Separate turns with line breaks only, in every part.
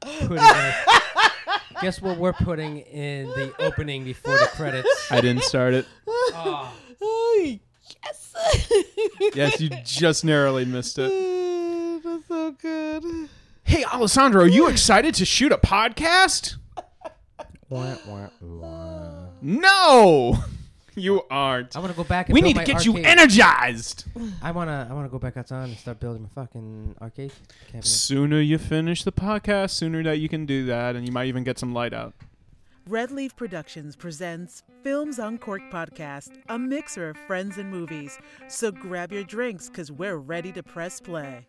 putting. in- guess what we're putting in the opening before the credits?
I didn't start it.
Ah,
Oh, yes.
Yes, you just narrowly missed it.
Uh, That's so good.
Hey, Alessandro, are you excited to shoot a podcast? No, you aren't.
I want to go back. And
We
build
need to
my
get you
arcade.
energized.
I wanna, I wanna go back outside and start building my fucking arcade cabinet.
Sooner you finish the podcast, sooner that you can do that, and you might even get some light out.
Red Leaf Productions presents Films on Cork Podcast, a mixer of friends and movies. So grab your drinks because we're ready to press play.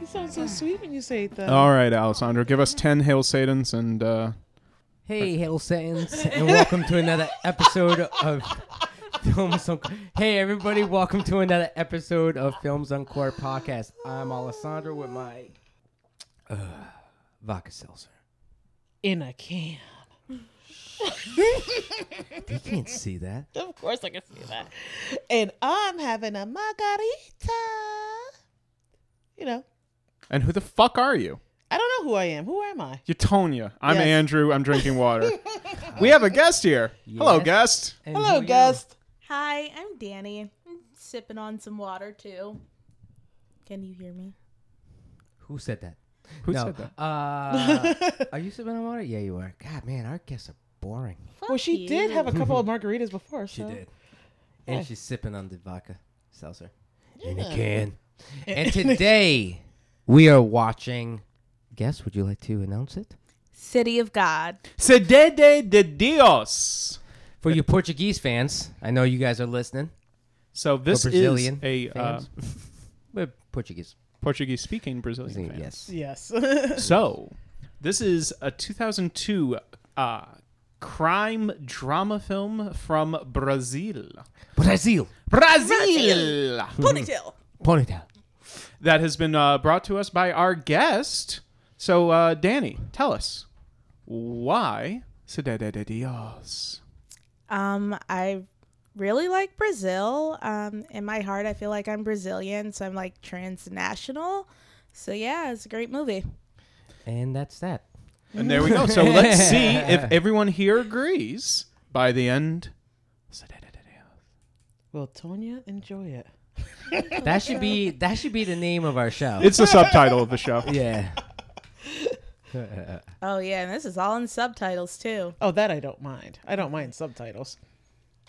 You sound so sweet when you say it, though.
Oh.
All right, Alessandro, give us ten hail satans and uh,
Hey, Hail Satans, and welcome to another episode of Films on. Hey, everybody, welcome to another episode of Films on Court podcast. I'm Alessandro with my uh, vodka seltzer.
In a can.
You can't see that.
Of course, I can see that. And I'm having a margarita. You know,
and who the fuck are you?
I don't know who I am. Who am I?
You're Tonya. I'm
Yes.
Andrew. I'm drinking water. we have a guest here. Hello,
Yes.
guest.
And who
Hello,
you?
guest.
Hi, I'm Danny. I'm sipping on some water too. Can you hear me?
Who said that?
Who
No,
said that?
Uh, are you sipping on water? Yeah, you are. God, man, our guests are boring.
Well, she did have a couple of margaritas before.
She
so.
did. And
Yeah.
she's sipping on the vodka seltzer in a
Yeah.
can. And today we are watching. Guess, would you like to announce it?
City of God.
Sedede de Dios.
For you Portuguese fans, I know you guys are listening.
So this is
Brazilian
a uh,
fans? We're Portuguese.
Portuguese speaking Brazilian fan.
Yes.
Yes.
So this is a 2002 uh, crime drama film from Brazil.
Brazil.
Brazil.
Ponytail.
Ponytail.
That has been uh, brought to us by our guest. So uh, Danny, tell us why Sedede de Dios.
Um, I really like Brazil. Um, in my heart, I feel like I'm Brazilian, so I'm like transnational. So yeah, it's a great movie.
And that's that.
And there we go. So let's see if everyone here agrees by the end. Sedede de Dios.
Will Tonya enjoy it?
That should be that should be the name of our show.
It's the subtitle of the show.
yeah.
Oh yeah, and this is all in subtitles too.
Oh, that I don't mind. I don't mind subtitles.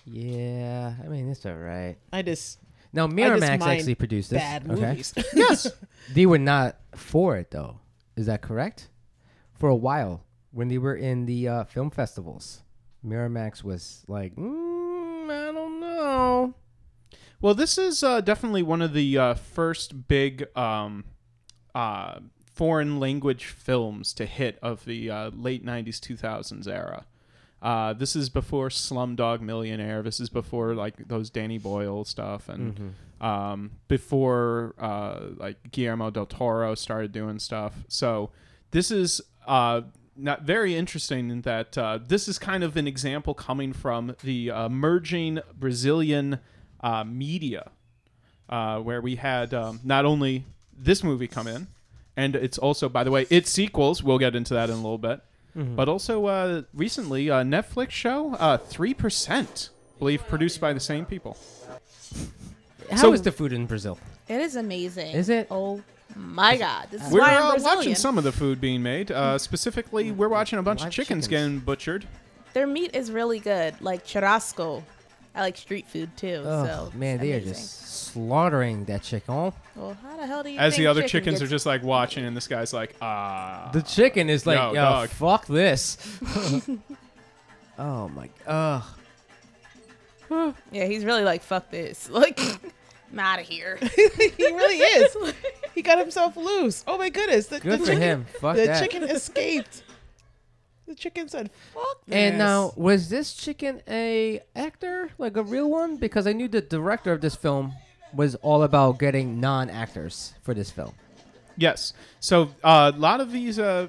Yeah. I mean, it's all right.
I just
No,
I just
Miramax
mind
actually produced this.
bad
okay?
movies.
Yes.
They were not for it though. Is that correct? For a while, when they were in the uh, film festivals, Miramax was like, mm, I don't know.
Well, this is uh, definitely one of the uh, first big um, uh, foreign language films to hit of the uh, late 90s, 2000s era. Uh, this is before Slumdog Millionaire. This is before like those Danny Boyle stuff, and um, before uh, like Guillermo del Toro started doing stuff. So this is uh, not very interesting in that uh, this is kind of an example coming from the uh, merging Brazilian uh, media uh, where we had um, not only this movie come in, and it's also, by the way, its sequels. We'll get into that in a little bit. But also uh, recently, uh, Netflix show uh, Three Percent, believe, produced by the same people.
How is
So-
the food in Brazil?
It is amazing.
Is it?
Oh my God, this is
We're
why I'm Mm-hmm.
uh,
Brazilian.
watching some of the food being made. Uh, specifically, we're watching a bunch of
Live
chickens,
chickens.
getting butchered.
Their meat is really good, like churrasco. I like street food too.
Oh
so
man,
it's
they are
amazing.
just slaughtering that chicken.
Well, how the hell do you?
As the
think
other
chicken
chickens
gets-
are just like watching, and this guy's like, ah.
The chicken is like,
No,
"Yo,
dog."
fuck this. oh my, ugh.
Yeah, he's really like, fuck this. Like, I'm out of here.
he really is. He got himself loose. Oh my goodness. The,
Good
the
for
chicken,
him. Fuck
the
that.
chicken escaped. The chicken said, "Fuck this."
And now, was this chicken a actor, like a real one? Because I knew the director of this film was all about getting non-actors for this film.
Yes. So uh, a lot of these uh,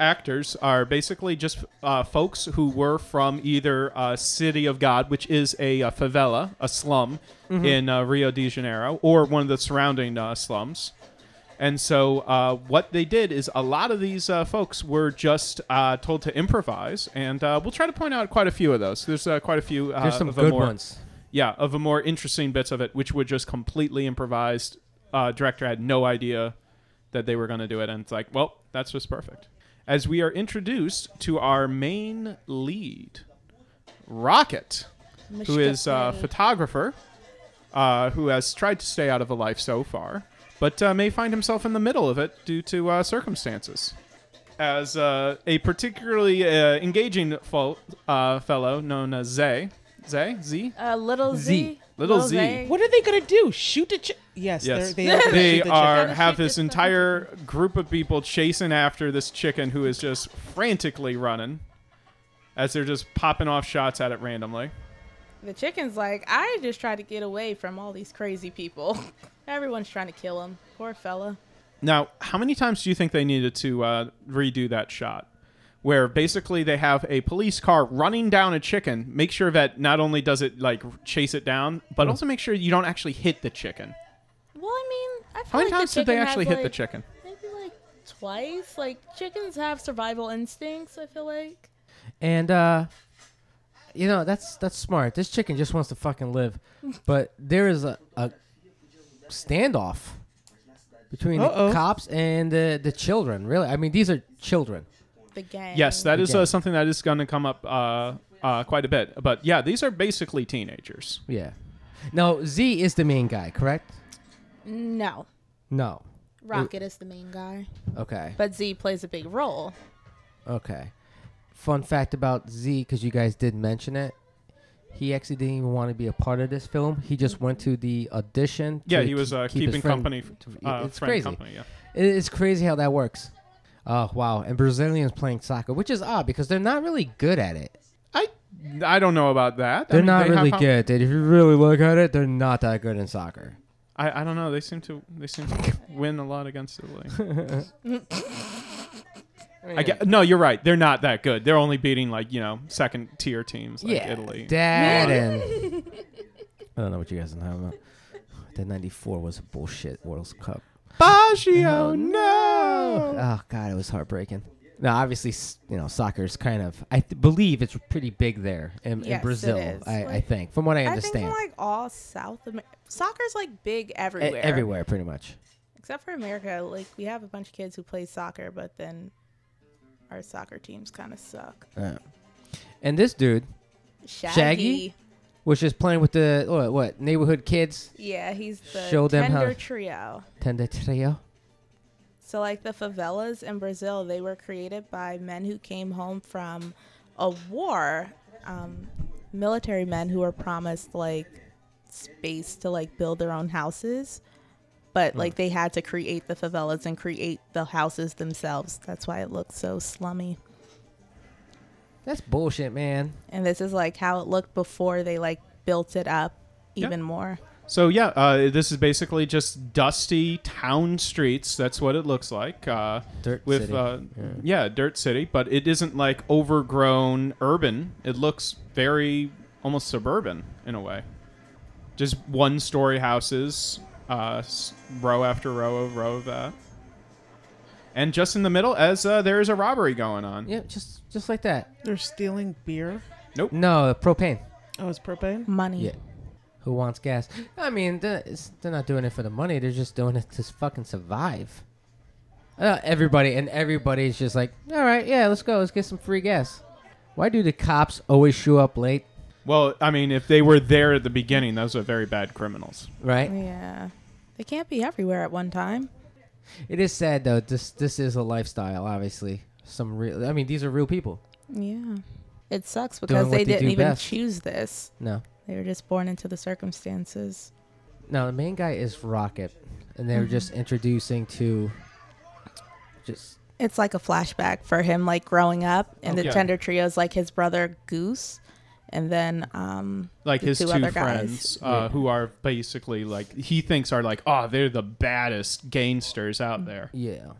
actors are basically just uh, folks who were from either uh, City of God, which is a, uh favela, a slum
Mm-hmm.
in uh, Rio de Janeiro, or one of the surrounding uh, slums. And so uh, what they did is a lot of these uh, folks were just uh, told to improvise, and uh, we'll try to point out quite a few of those. There's uh, quite a few. Uh,
There's some
of a
good
more,
ones.
yeah, of the more interesting bits of it, which were just completely improvised. Uh, director had no idea that they were going to do it, and it's like, well, that's just perfect. As we are introduced to our main lead, Rocket, who is a
Mishka
photographer, uh, who has tried to stay out of a life so far, but uh, may find himself in the middle of it due to uh, circumstances. As uh, a particularly uh, engaging fo- uh, fellow known as Zay, Zay, Z,
uh, little Z.
Z.
Little Z.
what are they gonna do? Shoot the chicken? Yes,
Yes,
yes.
they,
they are. gonna shoot the
are
chicken.
have this entire group of people chasing after this chicken who is just frantically running, as they're just popping off shots at it randomly.
The chicken's like, I just tried to get away from all these crazy people. Everyone's trying to kill him. Poor fella.
Now, how many times do you think they needed to uh, redo that shot? Where basically they have a police car running down a chicken, make sure that not only does it like chase it down, but also make sure you don't actually hit the chicken.
Well, I mean, I feel
How many
like
times
the
did they
chicken has,
actually hit the
like,
chicken?
Maybe like twice. Like chickens have survival instincts. I feel like.
And uh you know, that's that's smart. This chicken just wants to fucking live. But there is a, a standoff between
Uh-oh.
the cops and the, the children, really. I mean, these are children.
The gang.
Yes, that is
Again.
uh, something that is going to come up uh, uh, quite a bit. But yeah, these are basically teenagers.
Yeah. Now, Z is the main guy, correct?
No.
No.
Rocket is the main guy,
Okay.
but Z plays a big role.
Okay. Fun fact about Z, because you guys did mention it. He actually didn't even want to be a part of this film. He just went to the audition. to
Yeah, he
ke-
was uh,
keep his
keeping
friend-
company.
to-
Uh,
it's
friend
crazy.
Company, yeah.
It- It's crazy how that works. Oh wow! And Brazilians playing soccer, which is odd because they're not really good at it.
I I don't know about that. I
They're
mean,
not
they have
really
how-
good. If you really look at it, they're not that good in soccer.
I, I don't know. They seem to they seem to win a lot against Italy. I get, no, you're right. They're not that good. They're only beating like you know second tier teams like
yeah,
Italy.
Dad and I don't know what you guys are talking about. The '94 was a bullshit World Cup.
Baggio, no.
Oh god, it was heartbreaking. Now, obviously, s- you know soccer is kind of. I th- believe it's pretty big there in, in
Yes, it
Brazil.
is.
I, I
Like,
think, from what I
I think
understand,
from like all South America, soccer's like big
E-
everywhere.
everywhere pretty much.
Except for America, like we have a bunch of kids who play soccer, but then our soccer teams kind of suck.
Yeah. And this dude,
Shaggy.
Shaggy? was just playing with the what, what neighborhood kids,
Yeah, he's the
Show them how-
tender trio.
tender trio.
So like the favelas in Brazil, they were created by men who came home from a war, um, military men who were promised like space to like build their own houses, but like they had to create the favelas and create the houses themselves. That's why it looks so slummy.
That's bullshit, man.
And this is like how it looked before they like built it up
Yeah.
even more.
So yeah, uh, this is basically just dusty town streets. That's what it looks like. Uh,
Dirt
with
city.
Uh, yeah. dirt city, but it isn't like overgrown urban. It looks very almost suburban in a way. Just one story houses, uh, s- row after row of row of that. And just in the middle, as uh, there is a robbery going on.
Yeah, just just like that.
They're stealing beer.
No propane.
Oh, it's propane.
Money.
Yeah. Who wants gas? I mean, they're, it's, they're not doing it for the money. They're just doing it to fucking survive. Uh, everybody and everybody's just like, all right, yeah, let's go. Let's get some free gas. Why do the cops always show up late?
Well, I mean, if they were there at the beginning, those are very bad criminals.
Right?
Yeah. They can't be everywhere at one time.
It is sad though. This this is a lifestyle, obviously. Some real. I mean, these are real people.
Yeah. It sucks because
what
they
they
didn't
do
even
best.
choose this.
No,
They were just born into the circumstances.
No, the Mm-hmm. main guy is Rocket, and they were just introducing to just
it's like a flashback for him like growing up and
Okay.
the tender trio is like his brother goose and then um
like
the
his two,
other guys.
friends uh, who are basically like he thinks are like oh they're the baddest gangsters
Mm-hmm.
out there
Yeah.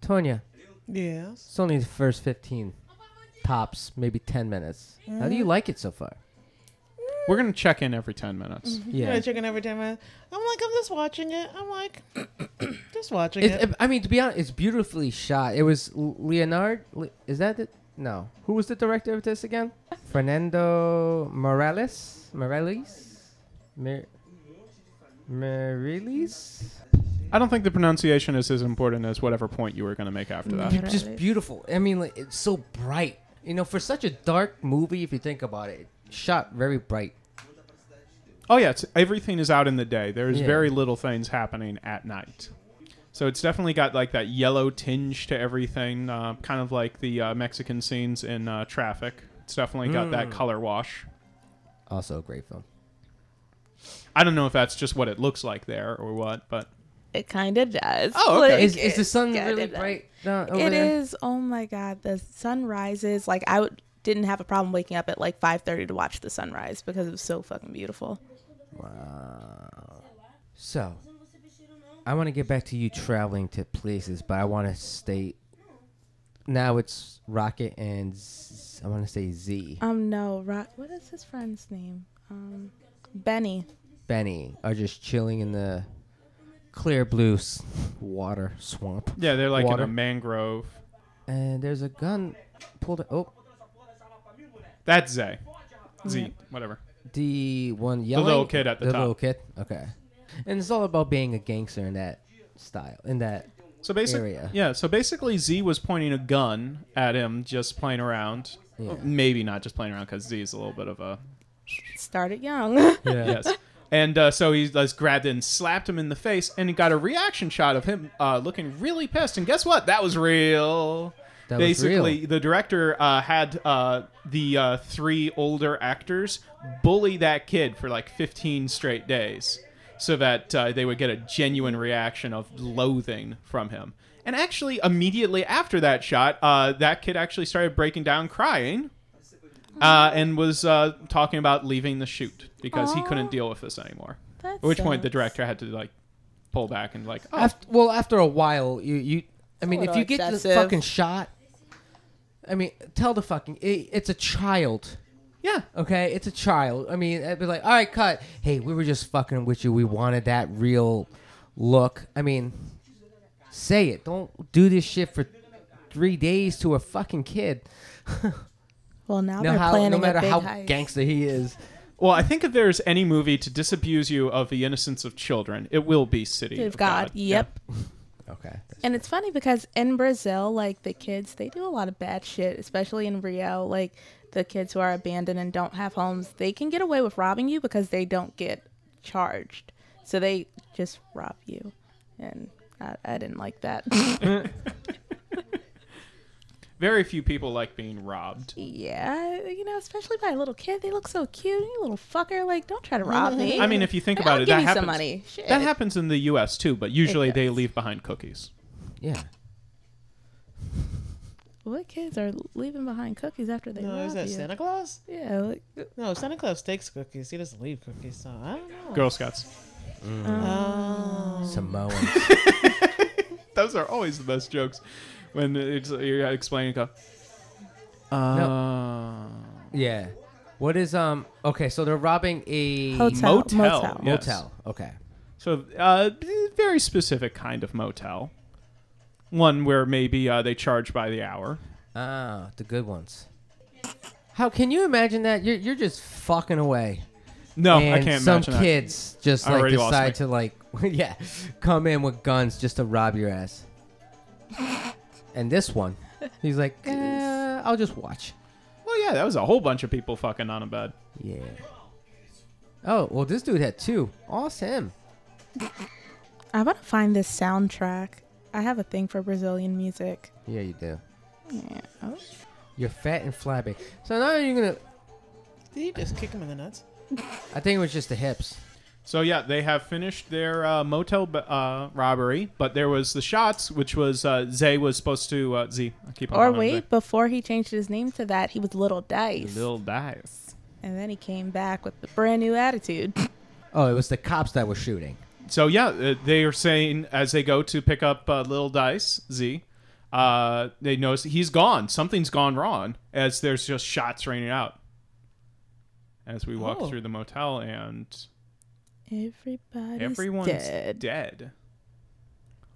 Tonya,
Yes.
it's only the first 15 tops, maybe 10 minutes. How do you
Mm.
like it so far?
we're gonna check in every 10 minutes
Mm-hmm.
Yeah.
You know, chicken every time. I, I'm like, I'm just watching it. I'm like, just watching it.
It, I mean, to be honest, it's beautifully shot. It was L- Leonard. Le- Is that it? No. Who was the director of this again? Fernando Morales. Morales. Mer- Morales.
i don't think the pronunciation is as important as whatever point you were gonna make after that
Mhm.
Just
Morales.
beautiful. I mean, like, it's so bright. You know, for such a dark movie, if you think about it, it's shot very bright.
oh yeah it's, everything is out in the day there's
Yeah.
very little things happening at night so it's definitely got like that yellow tinge to everything uh, kind of like the uh, mexican scenes in uh, traffic it's definitely got that
Mm.
color wash
Also, a great film.
i don't know if that's just what it looks like there or what but
it kind of does
Oh, okay.
Is, is the sun
yeah,
really
it does.
bright? down over
It is.
there?
oh my god the sun rises like i would didn't have a problem waking up at like 5.30 to watch the sunrise because it was so fucking beautiful
Wow. So, I want to get back to you traveling to places, but I want to stay. Now it's Rocket and Z, I want to say Z.
um no Ro- what is his friend's name um benny
Benny are just chilling in the clear blue s- water swamp.
yeah they're like
Water.
in a mangrove
And there's a gun pulled. Oh,
That's Zay. Z, whatever.
the one yelling.
little kid at the top.
little kid. Okay. And it's all about being a gangster in that style, in that
So basically,
Area.
yeah. So basically, Z was pointing a gun at him, just playing around.
Yeah.
Maybe not just playing around because Z is a little bit of a
started young
yes. And uh, so he just grabbed it and slapped him in the face, and he got a reaction shot of him uh, looking really pissed. And guess what? That was real.
That was
Basically,
real.
the director uh, had uh, the uh, three older actors bully that kid for like 15 straight days so that uh, they would get a genuine reaction of loathing from him. And actually, immediately after that shot, uh, that kid actually started breaking down crying uh, and was uh, talking about leaving the shoot because he
Aw.
couldn't deal with this anymore.
That
At which point, the
sucks.
director had to like pull back and like, oh,
After, well, after a while, you you. I mean, if
little
you get the
excessive.
fucking shot, I mean, tell the fucking. It, it's a child,
yeah,
okay? It's a child. I mean, I'd be like, all right, cut. Hey, we were just fucking with you. We wanted that real look. I mean, say it. Don't do this shit for three days to a fucking kid.
well now
No,
they're
how,
planning
no matter
a big
how
heist.
gangster he is.
Well, I think if there's any movie to disabuse you of the innocence of children, it will be City
Good
of God.
God. Yep.
Okay.
And it's funny because in Brazil, like the kids, they do a lot of bad shit, especially in Rio. Like the kids who are abandoned and don't have homes, they can get away with robbing you because they don't get charged. So they just rob you. And I, I didn't like that.
Very few people like being robbed.
yeah. You know, especially by a little kid. They look so cute. You little fucker. Like, don't try to rob me.
Mm-hmm. I mean, if you think
Like,
about
I'll
it,
give
that
you
happens.
some money. Shit.
That happens in the U.S. too, but usually
It
they leave behind cookies.
Yeah.
what kids are leaving behind cookies after they
no,
rob
is that
you?
Santa Claus?
Yeah. Like,
No, Santa Claus takes cookies. He doesn't leave cookies, so I don't
Oh.
know.
Girl Scouts.
Samoan.
Those are always the best jokes when it's you're explaining. Go, uh,
yeah. What is um? Okay, so they're robbing a
Hotel,
motel.
motel.
Yeah.
motel. Okay.
So, uh, very specific kind of motel. One where maybe uh, they charge by the hour.
Ah, the good ones. How can you imagine that? You're you're just fucking away.
No,
and
Oh, I can't
some
imagine that.
kids just
I
like
already lost
decide
me.
to like yeah, come in with guns just to rob your ass. and this one, he's like, eh, I'll just watch.
Well, yeah, that was a whole bunch of people fucking on a bed.
Yeah. Oh well, this dude had two. Awesome.
I want to find this soundtrack. I have a thing for Brazilian music.
Yeah, you do.
Yeah. Oh.
You're fat and flabby. So now you're gonna.
Did you just kick him in the nuts?
I think it was just the hips.
So yeah, they have finished their uh, motel b- uh, robbery, but there was the shots, which was uh, Zay was supposed to uh, Z. I keep on
Or
calling him
wait, before he changed his name to that, he was Little
Zay.
Dice.
Lil Dice.
And then he came back with the brand new attitude.
Oh, it was the cops that were shooting.
So yeah, uh, they are saying as they go to pick up uh, Lil Dice Z, uh, they notice he's gone. Something's gone wrong as there's just shots raining out. As we walk
Oh.
through the motel and
Everybody's
everyone's
dead.
dead.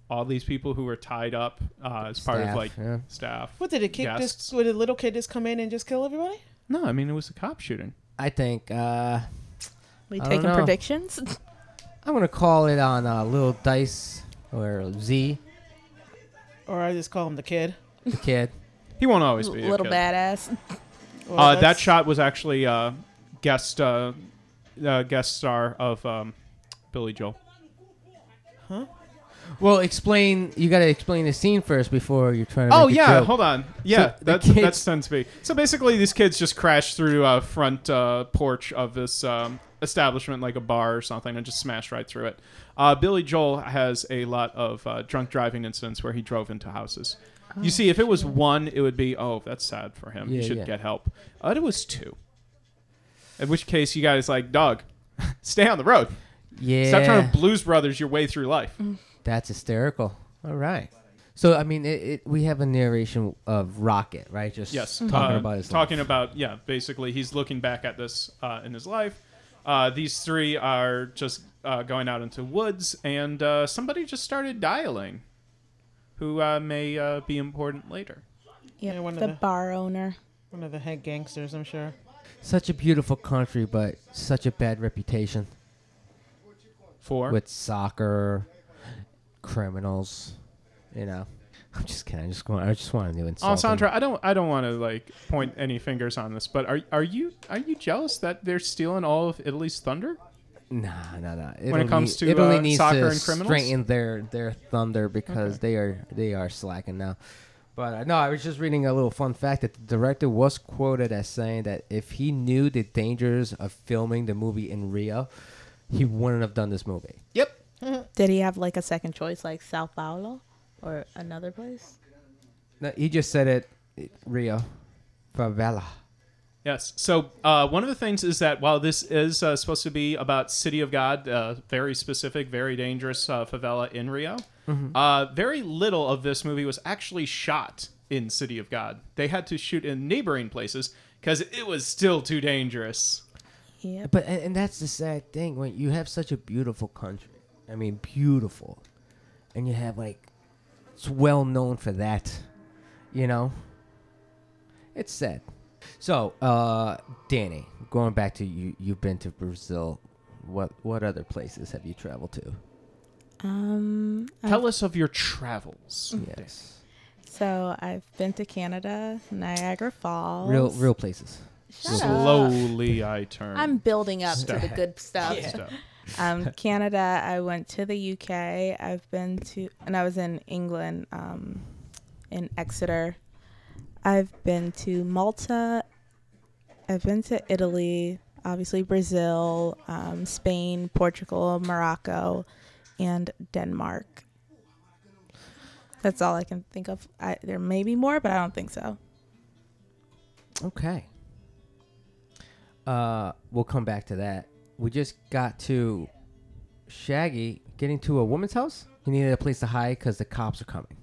All these people who were tied up uh, as part of
Staff,
like
yeah.
staff.
What did a kid
guests.
just? Would a little kid just come in and just kill everybody?
No, I mean it was a cop shooting.
I think uh,
We
I don't
taking
know.
predictions?
I'm gonna call it on uh, little dice or Z,
Or I just call him the kid.
the kid.
He won't always be a
Little
kid.
badass.
Well,
Uh, that
that's-
shot was actually uh, guest uh, uh, guest star of um, Billy Joel.
Well, explain. You gotta explain the scene first before you're trying to.
Oh
make a
yeah,
joke.
hold on. Yeah,
the
that's
kids-
that's ten speed. So basically, these kids just crashed through a front uh, porch of this um, establishment, like a bar or something, and just smashed right through it. Uh, Billy Joel has a lot of uh, drunk driving incidents where he drove into houses. you see, if it was one, it would be oh, that's sad for him.
Yeah,
he should
yeah.
get help. Uh, it was two. In which case, you guys like dog, stay on the road.
Yeah,
Stop trying to Blues Brothers your way through life.
that's hysterical. All right. So I mean, it, it, we have a narration of Rocket, right? Just
Yes,
talking
uh,
about his life.
talking about yeah. Basically, he's looking back at this uh, in his life. Uh, these three are just uh, going out into woods, and uh, somebody just started dialing, who uh, may uh, be important later.
Yep,
Yeah, one of
the
the-
bar owner.
one of the head gangsters, I'm sure.
Such a beautiful country, but such a bad reputation
For
with soccer, criminals. You know, I'm just kidding. I just want. I just wanted to insult. him.
Alessandra, I don't, I don't want to like point any fingers on this, but are are you are you jealous that they're stealing all of Italy's thunder?
Nah, nah, nah. Italy,
When it comes to,
Italy
uh,
needs
soccer
to
and criminals?
straighten their their thunder because they are they are slacking now. But uh, no, I was just reading a little fun fact that the director was quoted as saying that if he knew the dangers of filming the movie in Rio, he wouldn't have done this movie.
Yep.
Did he have like a second choice, like Sao Paulo or another place?
No, he just said it, it- Rio, favela.
Yes. So uh, one of the things is that while this is uh, supposed to be about City of God, uh, very specific, very dangerous uh, favela in Rio, uh, very little of this movie was actually shot in City of God. They had to shoot in neighboring places because it was still too dangerous.
Yep.
But and, and that's the sad thing when you have such a beautiful country. I mean, beautiful, and you have like it's well known for that. You know, it's sad. So, uh, Danny, going back to you, you've been to Brazil. What what other places have you traveled to?
Um, I-
Tell us of your travels.
Yes,
so I've been to Canada, Niagara Falls.
real real places.
Shut up.
Slowly I turn.
I'm building up to the
Stop.
good stuff.
Stuff.
um, Canada. I went to the UK. I've been to, and I was in England, um, in Exeter. I've been to Malta. I've been to Italy, obviously Brazil, um, Spain, Portugal, Morocco, and Denmark. That's all I can think of. I, there may be more, but I don't think so.
Okay. Uh, we'll come back to that. We just got to Shaggy getting to a woman's house. He needed a place to hide because the cops are coming.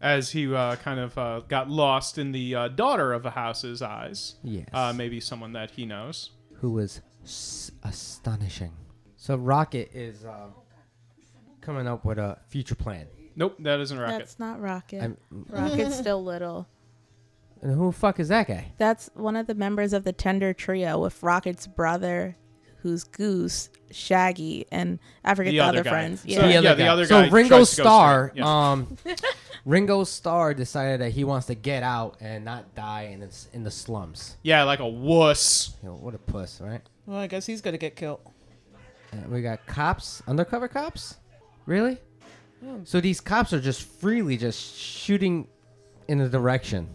As he uh, kind of uh, got lost in the uh, daughter of the house's eyes.
Yes.
Uh, maybe someone that he knows.
Who was s- astonishing. So Rocket is uh, coming up with a future plan.
Nope, that isn't Rocket.
That's not Rocket.
I'm-
Rocket's still little.
and who the fuck is that guy?
That's one of the members of the Tender Trio with Rocket's brother, who's Goose, Shaggy, and I forget the, other,
guy.
friends.
So,
Yeah.
yeah, the other guy.
So Ringo
tries to go
Starr,
straight. Yeah.
um, Ringo Starr decided that he wants to get out and not die in the, s- in the slums.
yeah, like a wuss.
You know, what a puss, right?
Well, I guess he's gonna get killed.
Uh, We got cops, undercover cops? Really? So these cops are just freely just shooting in a direction.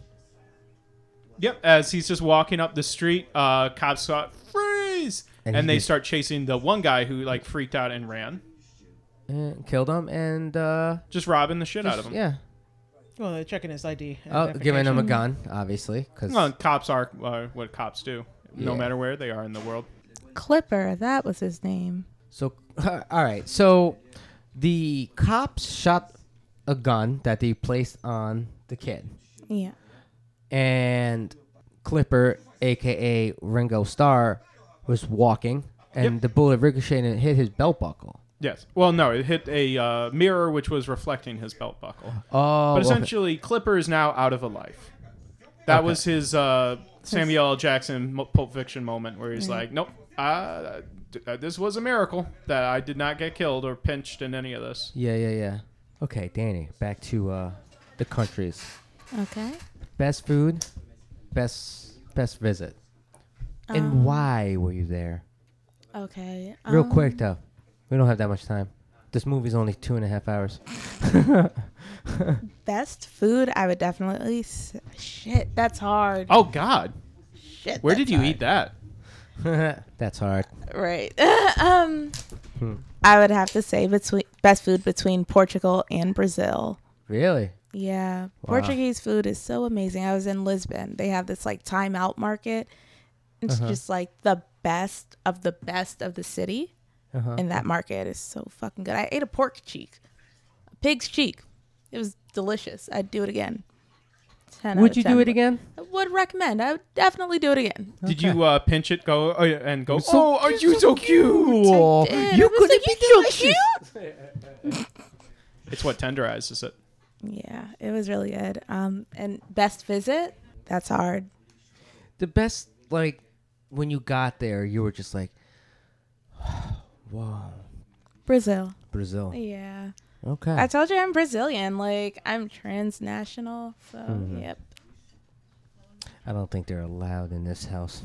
Yep. As he's just walking up the street, uh, cops saw it, freeze,
And
and
he
they
did-
start chasing the one guy who like freaked out and ran,
And killed him and uh,
just robbing the shit out of
just-
him.
yeah,
Well, they're checking his ID.
oh, giving
identification.
him a gun, obviously, because
Well, cops are uh, what cops do, no
Yeah.
matter where they are in the world.
Clipper, that was his name.
So, all right. So, the cops shot a gun that they placed on the kid,
Yeah.
and Clipper, aka Ringo Starr, was walking, and the bullet ricocheted and hit his belt buckle.
Yes. Well, no, it hit a uh, mirror which was reflecting his belt buckle.
Oh,
but essentially, Clipper is now out of a life. That was his uh, Samuel L. Jackson Mo- Pulp Fiction moment where he's like, "Nope, uh, d- uh, this was a miracle that I did not get killed or pinched in any of this."
yeah, yeah, yeah. Okay, Danny, back to uh, the countries.
Okay.
Best food, best best visit, and why were you there?
Okay.
Real
um,
quick though, we don't have that much time. This movie's only two and a half hours.
Best food, I would definitely. s- Shit, that's hard.
Oh God,
Shit.
where
that's
did you
hard.
eat that?
That's hard.
Right. um,
Hmm.
I would have to say between best food between Portugal and Brazil.
Really?
Yeah, Portuguese food is so amazing. I was in Lisbon. They have this like timeout market. It's
Uh-huh.
just like the best of the best of the city.
Uh-huh.
And that market is so fucking good. I ate a pork cheek, a pig's cheek. It was delicious. I'd do it again. 10 out
Would
of
you
10.
do it again?
I would recommend. I would definitely do it again.
Did you uh, pinch it? Go uh, and go.
so-
oh, are you so cute?
Cool.
And I was like, "You so
It's what tenderizes it.
Yeah, it was really good. Um, and best visit. That's hard.
The best, like, when you got there, you were just like, whoa,
Brazil.
Brazil.
Yeah.
Okay.
I told you I'm Brazilian. Like I'm transnational. So
Mm-hmm.
yep.
I don't think they're allowed in this house.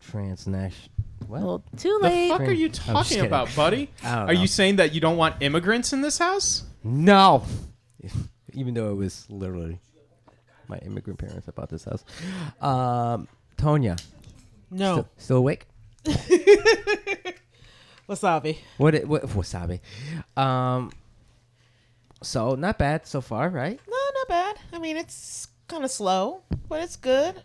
Transnational. What?
Well, too
The
late.
fuck are you
I'm just
talking
kidding.
about, buddy?
I don't
Are
know.
you saying that you don't want immigrants in this house?
no. Even though it was literally my immigrant parents that bought this house. Um, Tonya,
No,
Oh.
still, still awake?
wasabi.
What, it, what wasabi? Um, so not bad so far, right?
No, not bad. I mean, it's kind of slow, but it's good.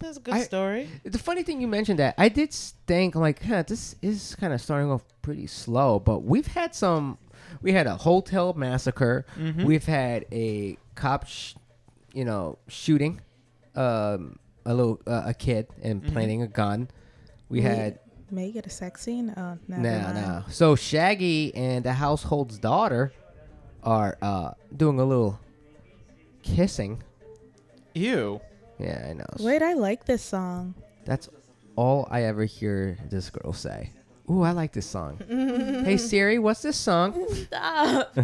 It's a good
I-
story.
The funny thing you mentioned that I did s- think like, huh, this is kind of starting off pretty slow, but we've had some. We had a hotel massacre.
Mm-hmm.
We've had a cop, sh- you know, shooting um, a little uh, a kid and
Mm-hmm.
planting a gun. We had
May get a sex scene. Oh, never
no,
mind.
no. So Shaggy and the household's daughter are uh, doing a little kissing.
Ew.
Yeah, I know.
Wait, I like this song.
That's all I ever hear this girl say. Ooh, I like this song. hey Siri, what's this song?
Stop.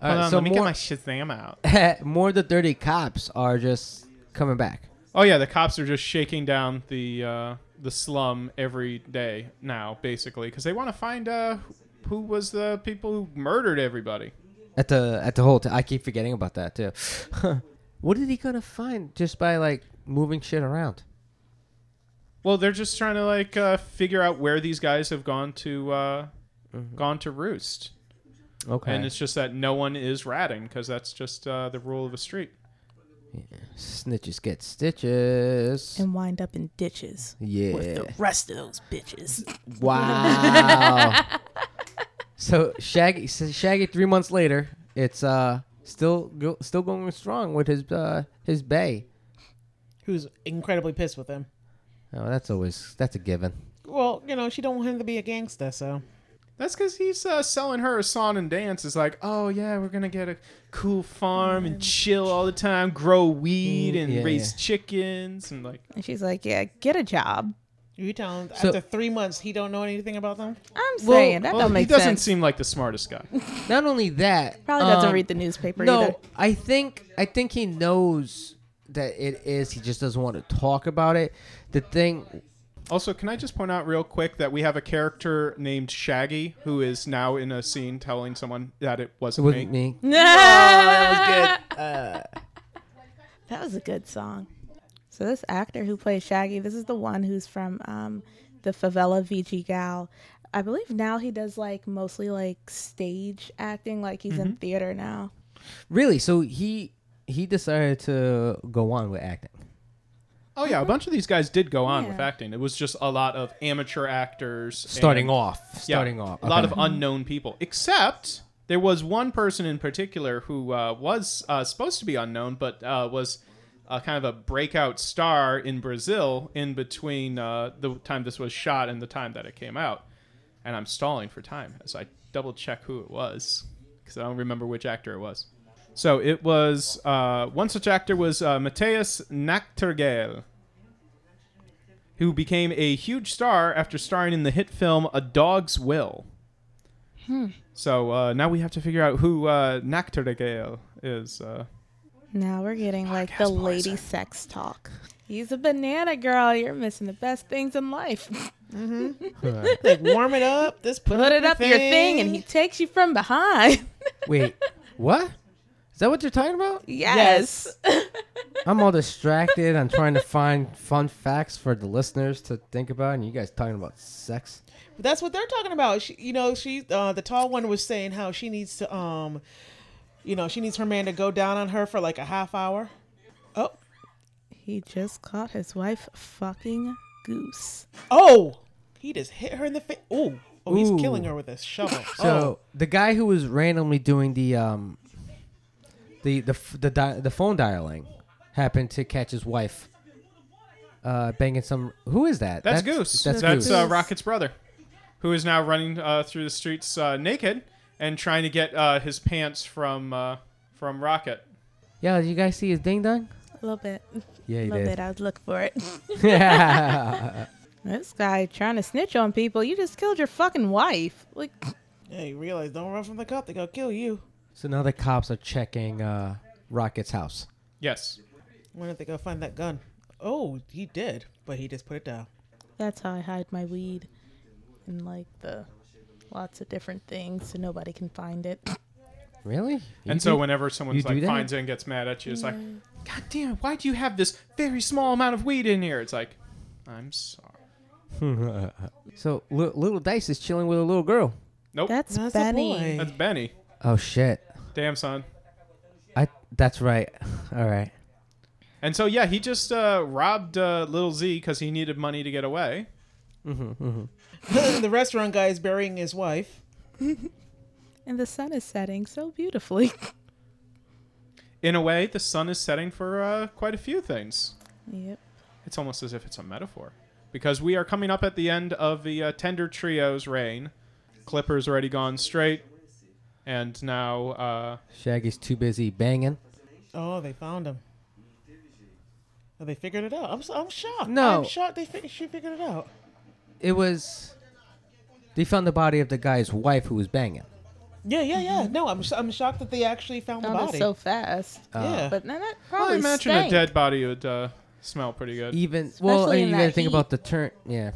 All
Hold
right,
on,
so
let me get
more, eh,
my Shazam out.
more of the dirty cops are just coming back.
Oh yeah, the cops are just shaking down the uh, the slum every day now, basically, because they want to find uh, who was the people who murdered everybody.
At the at the hotel. I keep forgetting about that too. what are they gonna find just by like moving shit around?
Well, they're just trying to like uh, figure out where these guys have gone to uh,
Mm-hmm.
gone to roost,
Okay.
and it's just that no one is ratting because that's just uh, the rule of the street.
Snitches get stitches.
and wind up in ditches.
yeah.
With the rest of those bitches.
Wow. so Shaggy, so Shaggy, three months later, it's uh still go, still going strong with his uh his bay.
Who's incredibly pissed with him?
Oh, that's always that's a given.
Well, you know, she don't want him to be a gangster, so
That's because he's uh, selling her a song and dance. It's like, oh yeah, we're gonna get a cool farm and chill all the time, grow weed
Mm,
and
yeah,
raise
yeah.
chickens and like.
And she's like, "Yeah, get a job."
you telling
So-
after three months he don't know anything about them.
I'm
Well,
saying that
Well,
don't
he
make
doesn't
sense.
seem like the smartest guy.
Not only that,
Probably doesn't
um,
read the newspaper
No,
either.
I think I think he knows that it is. He just doesn't want to talk about it. The thing,
also, can I just point out real quick that we have a character named Shaggy who is now in a scene telling someone that it
it
wasn't me.
wasn't me.
Uh, that was good. that was a good song. So So this actor who plays Shaggy, this is the one who's from um, the favela VG Gal. I believe now he does like mostly like stage acting, like he's
Mm-hmm.
in theater now.
Really? So he he decided to go on with acting.
Oh yeah, a bunch of these guys did go on with
Yeah.
acting. It was just a lot of amateur actors
Starting
and-
off.
Yeah,
Starting off.
A lot
Okay.
of unknown people. Except there was one person in particular who uh, was uh, supposed to be unknown, but uh, was uh, kind of a breakout star in Brazil in between uh, the time this was shot and the time that it came out. And I'm stalling for time as I double check who it was because I don't remember which actor it was. So it was uh, one such actor was uh, Mateus Nachtergaele who became a huge star after starring in the hit film A Dog's Will. So uh, now we have to figure out who uh, Nachtergaele is. Uh,
Now we're getting like the
Podcast poison.
lady sex talk. He's a banana girl. You're missing the best things in life.
Like warm it up. Just put,
Put it up your thing, and
thing.
he takes you from behind.
Wait, what? Is that what you're talking about?
yes.
I'm all distracted. I'm trying to find fun facts for the listeners to think about, and you guys talking about sex.
That's what they're talking about. She, you know, she uh, the tall one was saying how she needs to um, you know, she needs her man to go down on her for like a half hour. Oh,
He just caught his wife fucking goose.
oh, he just hit her in the face. Oh, oh, he's
Ooh.
killing her with a shovel.
Oh.
Oh,
So the guy who was randomly doing the um, the the f- the di- the phone dialing, happened to catch his wife, uh, banging some. Who is that?
that's, Goose. That's,
That's, Goose.
Uh, Rocket's brother, who is now running uh, through the streets uh, naked and trying to get uh, his pants from uh, from Rocket.
yeah, did you guys see his ding dong?
A little bit.
Yeah,
A
he
little
did.
bit. I was looking for it.
Yeah.
this guy trying to snitch on people. You just killed your fucking wife. Like,
yeah, you realize don't run from the cop; they gonna kill you.
so now the cops are checking uh, Rocket's house.
Yes.
Why don't they go find that gun? Oh, he did, but he just put it down.
that's how I hide my weed. And like the lots of different things so nobody can find it.
Really? You
and so
did-
whenever someone's
you do
like
that?
finds it and gets mad at you, it's like, God damn, why do you have this very small amount of weed in here? It's like, I'm sorry.
so li- little Dice is chilling with a little girl.
Nope.
That's,
That's a
Benny.
boy.
that's Benny.
Oh shit!
Damn son.
I. That's right. All right.
And so yeah, he just uh, robbed uh, little Z because he needed money to get away.
the restaurant guy is burying his wife.
And the sun is setting so beautifully.
In a way, the sun is setting for uh, quite a few things.
yep.
It's almost as if it's a metaphor because we are coming up at the end of the uh, Tender Trio's reign. Clipper's already gone straight, and now uh,
Shaggy's too busy banging.
Oh, they found him. Oh, they figured it out. I'm, s- I'm shocked.
No.
I'm shocked. They fi- she figured it out.
It was. They found the body of the guy's wife who was banging.
Yeah, yeah, yeah. No, I'm sh- I'm shocked that they actually found the
Oh, that's
body.
so fast.
yeah.
But then that
I
probably
imagine
stank.
a dead body would uh, smell pretty good.
Even well,
Especially
and
in
you gotta
that
think
heat.
about the turn. Yeah.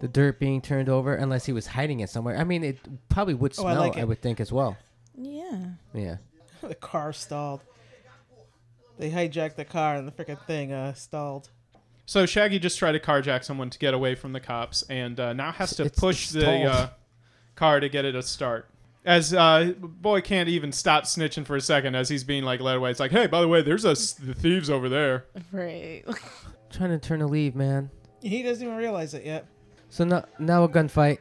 The dirt being turned over, unless he was hiding it somewhere. I mean, it probably would
Oh,
smell.
I
I,
like it.
would think as well.
Yeah.
Yeah.
the car stalled. They hijacked the car and the freaking thing uh, stalled.
So Shaggy just tried to carjack someone to get away from the cops, and uh, now has to
It's-
push
it's
the
tall.
uh, car to get it a start. As uh, boy can't even stop snitching for a second as he's being like led away. It's like, hey, by the way, there's a s- the thieves over there.
Right.
trying to turn a leave, man.
He doesn't even realize it yet.
So now, now a gunfight.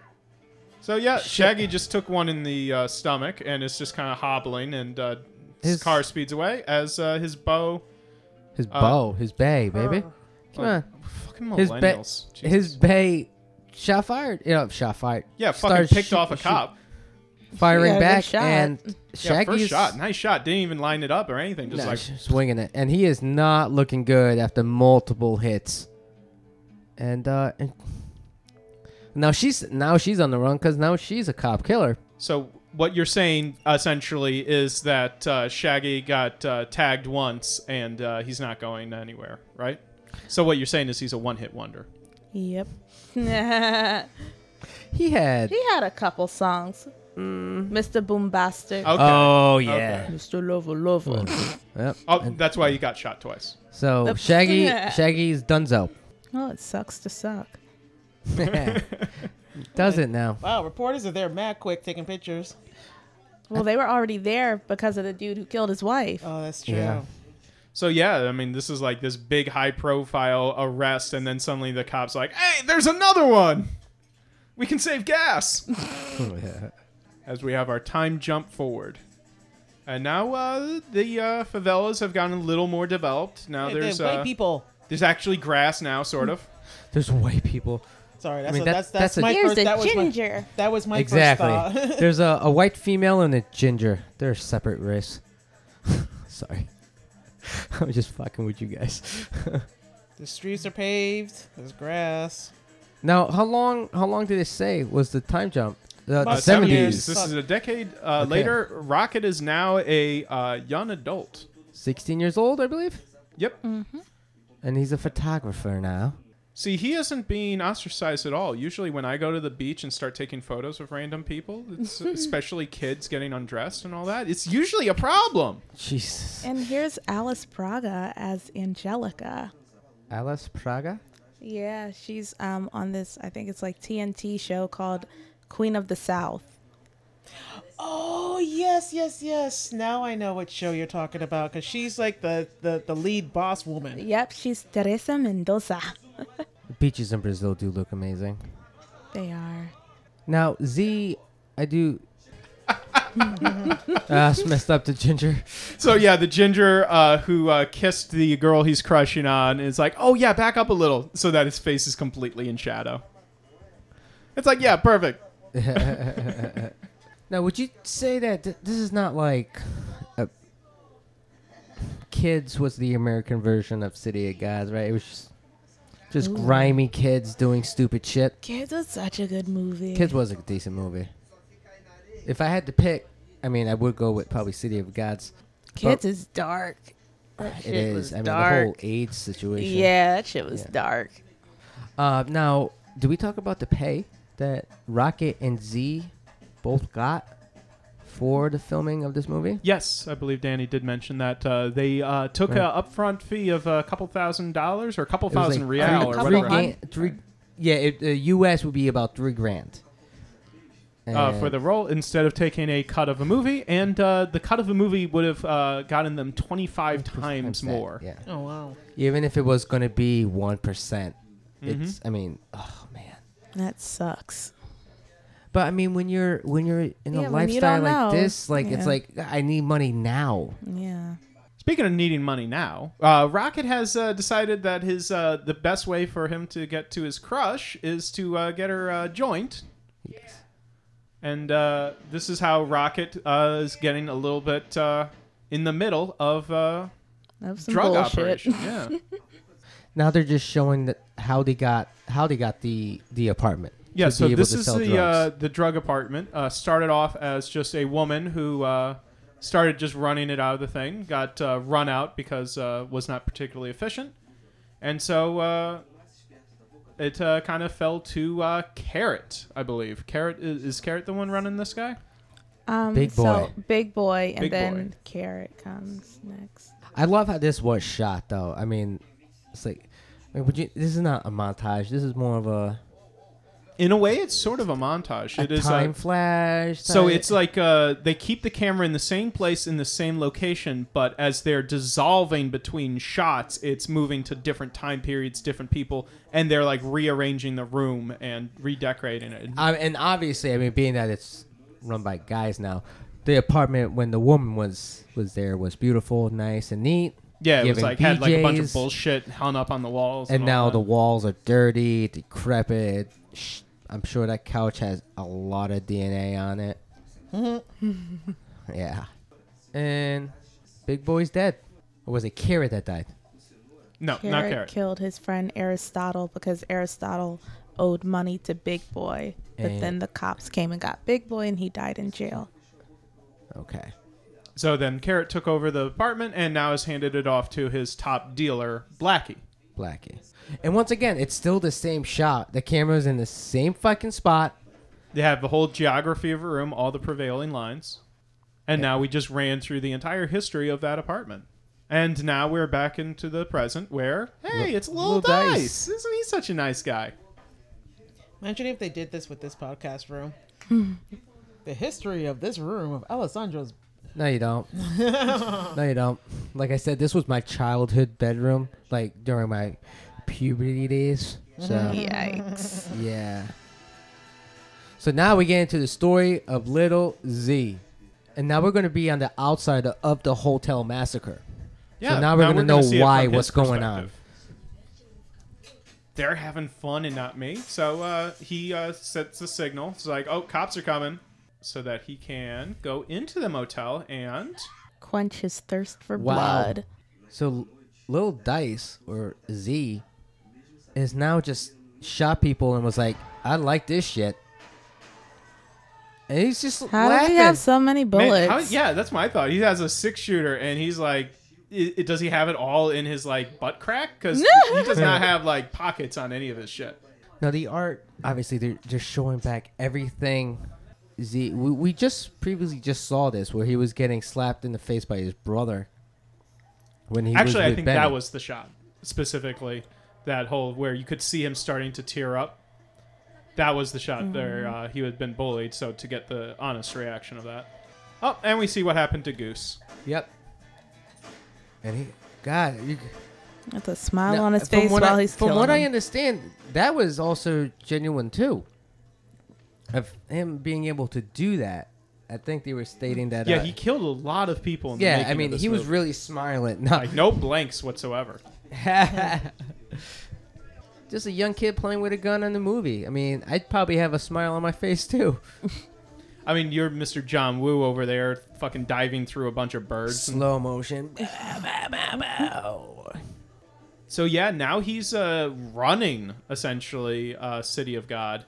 So yeah, Shaggy just took one in the uh, stomach and is just kind of hobbling, and uh, his,
His-
car speeds away as uh, his bow.
His
Uh,
bow, his bay,
oh,
baby.
Her-
Come on.
Fucking
His ba-
millennials. Jesus.
his bay shot fired. You know, shot fired.
yeah, fucking
Started
picked
shoot-
off a
shoot-
cop.
Firing
Yeah, good
back
shot.
and
Yeah,
Shaggy
first
is
shot, nice shot. Didn't even line it up or anything. Just
no,
like
sh- swinging it, and he is not looking good after multiple hits. And uh, and now she's now she's on the run because now she's a cop killer.
So what you're saying essentially is that uh, Shaggy got uh, tagged once and uh, he's not going anywhere, right? So what you're saying is he's a one-hit wonder.
Yep. he
He had
had a couple songs. Mr. Boombastic.
Okay.
Oh yeah.
Mr. Lover Lover.
Yep.
Oh, that's why you got shot twice.
So
The-
Shaggy, Shaggy's Dunzo.
oh, it sucks to suck.
Does it now?
Wow, reporters are there mad quick taking pictures.
Well, they were already there because of the dude who killed his wife.
Oh, that's true.
Yeah.
So yeah, I mean, this is like this big high-profile arrest, and then suddenly the cops like, "Hey, there's another one. We can save gas."
Oh,
As we have our time jump forward, and now uh, the uh, favelas have gotten a little more developed. Now
Hey,
there's
hey, white
uh,
people.
there's actually grass now, sort of.
There's white people.
Sorry, that's
mean,
a,
that-
that's,
that's
that's,
a-
my
Here's
first.
the
that was my,
ginger.
that was my first
exactly.
thought.
There's a, a white female and a ginger. They're a separate race. Sorry. I'm just fucking with you guys.
the streets are paved. There's grass.
Now, how long? How long did it say was the time jump? The,
About
the
Uh,
seven
70s.
years.
This is a decade uh,
Okay.
later. Rocket is now a uh, young adult.
16 years old, I believe.
Yep.
And he's a photographer now.
See, he isn't being ostracized at all. Usually, when I go to the beach and start taking photos of random people, it's especially kids getting undressed and all that, it's usually a problem.
Jesus.
And here's Alice Braga as Angelica.
Alice Praga?
Yeah, she's um, on this, I think it's like TNT show called Queen of the South.
Oh yes, yes, yes. Now I know what show you're talking about because she's like the, the the lead boss woman.
Yep, she's Teresa Mendoza.
Beaches in Brazil do look amazing.
They are.
Now, Z, I do. Ah, it's messed up the ginger.
So, yeah, the ginger uh, who uh, kissed the girl he's crushing on is like, oh, yeah, back up a little so that his face is completely in shadow. It's like, yeah, perfect.
Now, would you say that th- this is not like a kids was the American version of City of Gods, right? It was just, just grimy kids doing stupid shit.
Kids was such a good movie.
Kids was a decent movie. If I had to pick, I mean, I would go with probably City of Gods.
Kids is dark. That
uh, It
shit
is.
was
I mean, the
dark.
whole AIDS situation.
yeah, that shit was
Yeah.
dark.
Uh, now, do we talk about the pay that Rocket and Z both got for the filming of this movie?
Yes, I believe Danny did mention that uh, they uh, took
Right.
a upfront fee of a couple thousand dollars or a couple
It was
thousand
like
real
three-
or
three
whatever.
gan- three- yeah, it, the U.S. would be about three grand.
uh, for the role instead of taking a cut of a movie, and uh, the cut of a movie would have uh, gotten them 25
And-
times
that,
more.
Yeah.
Oh wow.
Even if it was going to be one
Mm-hmm.
it's. I mean, oh man.
That sucks.
But I mean, when you're when you're in a
Yeah, when you
lifestyle
don't
like
know.
this, like it's
Yeah.
like I need money now.
Yeah.
Speaking of needing money now, uh, Rocket has uh, decided that his uh, the best way for him to get to his crush is to uh, get her uh, joint.
Yes.
And uh, this is how Rocket uh, is getting a little bit uh, in the middle of uh,
That was some
drug
bullshit.
operation. Yeah.
Now they're just showing that how they got how they got the the apartment.
Yeah,
to
so
be able
this
to
is
sell
the
drugs.
uh, the drug apartment. Uh, started off as just a woman who uh, started just running it out of the thing. Got uh, run out because uh, was not particularly efficient, and so uh, it uh, kind of fell to uh, Carrot, I believe. Carrot is, is Carrot the one running this guy?
Um,
Big
So
boy.
big boy, and
Big
then
boy.
carrot comes next.
I love how this was shot, though. I mean, it's like, I mean, would you? This is not a montage. This is more of a,
In a way, it's sort of a montage.
a
It is uh,
time flash.
So
type-
it's like uh, they keep the camera in the same place in the same location, but as they're dissolving between shots, it's moving to different time periods, different people, and they're like rearranging the room and redecorating it.
I, and obviously, I mean, being that it's run by guys now, the apartment when the woman was was there was beautiful, nice, and neat.
Yeah, it was
Given
like had like a bunch of
PJs,
bullshit hung up on the walls.
And now
all
the
that.
walls are dirty, decrepit. Sh- I'm sure that couch has a lot of DNA on it. yeah, and big boy's dead. Or was it Carrot that died?
no, not
Carrot
carrot.
killed his friend Aristotle because Aristotle owed money to Big Boy. But
And-
then the cops came and got Big Boy, and he died in jail.
Okay.
so then carrot took over the apartment and now has handed it off to his top dealer, Blackie.
Blackie. And once again, it's still the same shot. The camera's in the same fucking spot.
They have the whole geography of a room, all the prevailing lines. And now we just ran through the entire history of that apartment. And now we're back into the present where, hey, it's Lil,
Lil Dice.
Dice. Isn't he such a nice guy?
Imagine if they did this with this podcast room. the history of this room of Alessandro's.
No, you don't. no, you don't. Like I said, this was my childhood bedroom, like during my puberty days.
Mm-hmm.
So
Yikes.
yeah. So now we get into the story of Little Z, and now we're going to be on the outside of, of the hotel massacre.
Yeah.
now we're gonna know
see it
why,
from his
what's going on.
perspective. They're having fun and not me. So uh, he uh, sets a signal. It's like, oh, cops are coming. So that he can go into the motel and.
Quench his thirst for
Wow.
blood.
So Little Dice or Z is now just shot people and was like, "I like this shit," and he's just
How
laughing.
do we have so many bullets?
Man, how- yeah, that's my thought. He has a six shooter, and he's like, i it, does he have it all in his like butt crack? Because he does not have like pockets on any of his shit.
Now the art, obviously, they're just showing back everything. Z, we, we just previously just saw this where he was getting slapped in the face by his brother when he
Actually,
was
I
with
think
Bennett.
that was the shot specifically. That whole where you could see him starting to tear up. That was the shot
Mm-hmm.
there. Uh, he had been bullied, so to get the honest reaction of that. Oh, and we see what happened to Goose.
yep. And he, God, you,
With a smile
now,
on his
from
face
what
while
I,
he's
from
killing
what I
him.
understand, that was also genuine too. Of him being able to do that, I think they were stating that.
Yeah,
uh,
he killed a lot of people. In the
yeah.
making
I
of
mean,
this
he was
movie.
really smiling. No,
like no blanks whatsoever.
Just a young kid playing with a gun in the movie. I mean, I'd probably have a smile on my face too.
I mean, you're Mr. John Woo over there, fucking diving through a bunch of birds.
Slow motion.
So yeah, now he's uh, running essentially uh, City of God,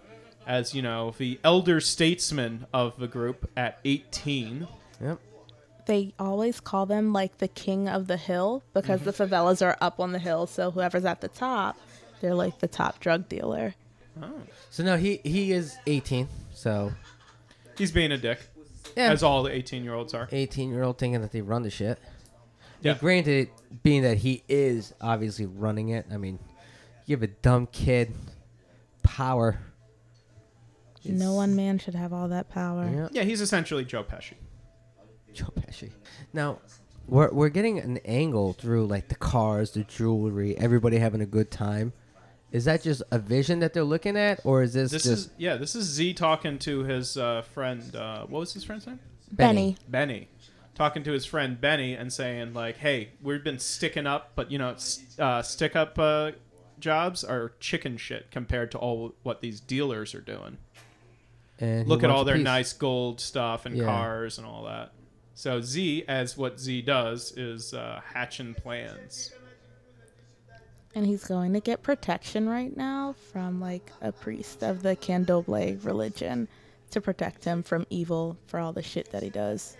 as you know, the elder statesman of the group at 18.
Yep.
they always call them like the king of the hill because
Mm-hmm.
the favelas are up on the hill. So whoever's at the top, they're like the top drug dealer.
So no, he he is 18. So
He's being a dick,
yeah,
as all the 18 year olds are.
18 year old thinking that they run the shit.
Yeah.
Granted, being that he is obviously running it. I mean, you have a dumb kid power.
No one man should have all that power.
Yeah.
Yeah, he's essentially Joe Pesci.
Joe Pesci. Now, we're we're getting an angle through like the cars, the jewelry, everybody having a good time. Is that just a vision that they're looking at, or is this,
This
just
is yeah, this is Z talking to his uh, friend. Uh, what was his friend's name?
Benny.
Benny. Talking to his friend Benny and saying like, "Hey, we've been sticking up, but you know, s- uh, stick up uh, jobs are chicken shit compared to all what these dealers are doing."
and he
look at
wants
all
a
their
piece?
nice gold stuff and
Yeah.
cars and all that. So Z, as what Z does, is uh, hatching plans.
And he's going to get protection right now from like a priest of the Candomblé religion to protect him from evil for all the shit that he does.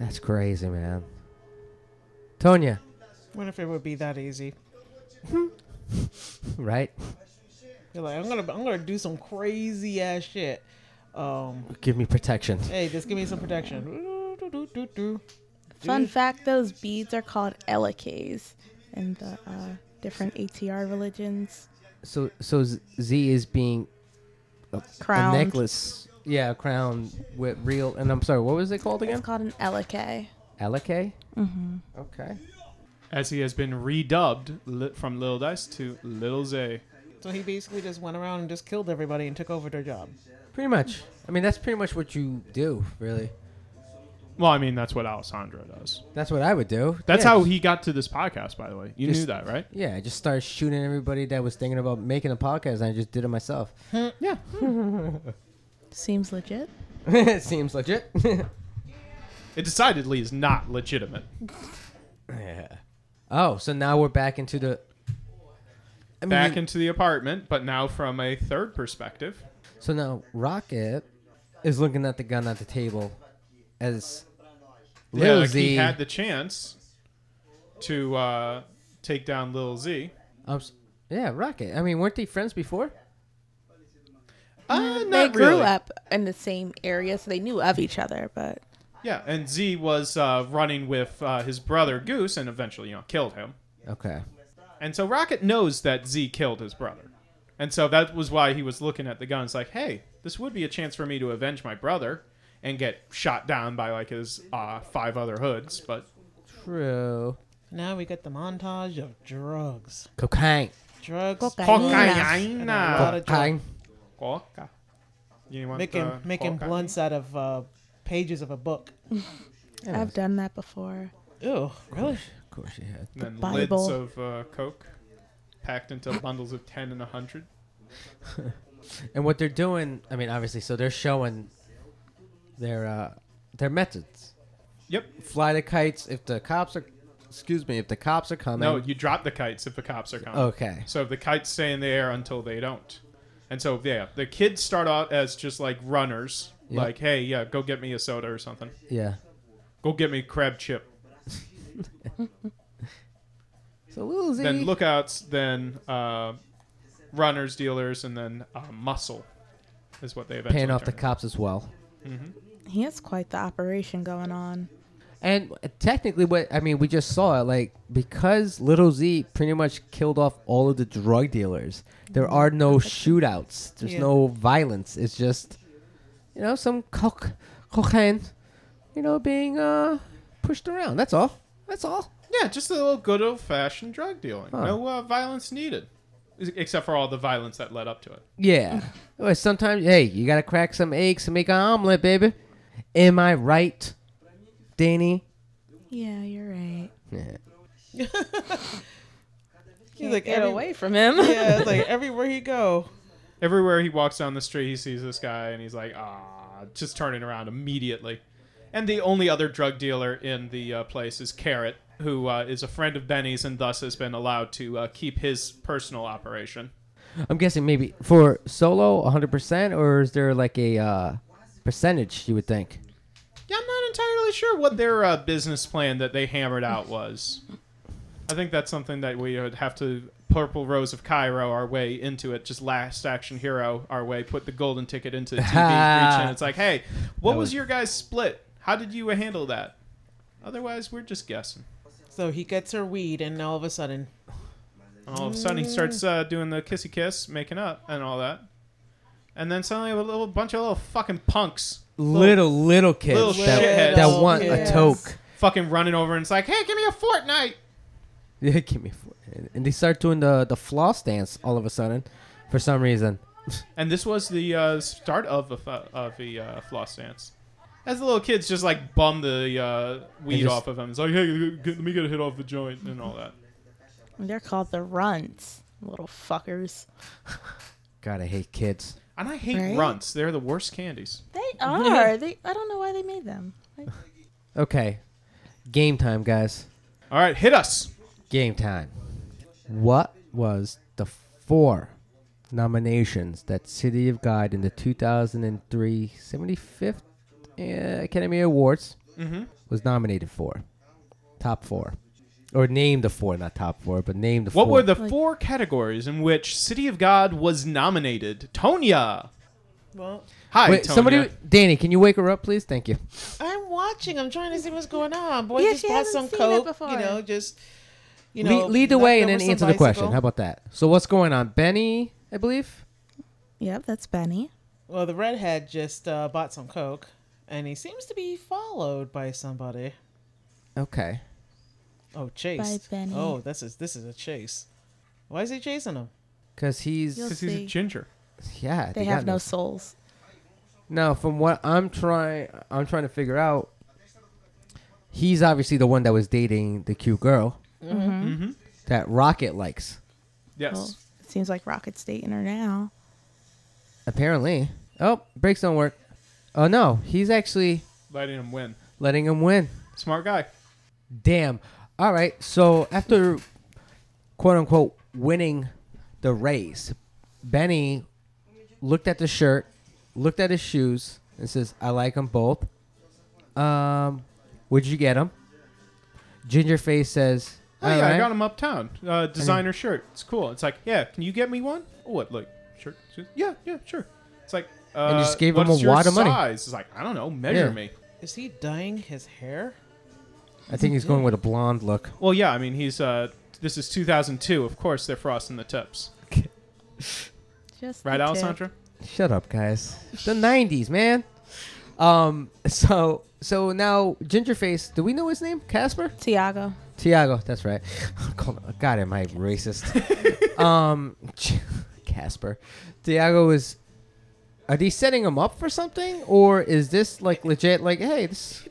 That's crazy, man. Tonya,
wonder if it would be that easy.
right?
You're like, I'm gonna, I'm gonna do some crazy ass shit. Um,
Give me protection.
hey, just give me some protection.
Fun fact those beads are called elikes in the uh, different ATR religions.
So so Z- Z is being
Crown.
a necklace. Yeah, a crown with real. And I'm sorry, what was it called
It's
again?
called an elike.
Alake. Mm-hmm. Okay.
As he has been redubbed li- from Lil Dice to Lil Z.
So he basically just went around and just killed everybody and took over their job.
Pretty much. I mean, that's pretty much what you do, really.
Well, I mean, that's what Alessandro does.
That's what I would do.
That's
Yeah,
how
just-
he got to this podcast, by the way. You
Just-
knew that, right?
Yeah, I just started shooting everybody that was thinking about making a podcast, and I just did it myself.
Yeah.
Seems legit.
it seems legit.
It decidedly is not legitimate.
yeah. Oh, so now we're back into the. I mean,
Back into the apartment, but now from a third perspective.
so now Rocket is looking at the gun at the table, as
yeah,
Lil
like
Z.
he had the chance to uh, take down Lil Z.
I'm s- yeah, Rocket. I mean, weren't they friends before?
Uh,
they
not
grew
really.
up in the same area, so they knew of each other. But
Yeah, and Z was uh, running with uh, his brother Goose, and eventually, you know, killed him.
Okay.
And so Rocket knows that Z killed his brother, and so that was why he was looking at the guns like, "Hey, this would be a chance for me to avenge my brother." And get shot down by like his uh, five other hoods, but
True.
Now we got the montage of drugs.
Cocaine.
Drugs.
Cocaine.
And a lot
cocaine,
of drugs.
Cocaine.
coca. You want,
Making,
uh,
making
coca?
blunts out of uh, pages of a book.
I've done that before.
Ew, really?
Of course you had.
And then
Bible.
lids of uh, coke packed into bundles of ten and a hundred.
And what they're doing, I mean, obviously, so they're showing their uh, their methods.
Yep.
Fly the kites if the cops are. Excuse me, if the cops are coming.
No, you drop the kites if the cops are coming.
Okay.
So the kites stay in the air until they don't. And so yeah, the kids start out as just like runners,
Yeah.
like hey yeah, go get me a soda or something.
Yeah.
Go get me a crab chip.
So little Z.
Then lookouts, then uh, runners, dealers, and then uh, muscle is what they eventually
paying off the
turn into.
cops as well.
He has quite the operation going on.
And technically, what I mean, we just saw it. Like because Little Z pretty much killed off all of the drug dealers. There are no shootouts. There's
Yeah.
no violence. It's just, you know, some coke, cocaine, you know, being uh pushed around. That's all. That's all.
Yeah, just a little good old fashioned drug dealing.
Huh.
No uh, violence needed, Ex- except for all the violence that led up to it.
Yeah. Well, Sometimes, hey, you gotta crack some eggs to make an omelet, baby. Am I right, Danny?
Yeah, you're right.
Yeah.
He's
like,
like, get
every-
away from him.
Yeah, it's like everywhere he go.
Everywhere he walks down the street, he sees this guy, and he's like, ah, just turning around immediately. And the only other drug dealer in the uh, place is Carrot, who uh, is a friend of Benny's and thus has been allowed to uh, keep his personal operation.
I'm guessing maybe for solo 100%, or is there like a uh, percentage you would think?
Yeah, I'm not entirely sure what their uh, business plan that they hammered out was. I think that's something that we would have to Purple Rose of Cairo our way into it. Just last action hero our way. Put the golden ticket into the TV reach, and it's like, hey, what
That
was
was-
your guys' split? How did you handle that? Otherwise, we're just guessing.
So he gets her weed, and all of a sudden,
All of a sudden, he starts uh, doing the kissy kiss, making up, and all that. And then suddenly, a little bunch of little fucking punks,
Little, little kids
little
that,
shitheads.
that want
Yes.
a toke.
fucking running over, and it's like, hey, give me a Fortnite.
Yeah, give me four. And they start doing the, the floss dance all of a sudden for some reason.
And this was the uh, start of a, fu- of the uh, floss dance. As the little kids just like bum the uh, weed
just-
off of him. It's like, hey, g- g- let me get a hit off the joint and all that.
They're called the runts, little fuckers.
God, I hate kids.
And I hate
Right?
runts. They're the worst candies.
They are. they. I don't know why they made them. Like,
Okay. Game time, guys.
All right, hit us.
Game time. What was the four nominations that City of God in the 2003 75th uh, Academy Awards
Mm-hmm.
was nominated for? Top four. Or named the four, not top four, but named the
What
four.
were the
Like-
four categories in which City of God was nominated? Tonya.
well,
Hi,
Wait,
Tonya.
somebody, Danny, can you wake her up, please? Thank you.
I'm watching. I'm trying to see what's going on. Boy,
Yeah,
just
she
bought
hasn't
some
seen
coke.
it before.
You know, just you
Lead-
know,
lead, the way and
knocked
then
over some
answer the question.
bicycle.
How about that? So, what's going on? Benny, I believe.
yep, that's Benny.
Well, the redhead just uh, bought some coke, and he seems to be followed by somebody.
Okay.
Oh, chased.
Benny.
Oh, this is this is a chase. Why is he chasing him?
Because he's.
You'll-
Because he's a
See.
ginger.
yeah.
They
got
have no
no
souls.
Now, from what I'm trying, I'm trying to figure out. He's obviously the one that was dating the cute girl that Rocket likes.
Yes.
Well, it seems like Rocket's dating her now.
Apparently. Oh, brakes don't work. Oh no, he's actually
Letting him win.
letting him win.
Smart guy.
Damn. All right. So after quote unquote winning the race, Benny looked at the shirt, looked at his shoes, and says, "I like them both." Um, would you get them? Gingerface says,
Oh, yeah, I got him uptown. Uh, Oh, designer shirt. It's cool. It's like, yeah, can you get me one? What, like, shirt? Yeah, yeah, sure. It's like, uh,
just gave him
what's
a
your
wad of money.
size? It's like, I don't know, measure
Yeah.
me.
Is he dyeing his hair?
I think he's going with a blonde look.
Well, yeah, I mean, he's, uh, this is 2002. Of course, they're frosting the tips.
Just
Right,
the tip.
Alessandra?
Shut up, guys. The '90s, man. Um. So so now Gingerface. Do we know his name? Casper.
Tiago.
Tiago. That's right. God, am I racist? um. Casper. Tiago is. Are they setting him up for something, or is this like legit? Like, hey, this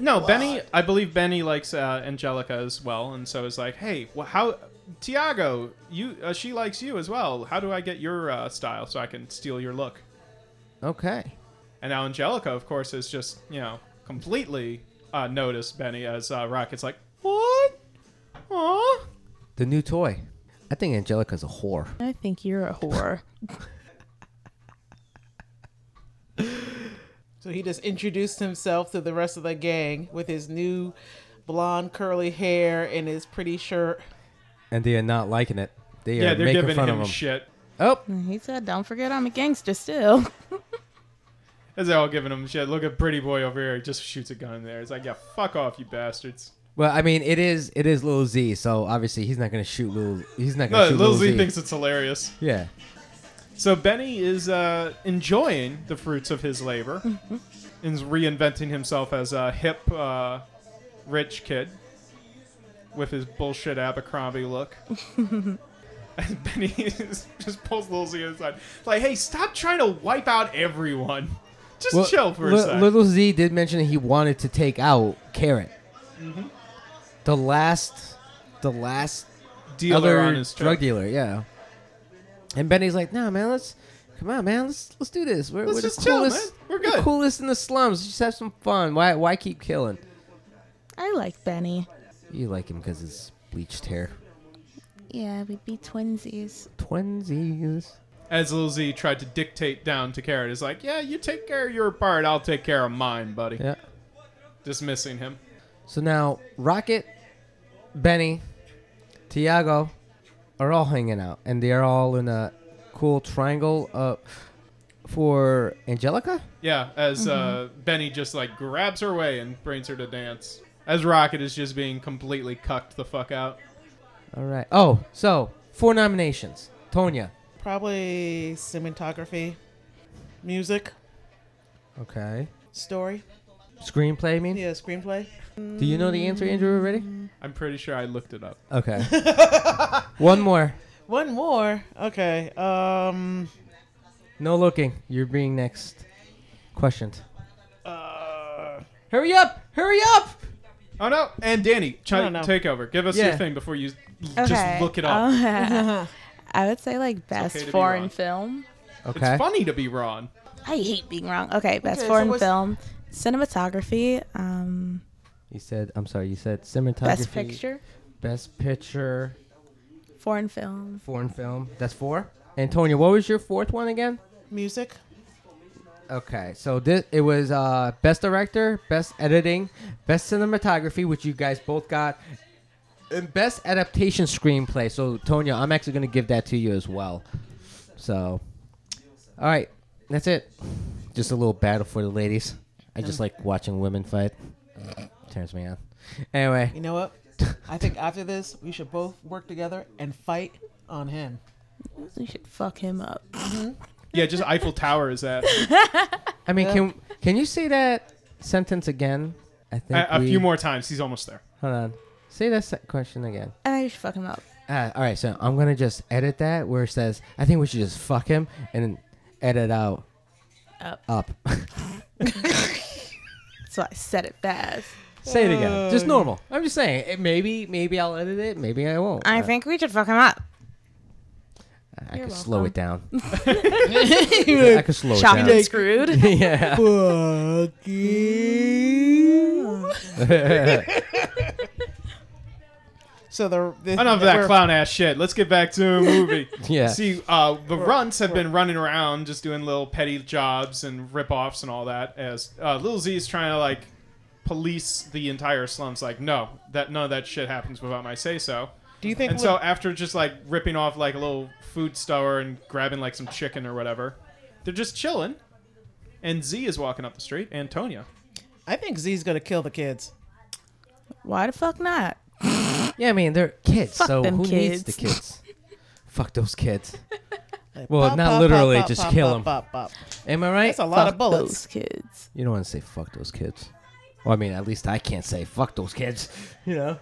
No, Benny. I believe Benny likes uh, Angelica as well, and so is like, hey, well, how Tiago, you uh, she likes you as well. How do I get your uh, style so I can steal your look?
okay.
And now Angelica, of course, is just you know completely uh, noticed Benny as uh, Rocket's like, what? Aw.
The new toy. I think Angelica's a whore.
I think you're a whore.
So he just introduced himself to the rest of the gang with his new blonde curly hair and his pretty shirt.
And they are not liking it. They
Yeah,
are
they're
making
giving
fun
him,
of him.
shit.
oh,
he said, "Don't forget, I'm a gangster still."
As they're all giving him shit. Look at pretty boy over here. He just shoots a gun there. It's like, yeah, fuck off, you bastards.
Well, I mean, it is it is Lil Z, so obviously he's not gonna shoot Lil. He's not gonna
No,
shoot
Uh, Lil Z thinks it's hilarious.
Yeah,
So Benny is uh, enjoying the fruits of his labor and is reinventing himself as a hip, uh, rich kid with his bullshit Abercrombie look. and Benny is, just pulls Lil Z aside. Like, hey, stop trying to wipe out everyone. Just chill for a
Lil-
sec.
Lil Z did mention that he wanted to take out Carrot.
Mm-hmm.
The last, the last
Dealer
other
on his
drug
trip.
dealer, yeah. And Benny's like, "No, man, let's come on, man, let's let's do this. We're,
Let's
we're
just
the
chill,
coolest,
man. We're
the
good."
coolest in the slums. Just have some fun. Why why keep killing?
I like Benny.
You like him because his bleached hair,
Yeah, we'd be twinsies.
twinsies."
As Lil Z tried to dictate down to Carrot, is like, yeah, you take care of your part, I'll take care of mine, buddy.
Yeah.
Dismissing him.
So now Rocket, Benny, Tiago are all hanging out, and they are all in a cool triangle uh, for Angelica.
Yeah, as uh, Benny just like grabs her away and brings her to dance. As Rocket is just being completely cucked the fuck out.
All right. Oh, so four nominations. Tonya.
Probably cinematography, music,
Okay.
story.
Screenplay, I mean.
Yeah, screenplay.
Do you know the answer, Andrew? Already?
I'm pretty sure I looked it up.
Okay. One more.
One more. Okay. Um.
No looking. You're being next questioned.
Uh,
Hurry up! Hurry up!
Oh no! And Danny, ch-
I don't know.
take over. Give us
Yeah.
your thing before you l- just look it
Oh.
up.
Okay. Uh, I would say like best
okay to be wrong.
foreign film.
Okay.
It's funny to be wrong.
I hate being wrong. Okay, best
Okay, so
foreign
what's-
film, cinematography, um,
You said. I'm sorry. You said cinematography.
best picture,
Best picture.
foreign film.
Foreign film. That's four. Antonio, what was your fourth one again?
music.
Okay, so this it was uh, best director, best editing, best cinematography, which you guys both got, and best adaptation screenplay. So Tonya, I'm actually gonna give that to you as well. So, all right, that's it. Just a little battle for the ladies. I just like watching women fight. Turns me on. Anyway,
You know what? I think after this, we should both work together and fight on him.
We should fuck him up.
Yeah, just Eiffel Tower is that.
I mean, can can you say that sentence again? I think
a, a
we-
few more times. He's almost there.
Hold on. Say that se- question again.
I think we should fuck him up.
Uh, all right, so I'm gonna just edit that where it says I think we should just fuck him and then edit out
Up.
up.
That's why I said it fast.
Say it again, just normal. I'm just saying. It, maybe maybe I'll edit it, maybe I won't.
I
Uh,
think we should fuck him up.
I
You're
could slow it down. I
Fuck
could slow it
Chopped
down.
and screwed.
yeah.
you. So the, the
Enough of that
we're-
clown ass shit. Let's get back to the movie.
Yeah.
See, uh, the runts have been running around just doing little petty jobs and rip-offs and all that. As uh, Lil Z is trying to like police the entire slums, like no, that none of that shit happens without my say so.
Do you think?
And so after just like ripping off like a little food store and grabbing like some chicken or whatever, They're just chilling. And Z is walking up the street. Antonia.
I think Z's gonna kill the kids.
Why the fuck not?
Yeah, I mean they're kids,
Fuck
so
them
who needs the
kids.
kids? Fuck those kids.
Like,
Well,
pop,
not
pop,
literally,
pop,
just
pop,
kill
pop,
'em.
pop, pop.
Am I right?
That's a lot
Fuck-
of bullets.
Those kids.
You don't want to say fuck those kids. Well, I mean, at least I can't say fuck those kids. You know,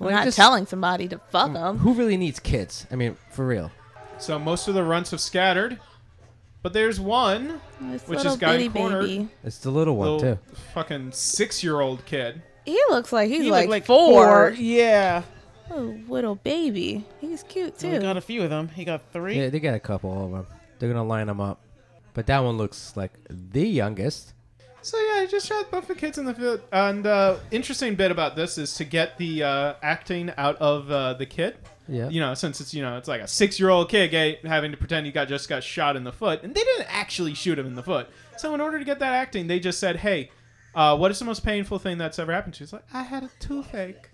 We're
Like,
not
just-
telling somebody to fuck them.
Who really needs kids? I mean, for real.
So most of the runts have scattered. But there's one
This
Which
little
is guy
bitty
cornered.
baby.
It's the little one
little
too.
fucking six year old kid.
He looks like he's
You look
like, four.
Yeah.
Oh, little baby. He's cute
He
too.
got a few of them. He got three.
Yeah, they got a couple of them. They're gonna line them up, but that one looks like the youngest.
So yeah, I just shot both the kids in the field. And uh, interesting bit about this is to get the uh, acting out of uh, the kid.
Yeah.
You know, since it's you know it's like a six year old kid eh, having to pretend he got just got shot in the foot, and they didn't actually shoot him in the foot. So in order to get that acting, they just said, "Hey, uh, what is the most painful thing that's ever happened to?" you? It's like I had a toothache.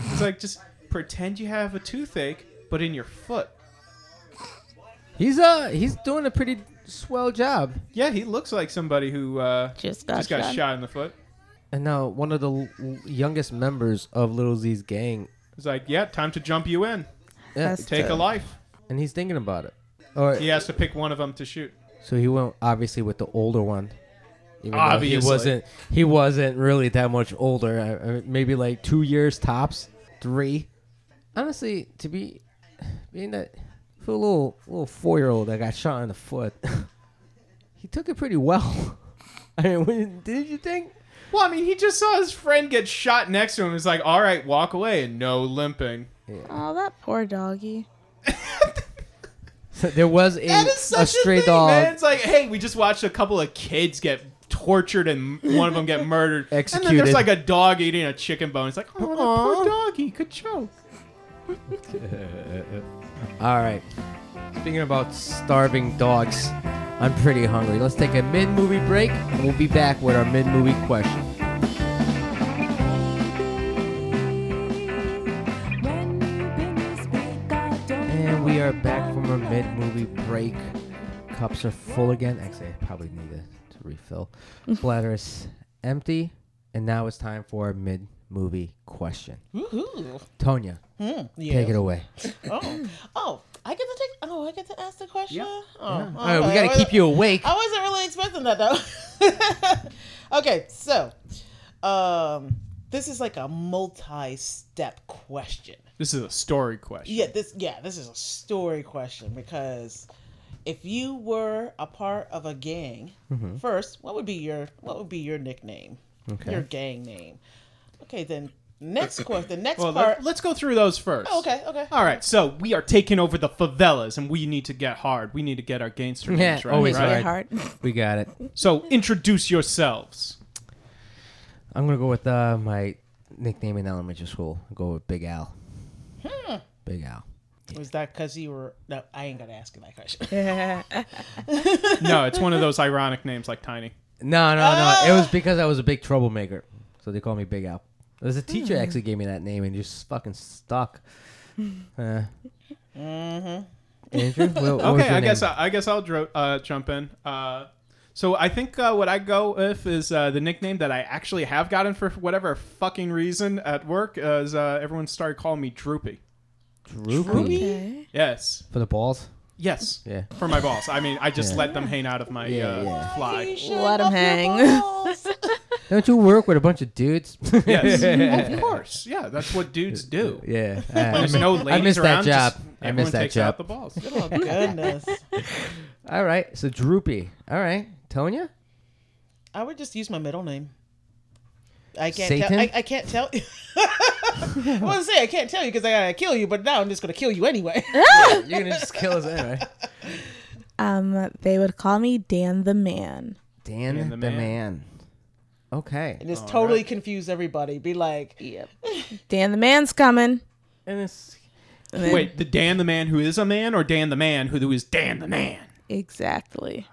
It's like just pretend you have a toothache, but in your foot.
He's uh he's doing a pretty swell job.
Yeah, he looks like somebody who uh,
just got,
just got
shot.
shot in the foot.
And now one of the l- l- youngest members of Little Z's gang.
It's like, yeah, time to jump you in.
Yeah,
That's
Take a
the-
life.
and he's thinking about it. Or
He has to pick one of them to shoot.
so he went obviously with the older one. Even though
Obviously.
he wasn't he wasn't really that much older. I- I- Maybe like two years tops, three. Honestly, to be being that for a little little four year old that got shot in the foot, he took it pretty well. I mean, wouldn't- did you think?
Well, I mean, he just saw his friend get shot next to him. He's like, all right, walk away, and no limping.
Oh, that poor doggy.
there was a,
That is such
a stray
a thing,
dog.
man. It's like, hey, we just watched a couple of kids get tortured and one of them get murdered. And then
Executed.
there's like a dog eating a chicken bone. It's like, oh, that poor doggy, good joke.
All right. Speaking about starving dogs, I'm pretty hungry. Let's take a mid movie break, and we'll be back with our mid movie question. And we are back from our mid movie break. Cups are full again. Actually, I probably need to, to refill. Bladder is empty, and now it's time for our mid movie question.
Woohoo.
Tonya,
Hmm. Yeah.
take it away.
Oh. Oh. I get to take. Oh, I get to ask the question. Oh.
All right, we got to keep
you.
you awake.
I wasn't really expecting that though. okay, so um this is like a multi-step question.
This is a story question.
Yeah, this yeah, this is a story question because if you were a part of a gang, first, what would be your what would be your nickname?
Okay.
Your gang name. Okay, then next question, the next
Well,
part.
let, us go through those first.
Oh, okay, okay.
All right, so we are taking over the favelas, and we need to get hard. We need to get our gangster names
Yeah,
right.
always
It's really
right?
hard.
hard.
We got it.
So introduce yourselves.
I'm gonna go with uh, my nickname in elementary school. I'll go with Big Al. Big Al.
Was that cuz you were No, I ain't going to ask you that question.
No, it's one of those ironic names like Tiny.
No, no, no.
Ah!
It was because I was a big troublemaker, so they called me Big Al. There's a teacher
Hmm.
actually gave me that name and just fucking stuck. Uh, mm-hmm. Andrew, what, what was
Okay,
your
I guess
name?
I, I guess I'll dro- uh, jump in. Uh, so I think uh, what I go with is uh, the nickname that I actually have gotten for whatever fucking reason at work is uh, everyone started calling me Droopy.
Droopy.
Okay.
Yes,
for the balls.
yes,
Yeah.
for my balls. I mean, I just
Yeah.
let them hang out of my
Yeah,
uh,
yeah.
fly.
Let him hang.
Don't you work with a bunch of dudes?
Yes, of course. Yeah, that's what dudes do.
yeah. I,
There's
mi-
no
I
ladies
missed
around.
that job.
Just,
I missed
everyone
that
takes out
job.
the balls.
Oh goodness.
All right. So Droopy. All right. Tonya.
I would just use my middle name. I can't
Satan?
tell. I, I can't tell. I was gonna say I can't tell you because I gotta kill you, but now I'm just gonna kill you anyway.
You're gonna just kill us anyway.
Um, they would call me Dan the Man.
Dan
Dan
the,
the Man.
man. Okay.
And just totally confuse everybody. Be like,
Yep. Dan the Man's coming.
And it's
And then-
Wait, the Dan the man who is a man, or Dan the man who is Dan the man?
Exactly.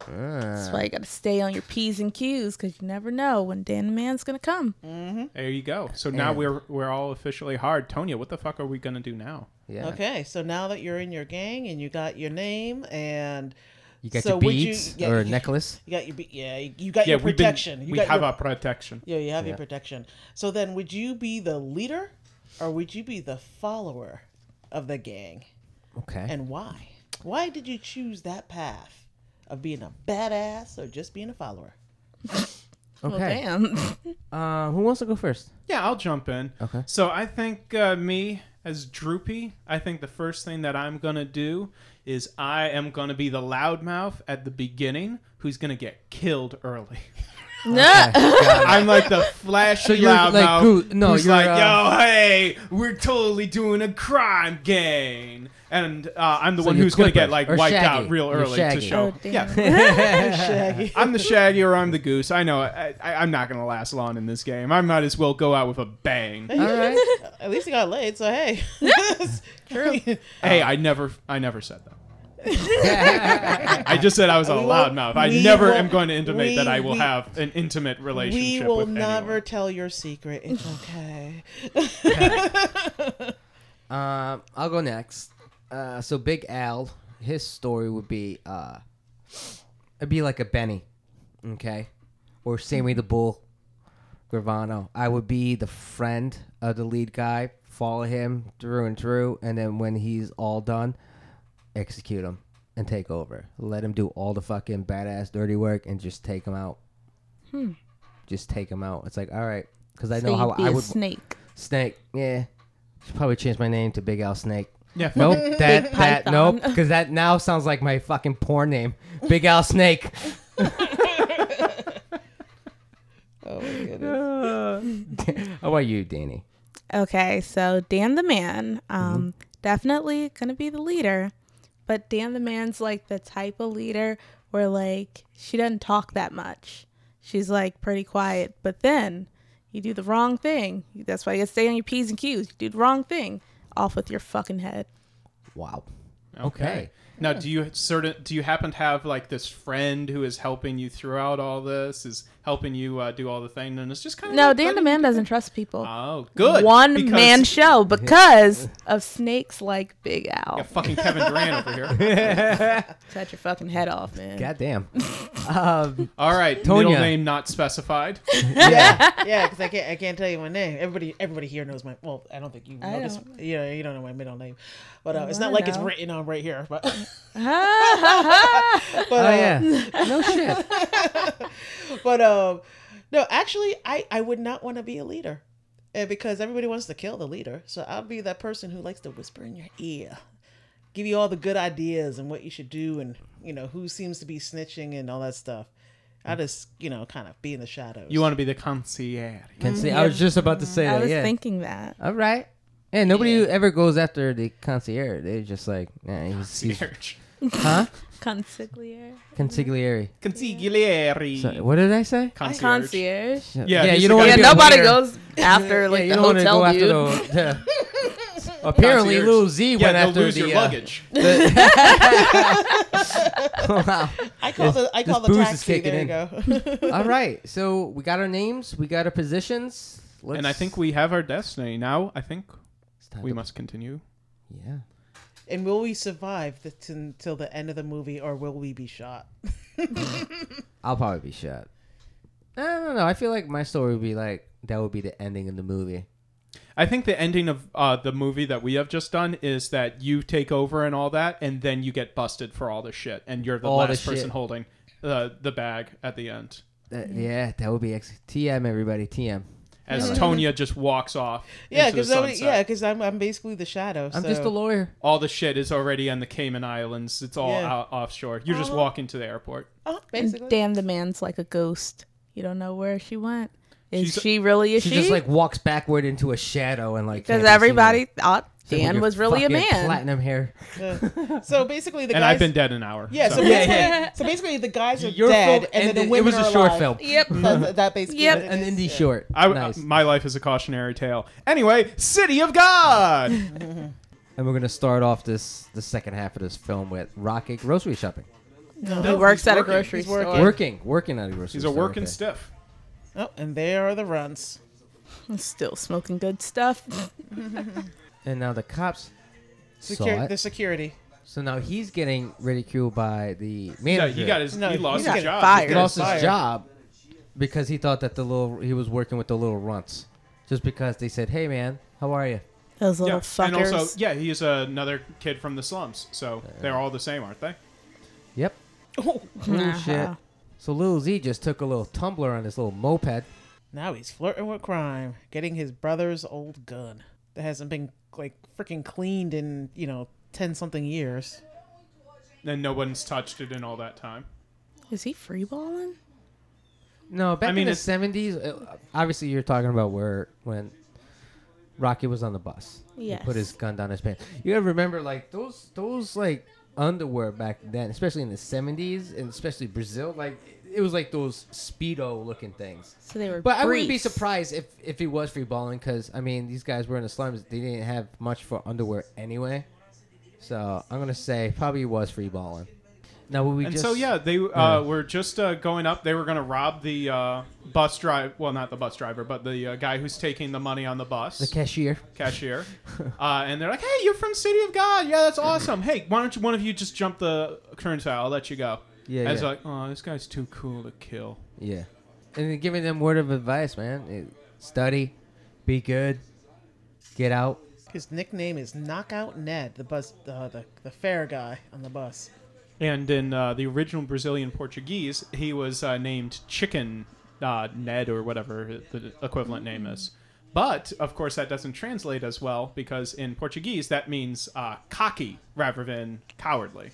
Uh,
That's why you got to stay on your P's and Q's because you never know when Dan the Man's going to come.
Mm-hmm.
There you go. So now we're we're all officially hard. Tonya, what the fuck are we gonna do now?
yeah.
okay, so now that you're in your gang and you got your name and
You got
So
your
would you-
beads
yeah,
or a
you-
necklace.
You got your be- yeah, you you got
Yeah,
your
we've
protection.
been,
you
we
got
have
your,
our protection.
yeah, you have
Yeah.
your protection. So then, would you be the leader, or would you be the follower of the gang,
Okay.
and why? Why did you choose that path of being a badass or just being a follower?
okay.
Well, damn.
Uh, who wants to go first?
Yeah, I'll jump in.
Okay.
So I think uh, me as Droopy, I think the first thing that I'm gonna do is I am gonna be the loudmouth at the beginning, who's gonna get killed early.
no.
I'm like the flashy
you're
loudmouth.
like who- no,
who's
you're,
like,
uh,
yo, hey, we're totally doing a crime game, and uh, I'm the
So
one
you're
who's gonna get
Clippers
like
or
wiped
Shaggy.
out real
You're
early to
Shaggy.
show.
Oh, damn.
yeah,
Shaggy.
I'm the Shaggy or I'm the Goose. I know I, I, I'm not gonna last long in this game. I might as well go out with a bang.
All right.
At least he got laid, so hey. True.
Hey, I never, I never said that. I just said I was a
We won't-
loudmouth. I
we
never
will-
am going to intimate
we-
that I will
we-
have an intimate
We
relationship.
will
with
never
Anyone.
tell your secret. It's okay.
Um, I'll go next. Uh, so Big Al, his story would be uh, it'd be like a Benny, okay, or Sammy the Bull, Gravano. I would be the friend of the lead guy, follow him through and through, and then when he's all done, execute him and take over. Let him do all the fucking badass dirty work and just take him out. Just take him out. It's like all right, because I
Hmm. So
know
you'd
how
be
I
a
would.
snake.
Snake. Yeah. Should probably change my name to Big Al Snake.
Yeah, fuck
Nope. That that
Python.
nope. Because that now sounds like my fucking porn name. Big Al Snake.
Oh my goodness.
How about you, Danny?
Okay, so Dan the man, um,
Mm-hmm.
definitely gonna be the leader, but Dan the man's like the type of leader where like she doesn't talk that much. She's like pretty quiet, but then you do the wrong thing. That's why you gotta stay on your p's and q's. You do the wrong thing, off with your fucking head.
Wow. Okay.
Okay. Now, do you certain do you happen to have like this friend who is helping you throughout all this? Is helping you uh, do all the thing, and it's just kind of
No, Dan the man doesn't trust people.
Oh, good.
One
because-
man show because of snakes like Big Al.
Yeah, fucking Kevin Durant over here.
Cut your fucking head off, man.
Goddamn. um,
All right,
Tonya.
middle name not specified.
yeah.
Yeah, because I can't I can't tell you my name. Everybody everybody here knows my well, I don't think you know
I
this
don't.
yeah, you don't know my middle name. But uh, it's
wanna
not like it's
know.
written on right here. But
Ha, ha, ha.
Oh yeah. No shit.
but um no, actually I, I would not want to be a leader. And because everybody wants to kill the leader. So I'll be that person who likes to whisper in your ear. Give you all the good ideas and what you should do and you know, who seems to be snitching and all that stuff.
Mm.
I just, you know, kind of be in the shadows.
You want to be the concierge.
Can see. I was just about to say
I
that.
was
yeah.
thinking that.
All right. Yeah. Nobody ever goes after the concierge. They're just like, yeah, he's, he's
Concierge.
huh?
Consigliere.
Consigliere.
Consigliere.
Sorry, what did I say?
Concierge.
Concierge.
Yeah, he's the
wanna
guy
Yeah,
be a
nobody
leader.
goes after like the
wanna
hotel dude.
after the. the- apparently,
Concierge.
Lil Z
Yeah,
went
they'll
after
lose
the.
your
uh,
luggage.
wow.
I call the I
this
call the
booze is
taxi.
kicking
There you go.
All right. So we got our names. We got our positions. Let's,
And I think we have our destiny now. I think
It's time
we
to-
must continue.
Yeah.
And will we survive the, t- till the end of the movie, or will we be shot?
I'll probably be shot. I don't know. I feel like my story would be like that would be the ending of the movie.
I think the ending of uh, the movie that we have just done is that you take over and all that, and then you get busted for all the shit, and you're the
All the
last person
shit.
holding uh, the bag at the end.
That, yeah, that would be ex- TM everybody TM.
As Tonya just walks off.
Yeah,
into the
because yeah,
sunset.
because I'm I'm basically the shadow.
I'm
so.
just a lawyer.
All the shit is already on the Cayman Islands. It's all
Yeah. Uh-huh.
out offshore. You're just walking to the airport.
Oh,
And
basically.
damn, the man's like a ghost. You don't know where she went. Is
She's-
she really a
She
she?
just like walks backward into a shadow and like can't
because
be seen.
everybody thought
With
Dan
your
was really a
fucking
man.
Platinum hair.
So basically, the
and
guys.
I've been dead an hour.
yeah, so
so-
basically, so basically, the guys are
Your
dead,
film
and then the
ended-
women
it was
are
a short
alive.
film.
Yep.
So th- that basically.
Yep.
what it
An
is,
indie
yeah.
short.
I, uh,
nice.
my life is a cautionary tale. Anyway, City of God.
and we're gonna start off this the second half of this film with Rocket grocery shopping.
he works at a
working.
grocery
He's working.
store.
Working, working at a grocery
He's a
store.
working
okay.
stiff.
Oh, and there are the runs.
Still smoking good stuff.
And now the cops
Secure
saw it.
the security.
So now he's getting ridiculed by the
Yeah,
manager.
he got his.
No,
he
he
lost
got
his job.
fired.
He lost
fired.
his job because he thought that the little he was working with the little runts, just because they said, "Hey, man, how are you?"
Those
Yeah,
little
and
fuckers.
also, yeah, he's another kid from the slums, so they're all the same, aren't they?
Yep. Oh shit. So Lil Z just took a little tumbler on his little moped.
Now he's flirting with crime, getting his brother's old gun that hasn't been like freaking cleaned in you know ten something years.
And no one's touched it in all that time.
Is he freeballing?
No, back
mean,
in the
it's-
seventies. uh, Obviously, you're talking about where when Rocky was on the bus. Yeah. He
Yes.
put his gun down his pants. You gotta remember, like those those like underwear back then, especially in the seventies, and especially Brazil. Like it was like those speedo looking things.
So they were.
But I wouldn't be
briefs.
surprised if if he was free balling because I mean these guys were in the slums. They didn't have much for underwear anyway. So I'm gonna say probably he was free balling. Now would we
And
just
so yeah, they uh,
Yeah.
were just uh, going up. They were going to rob the uh, bus driver. Well, not the bus driver, but the uh, guy who's taking the money on the bus,
the cashier.
cashier. uh, and they're like, "Hey, you're from City of God? Yeah, that's awesome. Hey, why don't you, one of you just jump the turnstile? I'll let you go."
Yeah,
And it's
yeah.
like, "Oh, this guy's too cool to kill."
Yeah, and then giving them word of advice, man. It- study, be good, get out.
His nickname is Knockout Ned, the bus, uh, the the fair guy on the bus.
And in uh, the original Brazilian Portuguese, he was uh, named Chicken uh, Ned or whatever the equivalent name is. But of course, that doesn't translate as well because in Portuguese, that means uh, cocky rather than cowardly.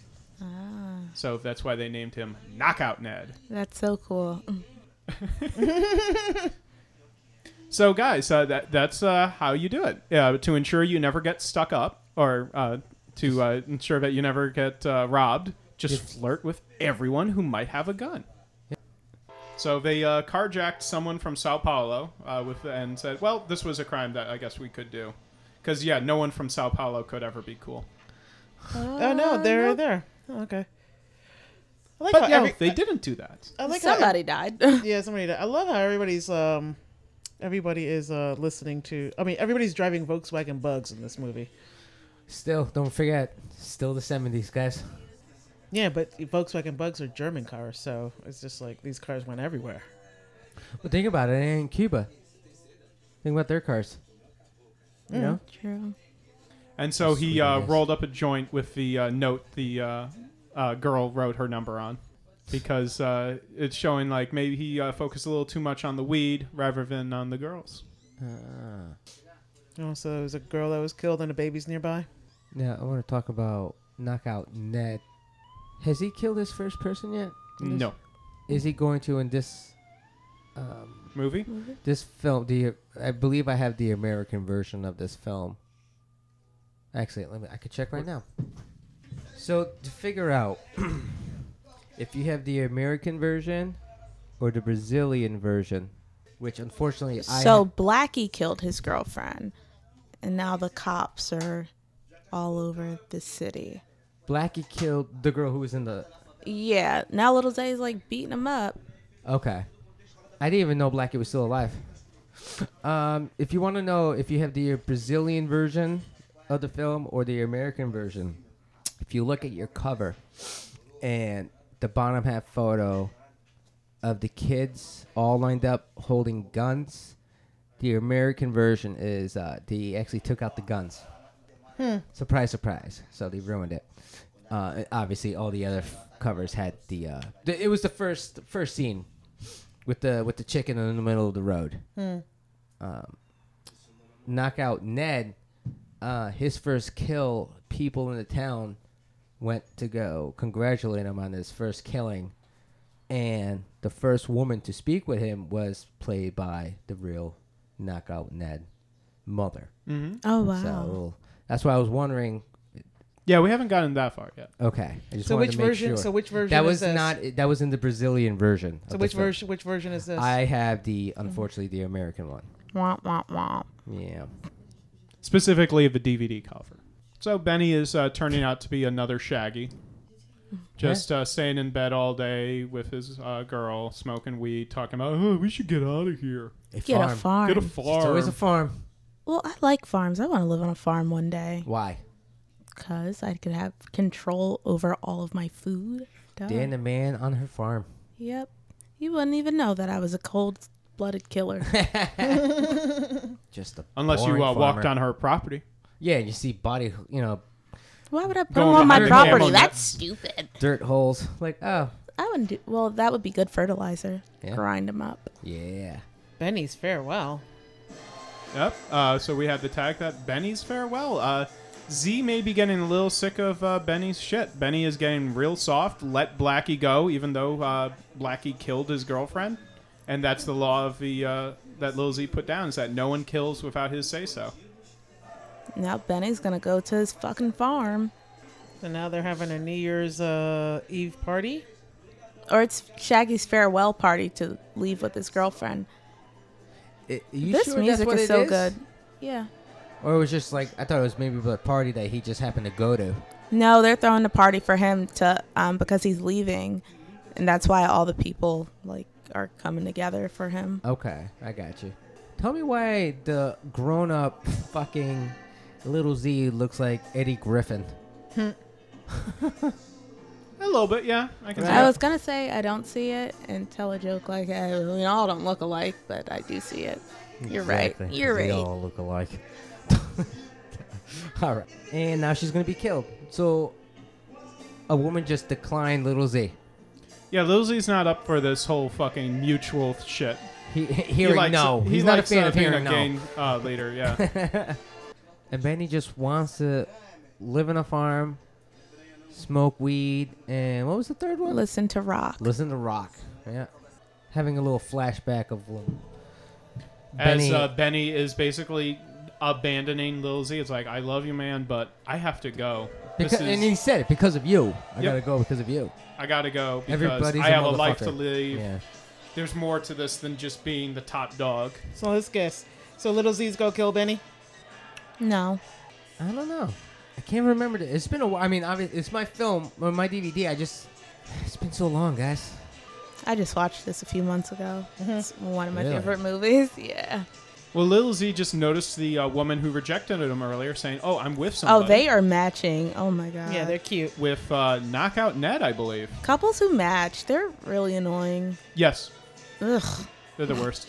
So that's why they named him Knockout Ned.
Ah, That's so cool.
So guys, uh, that that's uh, how you do it uh, to ensure you never get stuck up or uh, to uh, ensure that you never get uh, robbed. Just flirt with everyone who might have a gun. So they uh, carjacked someone from Sao Paulo uh, with and said, "Well, this was a crime that I guess we could do." Because yeah, no one from Sao Paulo could ever be cool.
Oh
Ah,
no, they're there. Oh, okay. I like
But
how
yeah,
every,
they didn't do that.
I like how ev-
Somebody died.
yeah, somebody. Did. I love how everybody's um, everybody is uh listening to. I mean, everybody's driving Volkswagen Bugs in this movie.
Still, don't forget, still the '70s, guys.
Yeah, but Volkswagen Bugs are German cars, so it's just like these cars went everywhere.
But think about it, it ain't Cuba. Think about their cars. You know,
True.
And so
That's
he
sweet,
uh,
yes.
rolled up a joint with the uh, note the uh, uh, girl wrote her number on because uh, it's showing like maybe he uh, focused a little too much on the weed rather than on the girls.
Uh,
Oh, so there was a girl that was killed and a baby's nearby.
now I want to talk about knockout Ned. Has he killed his first person yet? in this?
No.
Is he going to in this? Um,
Movie?
this film the i believe i have the american version of this film actually let me i could check right now so to figure out if you have the american version or the brazilian version which unfortunately i
So Blackie killed his girlfriend, and now the cops are all over the city.
blackie killed the girl who was in the
Yeah, now Little Zay's like beating him up.
okay i didn't even know blackie was still alive um, if you want to know if you have the brazilian version of the film or the american version if you look at your cover and the bottom half photo of the kids all lined up holding guns, the American version is uh, they actually took out the guns. Surprise, surprise. So they ruined it. Uh, obviously, all the other f- covers had the, uh, the. It was the first first scene with the with the chicken in the middle of the road.
Hmm.
Um, knockout Ned. Uh, his first kill. People in the town went to go congratulate him on his first killing, and the first woman to speak with him was played by the real knockout Ned mother.
Oh wow.
So that's why I was wondering.
Yeah, we haven't gotten that far yet.
Okay, I just
So
wanted
which
to make
version?
sure.
So which version?
that
is
was
this?
not that was in the Brazilian version.
So
of
which
the film.
version? Which version is this? Mm-hmm.
I have the unfortunately the American one.
Womp womp womp.
Yeah.
Specifically the DVD cover. So Benny is uh, turning out to be another Shaggy. Just uh, staying in bed all day with his uh, girl, smoking weed, talking about, oh, we should get out of here.
A
Get
farm.
a farm.
Get a
It's
farm.
always a farm.
Well, I like farms. I want to live on a farm one day.
Why?
because I could have control over all of my food. Duh.
Dan the man on her farm.
Yep. You wouldn't even know that I was a cold blooded killer.
Just a
Unless you
boring
uh, walked
farmer.
on her property.
Yeah, and you see body, you know,
Why would I put
Going
them on my
behind the
property?
camera.
That's stupid.
dirt holes. Like, oh,
I wouldn't do well, that would be good fertilizer.
Yeah.
Grind them up.
yeah.
Benny's farewell.
Yep. Uh, so we had to tag that Benny's farewell. Uh, Z may be getting a little sick of uh, Benny's shit. Benny is getting real soft. Let Blackie go, even though uh, Blackie killed his girlfriend, and that's the law of the uh, that Lil Z put down is that no one kills without his say so.
Now Benny's gonna go to his fucking farm.
And now they're having a New Year's uh, Eve party.
Or it's Shaggy's farewell party to leave with his girlfriend.
It, you
this
sure that's
music
what
is
it
so good. Yeah.
Or it was just like I thought it was maybe a party that he just happened to go to.
No, they're throwing a party for him to um, because he's leaving, and that's why all the people like are coming together for him.
Okay, I got you. Tell me why the grown up fucking little Z looks like Eddie Griffin.
A little bit, yeah. I can see
I
that.
was gonna say I don't see it and tell a joke like eh, we all don't look alike, but I do see it. You're right. You're
they
right.
all look alike. all right. And now she's going to be killed. So a woman just declined little Z.
Yeah, Lil Z's not up for this whole fucking mutual shit.
He, hearing no.
he
He's not a
likes,
fan
uh,
of
being
hearing no.
a gang, uh, leader, yeah.
And Benny just wants to live on a farm, smoke weed, and what was the third one?
Listen to rock.
Listen to rock. Yeah. Having a little flashback of little
as
Benny.
uh, Benny is basically abandoning Lil Z. It's like, I love you, man, but I have to go. This
because, and he
is,
said it because of you. I
Yep.
gotta go because of you.
I gotta go because
Everybody's
I
a
have a life to
motherfucker.
live.
Yeah.
There's more to this than just being the top dog.
So let's guess. So little Z's go kill Benny.
No,
I don't know. I can't remember. The, it's been a while. I mean, obvi- it's my film or my DVD. I just it's been so long, guys.
I just watched this a few months ago. It's one of my
Really?
favorite movies. Yeah.
Well, Lil Z just noticed the uh, woman who rejected him earlier saying, "Oh, I'm with
Oh,
somebody."
they are matching. Oh my
Uh,
god.
Yeah, they're cute.
with uh, Knockout Ned, I believe.
couples who match. They're really annoying.
Yes,
Ugh,
they're the worst.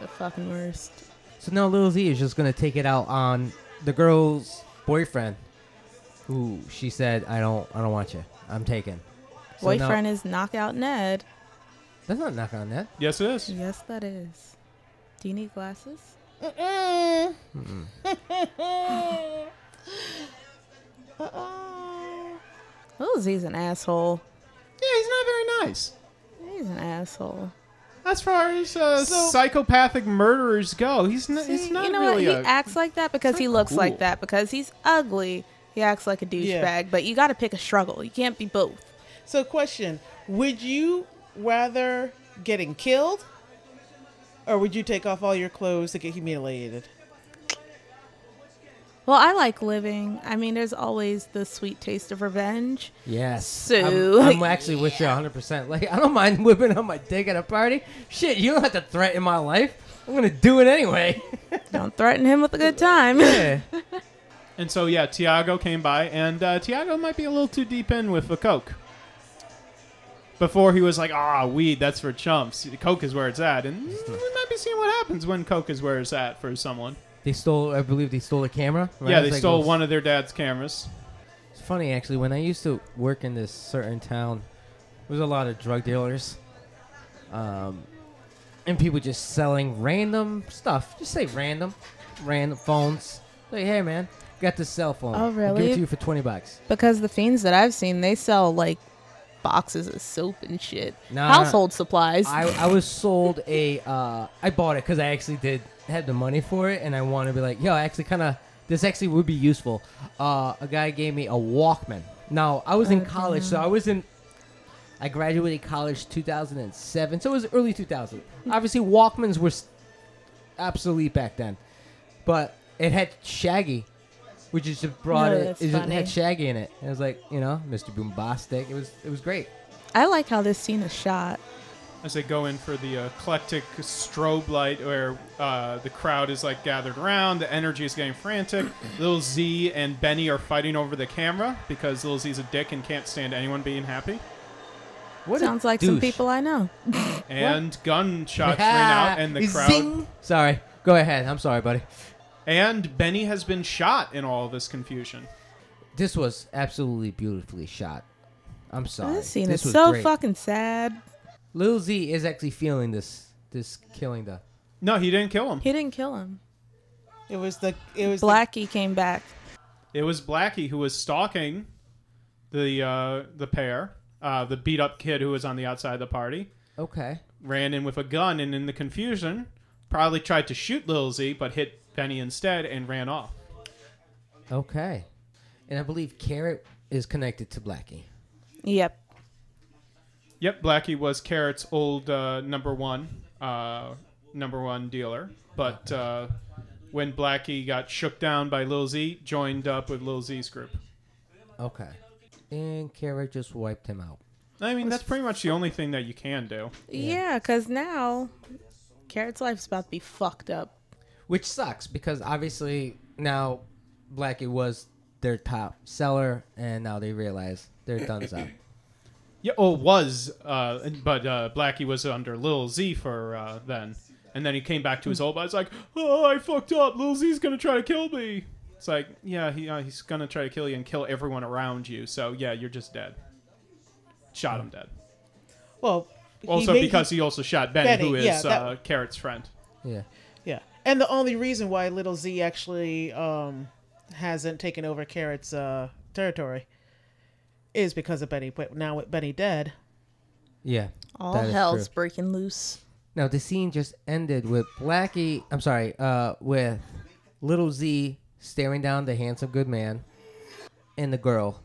the fucking worst.
So now Lil Z is just gonna take it out on the girl's boyfriend, who she said, "I don't, I don't want you. I'm taken." So now-
Boyfriend is knockout Ned.
that's not knock on that.
Yes, it is.
Yes, that is. Do you need glasses?
Mm-mm. Uh-oh.
Lil Z's Oh, an asshole.
Yeah, he's not very nice.
He's an asshole.
As far as uh,
So-
psychopathic murderers go, he's not.
See,
he's not
you know
really
what?
a
He acts like that because he
not
looks
cool.
like that because he's ugly. He acts like a douchebag, but you got to pick a struggle. You can't be both.
So question: Would you rather getting killed, or would you take off all your clothes to get humiliated?
Well, I like living. I mean, there's always the sweet taste of revenge.
Yes.
So-
I'm, I'm actually with you 100%. Like, I don't mind whipping on my dick at a party. Shit, you don't have to threaten my life. I'm going to do it anyway.
Don't threaten him with a good time.
Yeah.
And so, yeah, Tiago came by, and uh, Tiago might be a little too deep in with the coke. Before he was like, ah, weed, that's for chumps. Coke is where it's at. And we might be seeing what happens when coke is where it's at for someone.
They stole, I believe they stole a camera. right?
Yeah, they
It's like
stole
those-
one of their dad's cameras.
It's funny, actually. When I used to work in this certain town, there was a lot of drug dealers. Um, and people just selling random stuff. Just say random. Random phones. Like, hey, man, got this cell phone.
Oh,
I'll give it
really?
to you for 20 bucks.
Because the fiends that I've seen, they sell like boxes of soap and shit,
Nah.
household supplies.
I, I was sold a uh, I bought it because I actually did had the money for it and I wanted to be like yo I actually kind of this actually would be useful uh, a guy gave me a Walkman now I was
Oh,
in college so I was in I graduated college 2007 so it was early 2000 obviously Walkmans were s- obsolete back then but it had Shaggy which is just brought
No,
it
that's
it just
funny.
had Shaggy in it and it was like you know Mr. Boombastic it was it was great
I like how this scene is shot.
as they go in for the eclectic strobe light, where uh, the crowd is like gathered around, the energy is getting frantic. Lil Z and Benny are fighting over the camera because Lil Z's a dick and can't stand anyone being happy.
What a
Sounds like some
douche.
people I know.
And gunshots ring out, and the crowd.
Zing. Sorry. Go ahead. I'm sorry, buddy.
And Benny has been shot in all this confusion.
This was absolutely beautifully shot. I'm sorry.
This scene is
was
so
great.
fucking sad.
Lil Z is actually feeling this this killing the
No, he didn't kill him.
He didn't kill him.
It was the it was the-
Blackie came back.
It was Blackie who was stalking the uh, the pair, uh, the beat up kid who was on the outside of the party,
Okay.
ran in with a gun, and in the confusion, probably tried to shoot Lil Z, but hit Benny instead and ran off.
Okay. And I believe Carrot is connected to Blackie.
Yep.
Yep, Blackie was Carrot's old uh, number one, uh, number one dealer. But uh, when Blackie got shook down by Lil Z, joined up with Lil Z's group.
Okay. And Carrot just wiped him out.
I mean, that's pretty much the only thing that you can do.
Yeah, because now Carrot's life's about to be fucked up.
Which sucks because obviously now Blackie was their top seller and now they realize they're done's up.
Yeah, oh, was, uh, but uh, Blackie was under Lil Z for uh, then, and then he came back to his old body's like, "Oh, I fucked up. Lil Z's gonna try to kill me." It's like, yeah, he uh, he's gonna try to kill you and kill everyone around you. So yeah, you're just dead. Shot him dead.
well he
Also
made- he-
because he also shot Benny,
Benny,
who is
yeah, that-
uh, Carrot's friend.
Yeah.
yeah, and the only reason why Little Z actually um hasn't taken over Carrot's uh territory is because of Benny. But now with Benny dead,
Yeah.
All
that is
hell's
true.
breaking loose.
Now the scene just ended with Blackie I'm sorry, uh with little Z staring down the handsome good man and the girl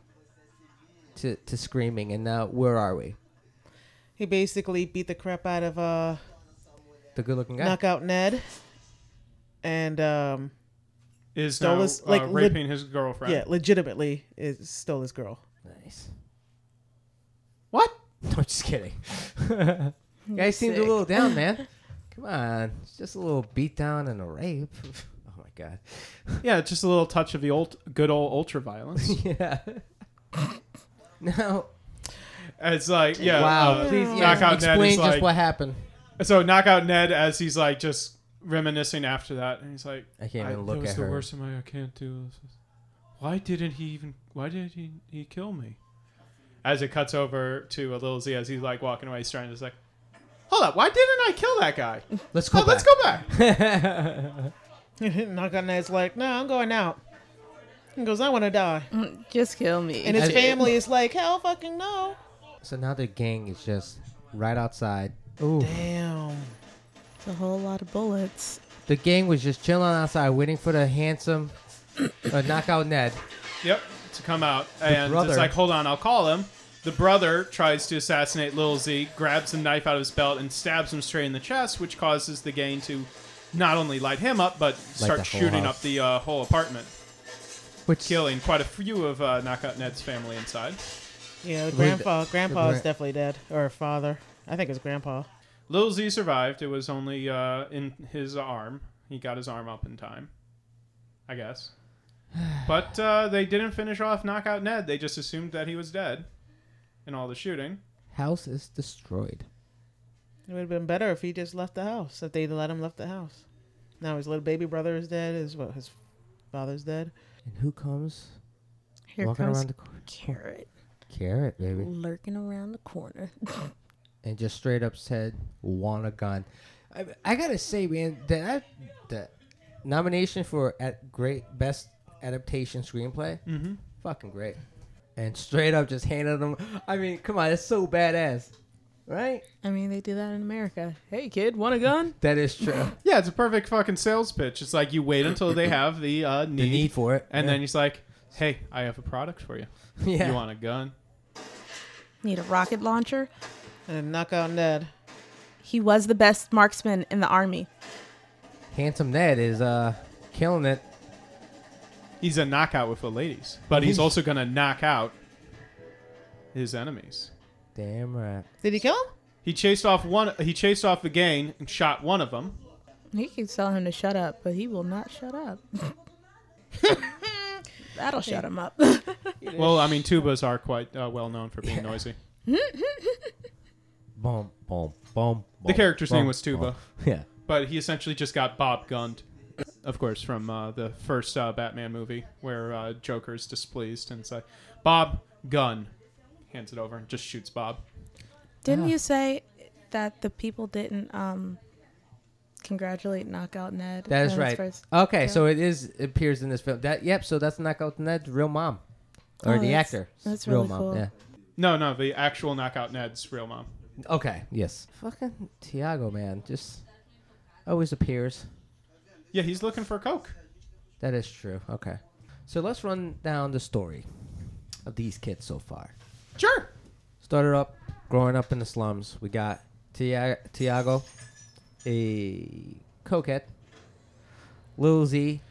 to to screaming and now where are we?
he basically beat the crap out of uh
The good looking guy.
knockout Ned, and um
Is
Stole
now,
his-
uh,
like, lit-
raping his girlfriend.
yeah, legitimately is stole his girl.
Nice.
What?
No, I'm just kidding. Guy seems a little down, man. Come on, it's just a little beat down and a rape. Oh my god.
Yeah, just a little touch of the old good old ultra violence.
yeah. now,
it's like yeah,
wow.
uh,
please, yeah,
knockout Ned
explain
is
just
like,
what happened.
So knockout Ned as he's like just reminiscing after that, and he's like,
I can't even look
that was
at
the
her."
worst of my. I can't do this. Why didn't he even? Why did he he kill me?" As it cuts over to a little Z as he's like walking away, he's trying to just like, "Hold up, why didn't I kill that guy?
Let's go.
Oh, let's go back."
Knockout Ned's like, no, I'm going out. He goes, I want to die,
Mm, Just kill me.
and his
I-
family is like, hell, fucking no.
So now the gang is just right outside. Ooh,
Damn.
It's a whole lot of bullets.
the gang was just chilling outside, waiting for the handsome uh, knockout Ned.
Yep, to come out. and
brother-
it's like, hold on, I'll call him. The brother tries to assassinate Lil Z, grabs a knife out of his belt, and stabs him straight in the chest, which causes the gang to not only light him up, but start
the whole
shooting
house.
up the uh, whole apartment,
Which
killing quite a few of uh, Knockout Ned's family inside.
Yeah, the
the-
grandpa.
the
grandpa is
gran-
definitely dead, or father. I think it's grandpa.
Lil Z survived. It was only uh, in his arm. He got his arm up in time, I guess. But uh, they didn't finish off Knockout Ned. They just assumed that he was dead in all the shooting.
house is destroyed.
It would have been better if he just left the house. If they'd let him left the house. Now his little baby brother is dead. Is what his father's dead.
And who comes
Here
walking
comes
around the corner?
Carrot
Carrot, baby.
lurking around the corner.
and just straight up said want a gun. I, I gotta say, man, that the nomination for at great best adaptation screenplay, mm-hmm. fucking great. And straight up just handed them. I mean, come on, that's so badass, right?
I mean, they do that in America. Hey, kid, want a gun?
That is true.
Yeah, it's a perfect fucking sales pitch. It's like you wait until they have the uh, need,
the need for it,
and
yeah.
then he's like, "Hey, I have a product for you.
yeah,
You want a gun?"
Need a rocket launcher?
And knockout Ned.
He was the best marksman in the army.
handsome Ned is uh killing it.
He's a knockout with the ladies, but he's also gonna knock out his enemies.
Damn right.
Did he kill him?
He chased off one. He chased off the gang and shot one of them.
You can tell him to shut up, but he will not shut up. That'll shut him up.
Well, I mean, tubas are quite uh, well known for being noisy.
Boom, boom, boom.
The character's name was Tuba,
Yeah.
but he essentially just got Bob Gunned, of course, from uh, the first uh, Batman movie where uh, Joker is displeased and it's like, "Bob Gun," hands it over and just shoots Bob.
Didn't
Yeah.
you say that the people didn't um congratulate Knockout Ned?
That is
on his
right.
first-
Okay,
Yeah.
so it is appears in this film. That yep. So that's Knockout Ned's real mom, or
Oh,
the
that's-
actor.
that's
real
really
mom.
cool.
Yeah.
No, no, the actual knockout Ned's real mom.
Okay. Yes. Fucking Tiago, man, just always appears.
Yeah, he's looking for coke.
That is true. Okay. So let's run down the story of these kids so far.
Sure.
Started up growing up in the slums. We got Tia- Tiago, a cokehead. Lil Z,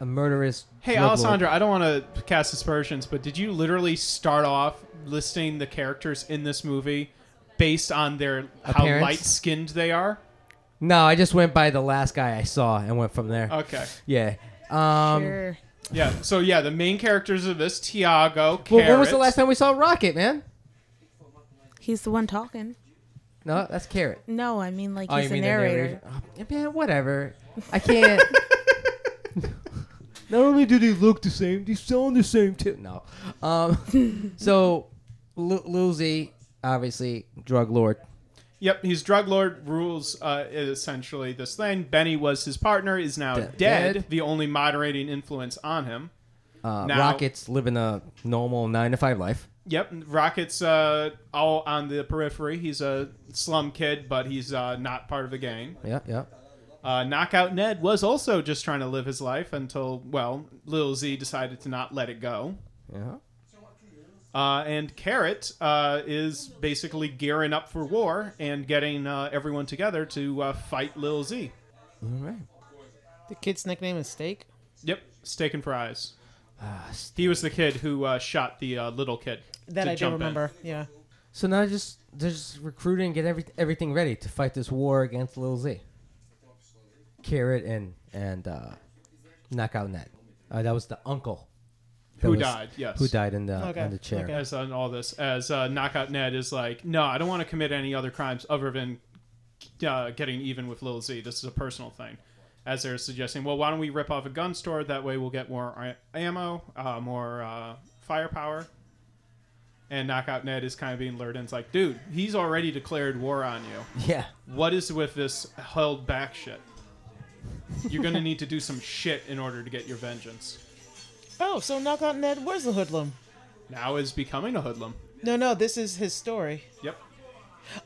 a murderous.
Hey,
drug lord.
Alessandra, I don't want to cast aspersions, but did you literally start off listing the characters in this movie based on their how
Appearance?
light skinned they are?
No, I just went by the last guy I saw and went from there.
Okay.
Yeah. Um,
sure.
Yeah. So yeah, the main characters of this Tiago.
Well, when was the
Carrot.
last time we saw Rocket, man?
He's the one talking.
No, that's Carrot.
No, I mean like
oh,
he's
you
a
mean
narrator.
the narrator? Oh, man, whatever. I can't. Not only do they look the same, they sound the same too. No. Um, so, L- Lil Z, obviously, drug lord.
Yep, he's drug lord rules uh, essentially this thing. Benny was his partner, is now
De-
dead,
dead.
The only moderating influence on him.
Uh,
Now-
Rocket's living a normal nine to five life.
Yep, Rocket's uh, all on the periphery. He's a slum kid, but he's uh, not part of the gang.
Yeah, yeah.
Uh, Knockout Ned was also just trying to live his life until, well, Lil Z decided to not let it go.
Yeah.
Uh, and Carrot uh, is basically gearing up for war and getting uh, everyone together to uh, fight Lil Z.
All right.
The kid's nickname is Steak.
Yep, steak and fries.
Ah,
He was the kid who uh, shot the uh, little kid.
That
to
I do
jump in.
remember. Yeah.
So now just they're just recruiting, get every, everything ready to fight this war against Lil Z. Carrot and and uh, Knockout Net. Uh, that was the uncle that
Who
was-
died? Yes.
Who died in the
Okay,
in the chair?
okay.
As on all this, as uh, Knockout Ned is like, no, I don't want to commit any other crimes other than uh, getting even with Lil Z. This is a personal thing. As they're suggesting, well, why don't we rip off a gun store? That way we'll get more a- ammo, uh, more uh, firepower. And Knockout Ned is kind of being lured in. It's like, dude, he's already declared war on you.
Yeah.
What is with this held back shit? You're going to need to do some shit in order to get your vengeance.
Oh, so Knockout Ned, where's the hoodlum?
Now is becoming a hoodlum.
No, no, this is his story.
Yep.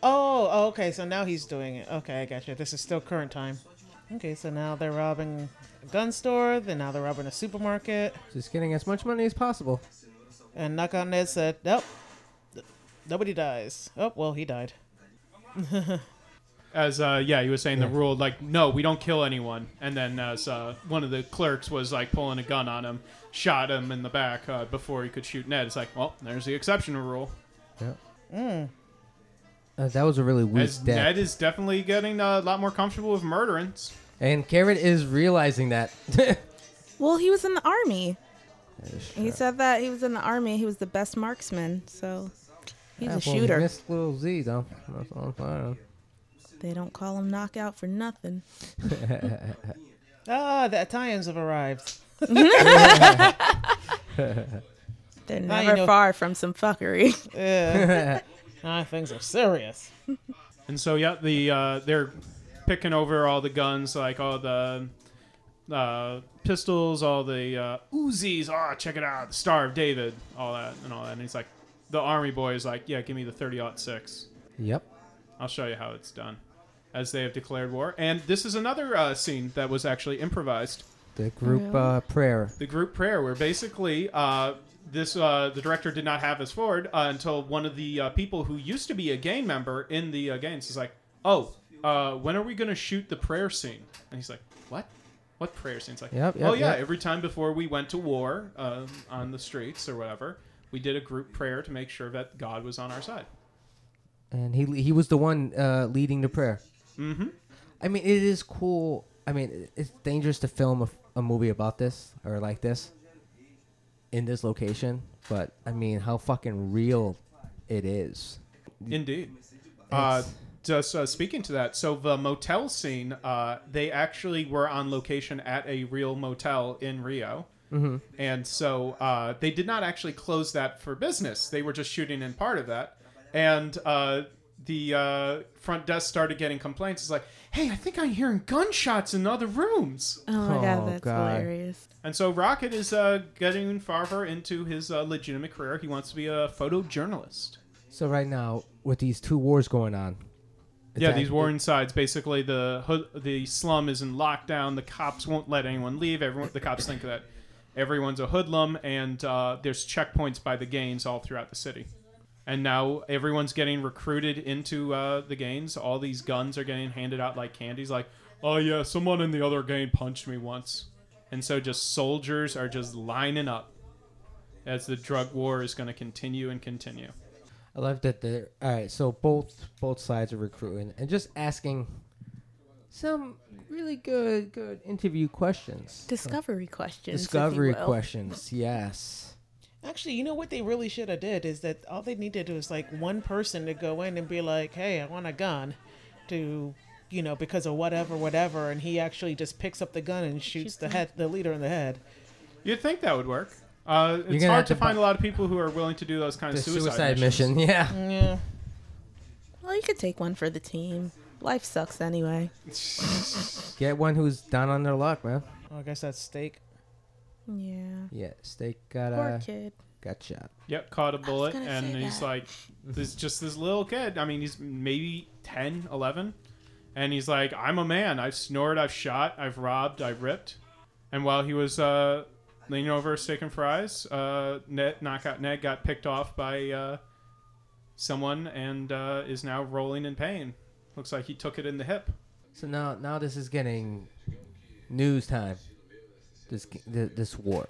Oh, oh, okay. So now he's doing it. Okay, I gotcha. This is still current time. Okay, so now they're robbing a gun store. Then now they're robbing a supermarket.
Just getting as much money as possible.
And Knockout Ned said, "Nope, Th- nobody dies." Oh, well, he died.
As uh, yeah, he was saying the
Yeah.
rule like no, we don't kill anyone. And then as uh, one of the clerks was like pulling a gun on him, shot him in the back uh, before he could shoot Ned. It's like well, there's the exception to rule.
Yeah.
Mm.
Uh, that was a really weak
As
death.
Ned is definitely getting uh, a lot more comfortable with murderance.
and Carrot is realizing that.
Well, he was in the army. He said that he was in the army. He was the best marksman. So
Yeah,
he's a
well, he
shooter.
missed Lil Z though. That's all I'm saying.
They don't call him knockout for nothing.
Ah, the Italians have arrived.
They're
Now you
never
know-
far from some fuckery.
Yeah. ah, things are serious.
And so yeah, the uh, they're picking over all the guns, like all the uh, pistols, all the uh, Uzis. Oh, check it out, the Star of David, all that and all that. And he's like, the army boy is like, yeah, give me the thirty six.
Yep.
I'll show you how it's done, as they have declared war. And this is another uh, scene that was actually improvised.
Oh,
The group uh, prayer.
The group prayer, where basically uh, this uh, the director did not have us forward uh, until one of the uh, people who used to be a gang member in the uh, gangs is like, "Oh, uh, when are we gonna shoot the prayer scene?" And he's like, "What?" What prayer scene? It's like,
Yep,
oh
yep,
yeah,
yep.
every time before we went to war uh, on the streets or whatever, we did a group prayer to make sure that God was on our side.
and he he was the one uh, leading the prayer. Mm-hmm. I mean, it is cool. I mean, it- it's dangerous to film a, f- a movie about this or like this in this location, but I mean, how fucking real it is.
Indeed. Uh,
It's-
just uh, speaking to that, so the motel scene, uh, they actually were on location at a real motel in Rio. And so uh, they did not actually close that for business. They were just shooting in part of that. And uh, the uh, front desk started getting complaints. It's like, hey, I think I'm hearing gunshots in other rooms.
Oh my
Oh,
god, that's
God.
hilarious.
And so Rocket is uh, getting farther into his uh, legitimate career. He wants to be a photojournalist.
So right now, with these two wars going on, it's
yeah,
act-
these warring sides. Basically, the ho- the slum is in lockdown. The cops won't let anyone leave. Everyone, the cops think that everyone's a hoodlum, and uh, there's checkpoints by the gangs all throughout the city. And now everyone's getting recruited into uh, the gangs. All these guns are getting handed out like candies. Like, oh yeah, someone in the other gang punched me once, and so just soldiers are just lining up as the drug war is going to continue and continue.
I love that they're all right. So both both sides are recruiting and just asking some really good good interview questions,
Discovery questions. if you
discovery
will.
questions. Yes.
Actually, you know what they really should have did is that all they need to do is like one person to go in and be like, "Hey, I want a gun," to you know because of whatever, whatever, and he actually just picks up the gun and shoots the head, the leader in the head.
You'd think that would work. Uh,
You're
it's
gonna
hard
have
to
to
find
bu-
a lot of people who are willing to do those kind
The
of
suicide,
suicide,
mission.
missions.
Yeah.
Yeah.
Well, you could take one for the team.
Life sucks anyway.
Get one who's down on their luck, man.
Oh, I guess that's steak.
Yeah.
Yeah, steak got
Poor
uh,
kid.
got shot.
Yep, caught a bullet,
gonna
and
say
he's
that.
like, there's just this little kid. I mean, he's maybe 10, 11. And he's like, I'm a man. I've snored, I've shot, I've robbed, I've ripped. And while he was uh, leaning over steak and fries, uh, Ned, Knockout Ned got picked off by uh, someone and uh, is now rolling in pain. Looks like he took it in the hip.
So now now this is getting news time. This g- th- this war.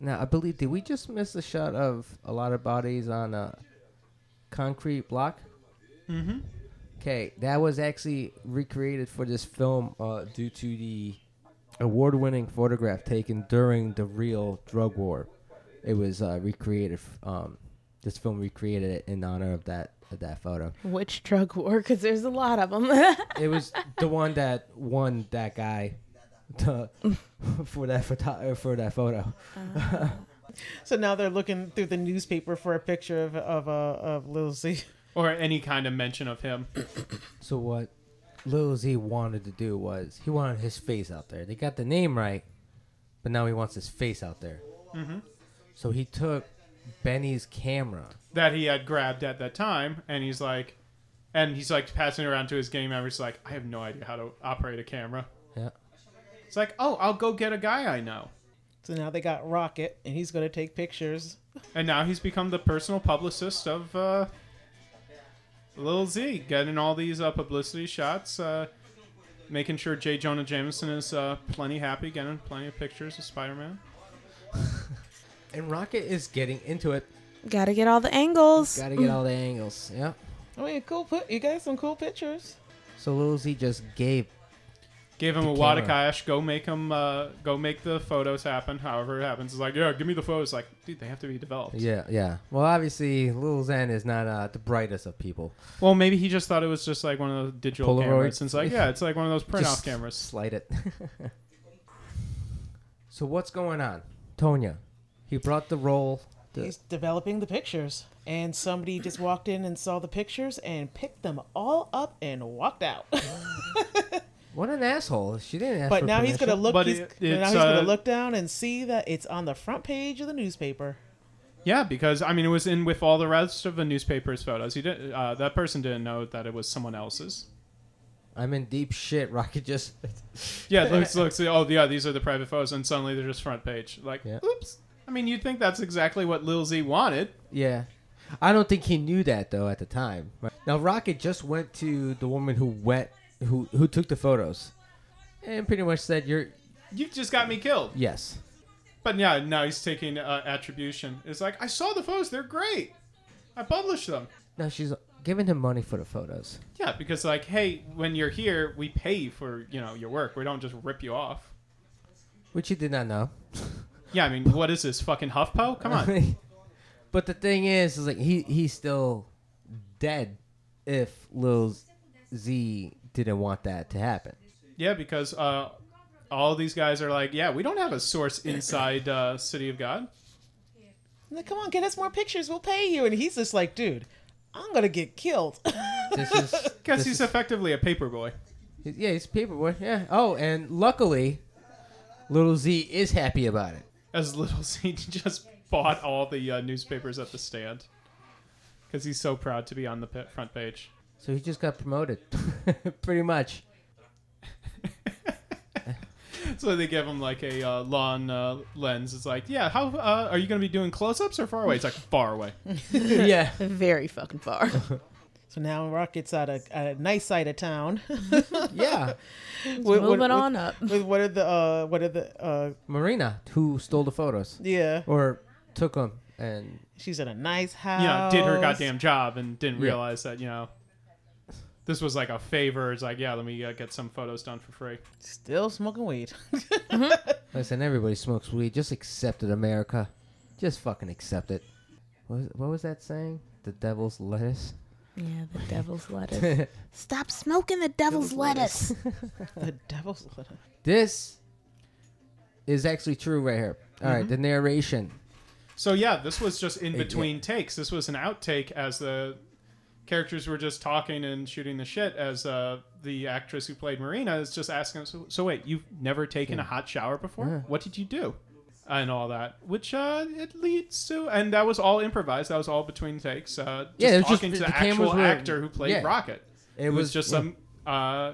Now I believe did we just miss a shot of a lot of bodies on a concrete block?
Mm-hmm.
Okay, that was actually recreated for this film uh, due to the award-winning photograph taken during the real drug war. It was uh, recreated. f- Um, this film recreated it in honor of that of that photo.
Which drug war? Because there's a lot of them.
It was the one that won that guy to, for that photo for that photo.
So now they're looking through the newspaper for a picture of of uh, of Lil Z.
Or any kind of mention of him.
So what Lil Z wanted to do was he wanted his face out there. They got the name right, but now he wants his face out there. So he took Benny's camera.
that he had grabbed at that time, and he's like, and he's like passing it around to his gang members, like, I have no idea how to operate a camera.
Yeah.
It's like, oh, I'll go get a guy I know,
So now they got Rocket, and he's gonna take pictures.
and now he's become the personal publicist of uh, Lil Z, getting all these uh, publicity shots, uh, making sure J. Jonah Jameson is uh, plenty happy, getting plenty of pictures of Spider-Man.
And Rocket is getting into it.
Gotta get all the angles.
Got to get all the angles. Yeah.
I mean, Oh, cool. Put you guys some cool pictures.
So Lil Z just gave.
Gave him
The
a wad of
camera.
cash. Go make him. Uh, go make the photos happen. However it happens, it's like, yeah, give me the photos. Like, dude, they have to be developed.
Yeah, yeah. Well, obviously Lil Zen is not uh, the brightest of people.
Well, maybe he just thought it was just like one of those digital
Polaroid?
cameras. It's like, yeah, it's like one of those print-off
Just
cameras.
Slide it. so what's going on, Tonya? He brought the roll. The,
He's developing the pictures, and somebody just walked in and saw the pictures and picked them all up and walked out.
What an asshole! She didn't ask.
but
for
now he's gonna
permission.
look.
But
he's,
it-
now
it's,
he's gonna
uh,
look down and see that it's on the front page of the newspaper.
Yeah, because I mean, it was in with all the rest of the newspaper's photos. He did. Uh, that person didn't know that it was someone else's.
I'm in deep shit. Rocket just.
Yeah, it looks looks. Oh, yeah, these are the private photos, and suddenly they're just front page. Like,
Yeah.
oops. I mean, you'd think that's exactly what Lil Z wanted.
yeah, I don't think he knew that though at the time. Right. Now Rocket just went to the woman who went who who took the photos, and pretty much said, "You're
You just got me killed.
yes."
But yeah, now he's taking uh, attribution. It's like I saw the photos; they're great. I published them.
No, she's giving him money for the photos.
Yeah, because like, hey, when you're here, we pay you for you know your work. We don't just rip you off.
Which you did not know.
Yeah, I mean, what is this fucking HuffPo? Come on.
but the thing is, is like he he's still dead if Lil Z didn't want that to happen.
Yeah, because uh, all these guys are like, yeah, we don't have a source inside uh, City of God.
I'm like, come on, get us more pictures. We'll pay you. And he's just like, dude, I'm gonna get killed.
This is
Because
this
he's
is-
effectively a paperboy.
yeah, he's paperboy. Yeah. Oh, and luckily, Little Z is happy about it.
As little as he just bought all the uh, newspapers at the stand. Because he's so proud to be on the pa- front page.
So he just got promoted, pretty much.
So they give him like a uh, lawn uh, lens. It's like, yeah, how uh, are you going to be doing close ups or far away? It's like, far away.
yeah.
Very fucking far.
so now Rocket's out of a nice side of town.
Yeah.
With-
Moving
with-
on up.
With what are the uh, what are the uh,
Marina, who stole the photos
yeah?
or took them, and
She's in a nice house.
You know, did her
goddamn.
goddamn job and didn't
Oh, Yeah.
realize that, you know, this was like a favor. It's like, yeah, let me uh, get some photos done for free.
Still smoking weed.
listen, everybody smokes weed. Just accept it, America. Just fucking accept it. What was, what was that saying? The devil's lettuce.
Yeah, the devil's lettuce. Stop smoking the devil's, lettuce.
the devil's letter.
This is actually true right here. All right, the narration.
So yeah, this was just in
yeah.
between takes. This was an outtake as the characters were just talking and shooting the shit. As uh, the actress who played Marina is just asking, so, so wait, you've never taken a hot shower before? What did you do?" And all that, which uh, it leads to, and that was all improvised. That was all between takes. Uh, just
Yeah, it was just
talking
the-
to the,
the cameras
actual
were-
actor who played
yeah.
Rocket. It, was, just
yeah.
some. Uh,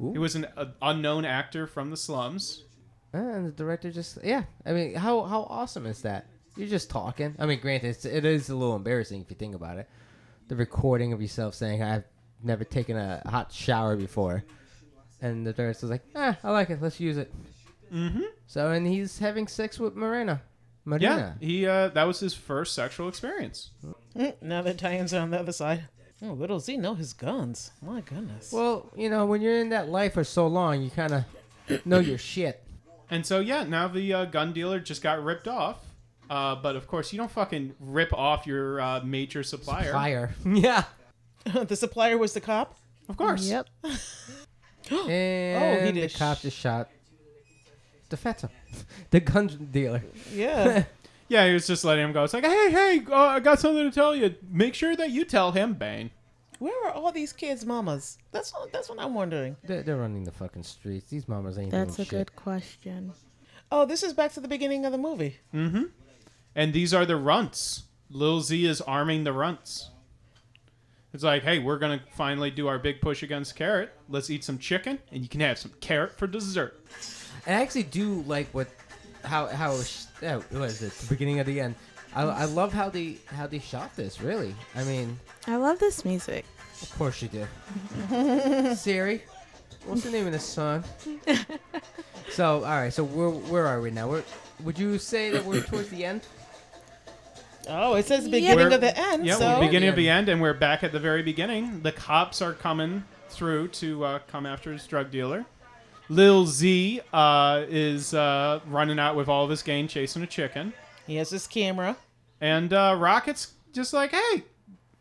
Ooh.
it was an uh, unknown actor from the slums.
Uh, and the director just yeah. I mean, how how awesome is that? You're just talking. I mean, granted, it's, it is a little embarrassing if you think about it. The recording of yourself saying I've never taken a hot shower before, and the director's like, ah, I like it. Let's use it. Mm-hmm. So and he's having sex with Marina.
Yeah,
Marina.
he. Uh, that was his first sexual experience.
Mm, Now that Diane's on the other side. Oh, little Z know his guns. My goodness.
Well, you know, when you're in that life for so long, you kind of know your shit.
And so yeah, now the uh, gun dealer just got ripped off. Uh, but of course, you don't fucking rip off your uh, major supplier.
Fire. yeah.
the supplier was the cop.
Of course.
Yep.
And the
did sh-
cop just shot the feta, the gun dealer.
Yeah.
Yeah, he was just letting him go. It's like, hey, hey, uh, I got something to tell you. Make sure that you tell him, bang.
Where are all these kids' mamas? That's what, that's what I'm wondering.
They're, they're running the fucking streets. These mamas ain't
That's a
doing shit.
good question.
Oh, this is back to the beginning of the movie.
And these are the runts. Lil Z is arming the runts. It's like, hey, we're gonna finally do our big push against carrot. Let's eat some chicken, and you can have some carrot for dessert.
I actually do like what, how how it was- yeah, what is it? The beginning of the end. I, I love how they how they shot this. Really, I mean,
I love this music.
of course you do. Siri, what's the name of the song? so all right, so where where are we now? We're, would you say that we're towards the end?
Oh, it says beginning
We're-
of the end.
Yeah,
so
we're beginning of the end, and we're back at the very beginning. The cops are coming through to uh, come after his drug dealer. Lil Z uh, is uh, running out with all of his gang, chasing a chicken,
he has his camera.
and uh, Rocket's just like, "Hey,"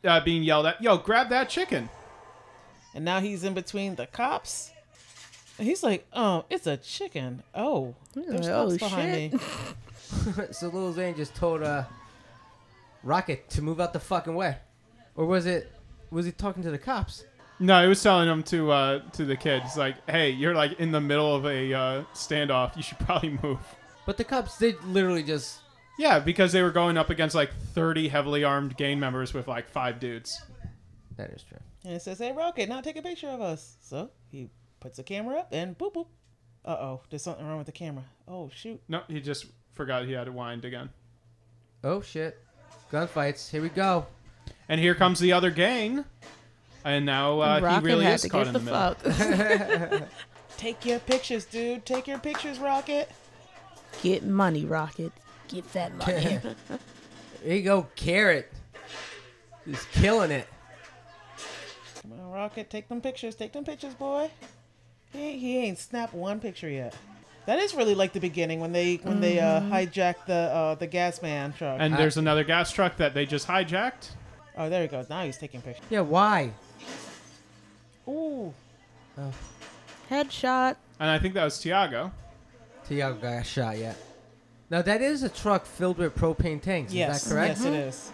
uh, being yelled at, "Yo, grab that chicken!"
And now he's in between the cops. And he's like, oh, it's a chicken. Oh, there's
Oh,
cops behind
shit.
me.
so Lil Zane just told uh, Rocket to move out the fucking way, or was it was he talking to the cops?
No, he was telling him to uh, to the kids, like, "Hey, you're like in the middle of a uh, standoff. You should probably move."
But the cops did literally just
Yeah, because they were going up against like 30 heavily armed gang members with like five dudes.
that is true.
And it says, "Hey, Rocket, now take a picture of us." So he puts the camera up and boop boop. Uh oh, there's something wrong with the camera. Oh shoot!
No, he just forgot he had it wind again.
Oh shit. Gunfights. Here we go.
And here comes the other gang. And now uh, he really
had
is
to
caught
give
in
the
the middle.
fuck.
Take your pictures, dude. Take your pictures, Rocket.
Get money, Rocket. Get that money.
Here you go, carrot. He's killing it.
Come on, Rocket, take them pictures. Take them pictures, boy. He ain't, he ain't snapped one picture yet. That is really like the beginning when they when they uh, hijacked the uh, the gas man truck.
Mm-hmm. And there's another gas truck that they just hijacked.
oh, there he goes. Now he's taking pictures.
Yeah, why?
Ooh,
Headshot.
And I think that was Tiago.
Tiago got shot yet. Now that is a truck filled with propane tanks.
yes,
Is that correct?
yes, it is.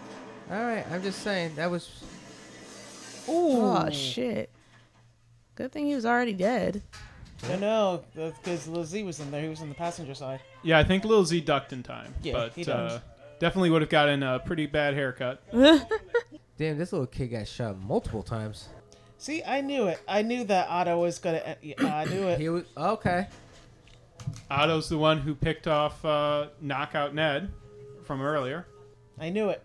All right. I'm just saying that was.
Ooh,
Oh shit. Good thing he was already dead.
I know because Lil Z was in there. He was in the passenger side.
Yeah, I think Lil Z ducked in time.
Yeah,
but
he
uh,
ducked.
definitely would have gotten a pretty bad haircut.
Damn, this little kid got shot multiple times.
See, I knew it. I knew that Otto was gonna. uh, Yeah, I knew it.
He was okay.
Otto's the one who picked off uh, Knockout Ned from earlier.
I knew it.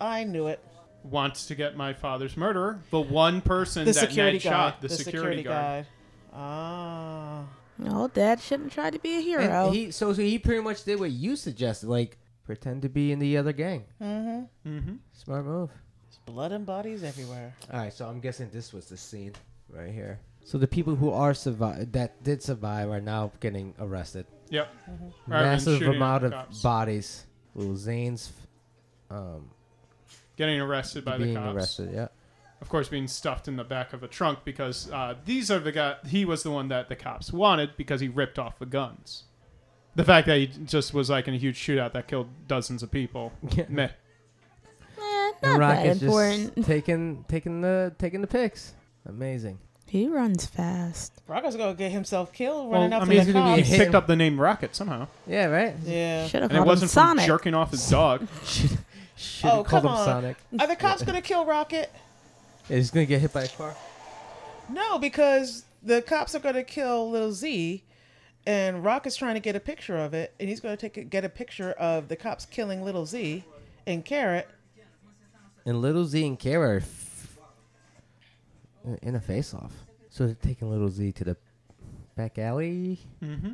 I knew it.
Wants to get my father's murderer. The one person
The
that
security
Ned
guy.
shot, the, security, guard.
guard. Ah.
No, Dad shouldn't try to be a
And
hero. Eh,
he so so he pretty much did what you suggested, like pretend to be in the other gang.
Mm-hmm.
Mm-hmm.
Smart move.
There's blood and bodies everywhere.
All right, so I'm guessing this was the scene right here. So the people who are survive that did survive are now getting arrested.
Yep.
Mm-hmm.
Rather than
Massive
shooting at
amount
the
of
cops.
bodies. Little Zane's um,
getting arrested by
being
the cops.
arrested. Yeah.
Of course, being stuffed in the back of a trunk because uh, these are the guy. He was the one that the cops wanted because he ripped off the guns. The fact that he just was like in a huge shootout that killed dozens of people.
Yeah.
Meh.
Eh, not
And
that
Rocket's
important.
just taking taking the taking the pics. Amazing.
He runs fast.
Rocco's gonna get himself killed
Well,
running
I
up
mean,
to the
he's gonna be
he
a
cops.
hit.
picked up the name Rocket somehow,
Yeah. Right.
Yeah.
Should have
and it
called him
wasn't from
Sonic.
jerking off his dog.
Should should
Oh,
have called
come
him
on.
Sonic.
Are the cops gonna kill Rocket?
Yeah, he's gonna get hit by a car.
No, because the cops are gonna kill Little Z, and Rocket's trying to get a picture of it, and he's gonna take a, get a picture of the cops killing Little Z and Carrot.
And Little Z and Kara are f- in a face off. So they're taking Little Z to the back alley
Mm-hmm.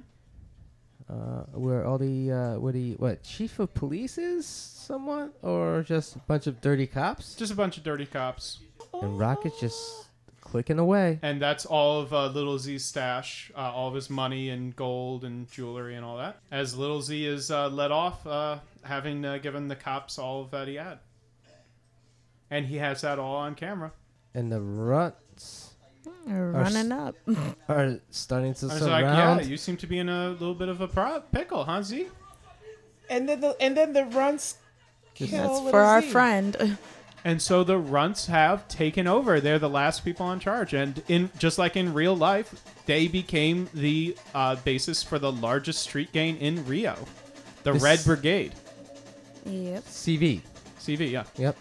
uh, where all the uh, what the what chief of police is somewhat, or just a bunch of dirty cops.
Just a bunch of dirty cops,
And Rocket's just clicking away.
and that's all of uh, Little Z's stash, uh, all of his money and gold and jewelry and all that. As Little Z is uh, let off, uh, having uh, given the cops all of that he had, and he has that all on camera.
And the ruts
Or running up.
are starting to
I was like, yeah,
surround.
you seem to be in a little bit of a pro- pickle, huh, Z?
And then the and then the runs. kill
That's
Little
for our
Z.
friend.
And so the runts have taken over. They're the last people on charge, and in just like in real life, they became the uh, basis for the largest street gang in Rio, the
This-
Red Brigade.
yep.
CV.
CV, yeah.
Yep.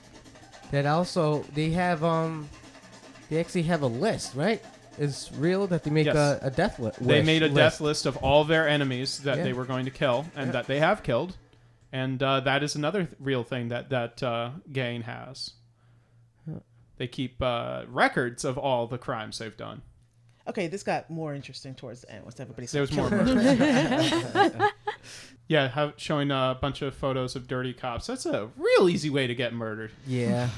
That also they have um, they actually have a list, right? It's real that they make
Yes.
a, a death li-
They
wish-
made a
list.
death list of all their enemies that
Yeah.
they were going to kill and that they have killed, and uh, that is another th- real thing that that uh, gang has. They keep uh, records of all the crimes they've done.
Okay, this got more interesting towards the end. Once everybody
There was
started
more
killing
murder.
each other.
Yeah, have, showing a bunch of photos of dirty cops. That's a real easy way to get murdered.
Yeah.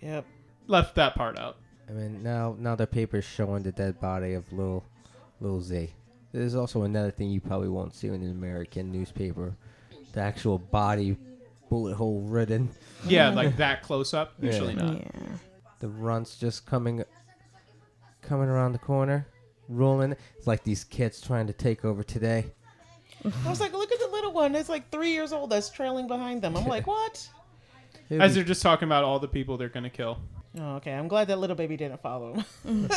Yep.
Left that part out.
I mean, now now the paper's showing the dead body of Lil Lil Z. There's also another thing you probably won't see in an American newspaper: the actual body, bullet hole ridden.
Yeah, like that close up.
Yeah.
Usually not.
Yeah.
The runts just coming, coming around the corner, rolling. It's like these kids trying to take over today.
I was like, look at the little one. It's like three years old. That's trailing behind them. I'm like, what?
It'd
As
be-
they're just talking about all the people they're gonna kill.
Oh, okay. I'm glad that little baby didn't follow him.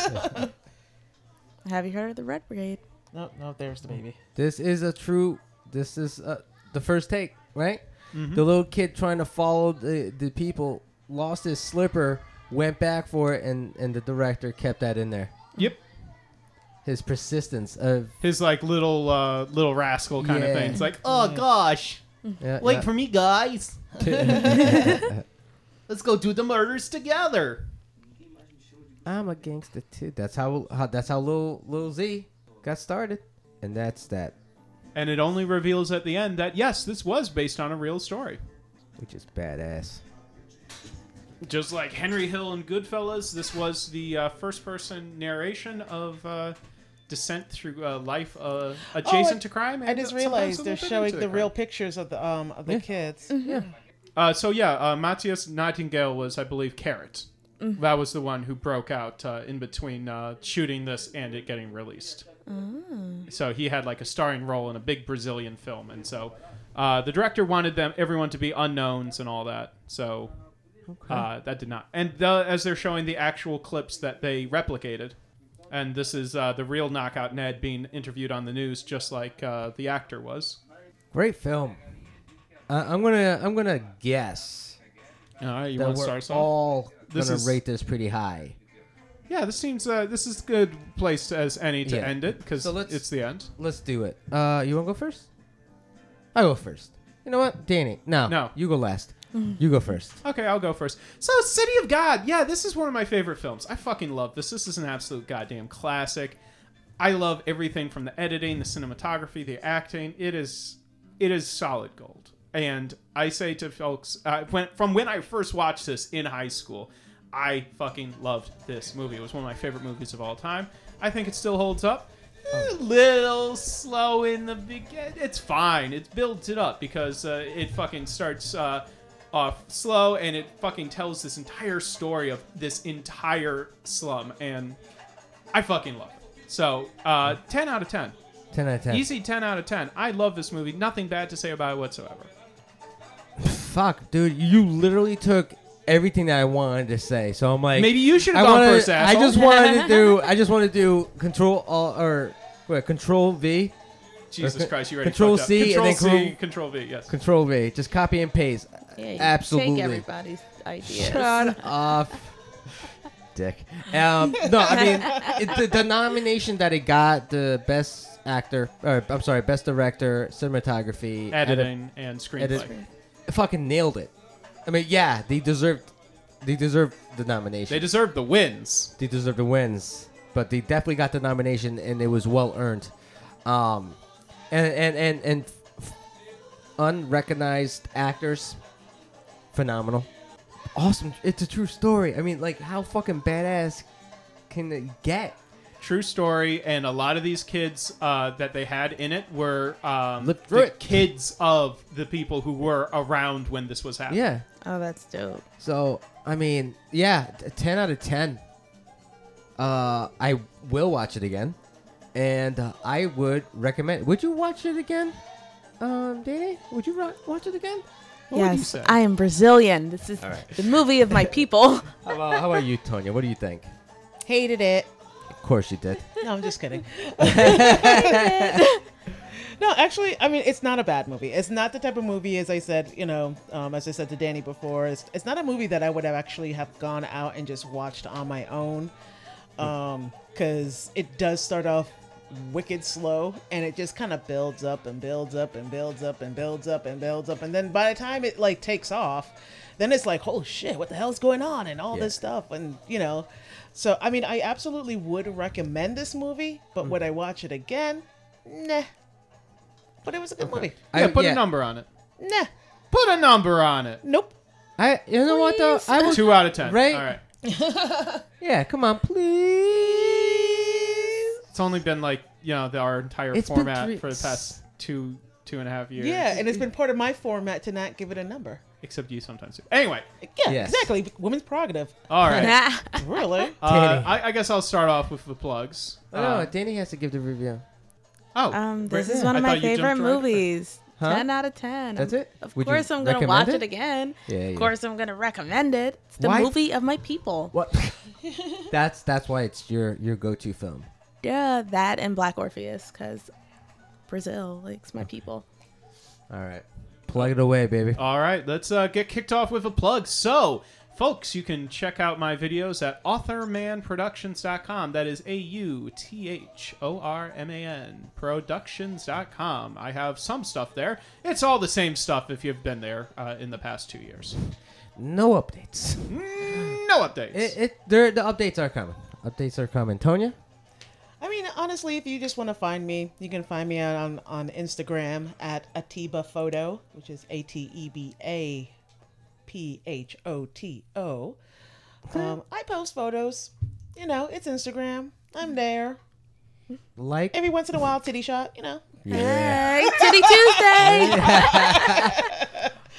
Have you heard of the Red Brigade?
no, no, there's the baby.
This is a true. This is uh, the first take, right?
Mm-hmm.
The little kid trying to follow the, the people lost his slipper, went back for it, and, and the director kept that in there.
Yep.
His persistence of
His like little uh, little rascal kind
Yeah.
of thing. It's like, oh gosh,
yeah,
wait
yeah.
for me, guys. Let's go do the murders together.
I'm a gangster too. That's how, how that's how little little Z got started, and that's that,
And it only reveals at the end that yes, this was based on a real story.
which is badass.
Just like Henry Hill and Goodfellas, this was the uh, first-person narration of uh, descent through uh, life uh, adjacent to crime.
Oh, I
Mm. sometimes
just
a little
realized they're
bit into
showing
the
the
crime.
real pictures of the um of the kids.
Uh, so yeah, uh, Matthias Nightingale was, I believe, Carrot. That was the one who broke out uh, in between uh, shooting this and it getting released. So he had like a starring role in a big Brazilian film, and so uh, the director wanted them everyone to be unknowns and all that. So uh, that did not. And the, as they're showing the actual clips that they replicated, and this is uh, the real knockout Ned being interviewed on the news, just like uh, the actor was.
Great film. Uh, I'm gonna I'm gonna guess
All right, you
that
want to
we're
start us off?
all
This
gonna
is-
rate this pretty high.
Yeah, this seems uh, this is a good place as any to
Yeah.
end it because
So let's-
it's the end.
Let's do it. Uh, you wanna go first? I go first. You know what, Danny? No,
No.
you go last. you go first.
Okay, I'll go first. So, City of God. Yeah, this is one of my favorite films. I fucking love this. This is an absolute goddamn classic. I love everything from the editing, the cinematography, the acting. It is it is solid gold. And I say to folks, uh, when, from when I first watched this in high school, I fucking loved this movie. It was one of my favorite movies of all time. I think it still holds up. A little slow in the beginning. It's fine. It builds it up because uh, it fucking starts uh, off slow and it fucking tells this entire story of this entire slum. And I fucking love it. So, uh, 10 out of 10.
Ten out of ten.
Easy 10 out of 10. I love this movie. Nothing bad to say about it whatsoever.
Fuck, dude, you literally took everything that I wanted to say. So I'm like,
Maybe you should have
I
gone
wanna-
first,
I
asshole.
just wanted to do. I just want to do control all or wait, control V,
Jesus
Okay.
Christ, you already
Control
fucked up.
C and
Control
then
C,
Chrome-
Control V, yes.
control V. Just copy and paste.
Yeah, you
Absolutely.
Take everybody's ideas.
Shut off, dick. Um, no, I mean it, the, the nomination that it got, the best actor, or I'm sorry, best director, cinematography, edit-
Editing and screenplay.
edit- fucking nailed it. I mean, yeah, they deserved, they deserved the nomination.
They deserve the wins.
they deserve the wins, but they definitely got the nomination and it was well earned. Um, and and and and f- unrecognized actors, phenomenal, awesome. It's a true story. I mean, like how fucking badass can it get?
True story, and a lot of these kids uh, that they had in it were um,
Lived through
the
it.
kids of the people who were around when this was happening.
Yeah.
Oh, that's dope.
So I mean, yeah, t- ten out of ten. Uh, I will watch it again, and uh, I would recommend. Would you watch it again, um, Danny? Would you ro- watch it again?
What would you
yes,
say?
I am Brazilian. This is the movie of my people.
How about, how about you, Tonya? What do you think?
Hated it.
Of course you did.
No, I'm just kidding. no, actually, I mean, it's not a bad movie. It's not the type of movie, as I said, you know, um, as I said to Danny before, it's, it's not a movie that I would have actually have gone out and just watched on my own, because Um, it does start off wicked slow and it just kind of builds up and builds up and builds up and builds up and builds up and then by the time it like takes off then it's like oh shit what the hell's going on and all this
Yeah.
stuff and you know so i mean i absolutely would recommend this movie but
Hmm.
would i watch it again nah but it was a good movie
Yeah, put
yeah,
a number on it.
nah
Put a number on it.
nope
I, you know what though? I would.
Two out of ten.
Right?
All right.
Yeah, come on, please.
It's only been like you know the, our entire
It's been
format
three-
for the past two two and a half years.
yeah and it's been part of my format to not give it a number
Except you sometimes. do. Anyway.
yeah
Yes.
exactly women's prerogative
All right.
really
Uh,
Danny.
I, I guess I'll start off with the plugs.
Oh, no,
Uh,
Danny has to give the review.
oh,
um,
right
this is
there.
one of
I thought
my
you jumped
favorite
right-
movies.
Huh?
Ten out of ten.
That's
I'm-
it?
Of
Would you
course, I'm gonna
recommend
watch it,
it?
again.
Yeah, yeah.
Of course, I'm gonna recommend it. It's the
Why-
movie of my people.
What? that's that's why it's your your go-to film.
Yeah, that and Black Orpheus, because Brazil likes
Oh.
my people.
All right, plug it away, baby.
All right, let's uh, get kicked off with a plug. So, folks, you can check out my videos at authormanproductions.com. That is A U T H O R M A N productions.com. I have some stuff there. It's all the same stuff if you've been there uh, in the past two years.
No updates.
No updates.
It, it there the updates are coming. Updates are coming. Tonya,
I mean, honestly, if you just want to find me, you can find me out on, on Instagram at Atiba Photo, which is A T E B A P H O T O. Um, I post photos. You know, it's Instagram. I'm there.
Like
Every once in a while, titty shot, you know.
Hey, Titty Tuesday.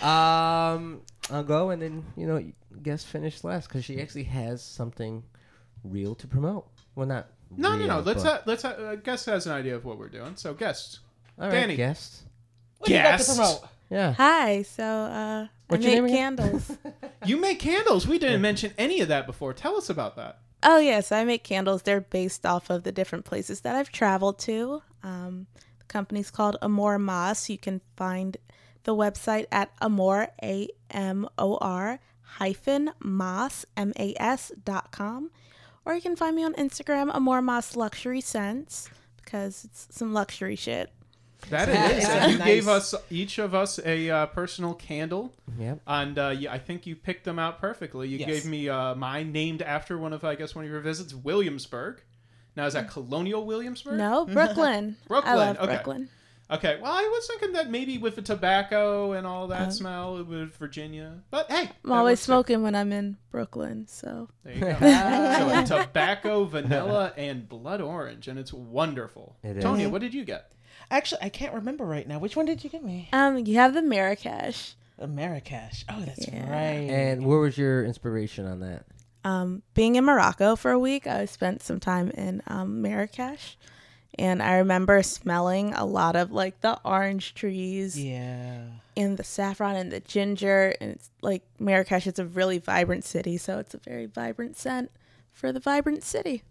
Um, I'll go and then you know guess finish last because she actually has something real to promote. Well, not
No, no, no.
real,
Let's
but-
ha- let's ha- uh, guest has an idea of what we're doing. So guest,
All right,
Danny.
guest.
What do you got to
Guest.
promote?
Yeah.
Hi. So uh,
What's
I
your
make
name again?
candles.
you make candles. We didn't mention any of that before. Tell us about that.
Oh yes, I make candles. They're based off of the different places that I've traveled to. Um, the company's called Amor Moss. You can find the website at Amor A M O R hyphen Moss M A S dot com, or you can find me on Instagram Amor Moss Luxury Scents because it's some luxury shit.
That it is.
Yeah,
And you
nice.
gave us each of us a uh, personal candle,
Yep.
and uh, yeah, I think you picked them out perfectly. You
Yes.
gave me uh, mine named after one of I guess one of your visits, Williamsburg. Now is that Colonial Williamsburg?
No, Brooklyn. I
Brooklyn,
love
okay.
Brooklyn.
Okay. Well, I was thinking that maybe with the tobacco and all that smell, it was Virginia. But hey,
Uh-huh. I'm
that
always
works too.
smoking when I'm in Brooklyn, so
There you go. so tobacco, vanilla, and blood orange, and it's wonderful.
It is.
Tonya, what did you get?
Actually, I can't remember right now. Which one did you give me?
um, you have the Marrakesh.
Uh, Marrakesh. Oh, that's
Yeah.
right.
And where was your inspiration on that?
um, being in Morocco for a week, I spent some time in um, Marrakesh, and I remember smelling a lot of like the orange trees
Yeah.
and the saffron and the ginger. And it's like Marrakesh is a really vibrant city, so it's a very vibrant scent for the vibrant city.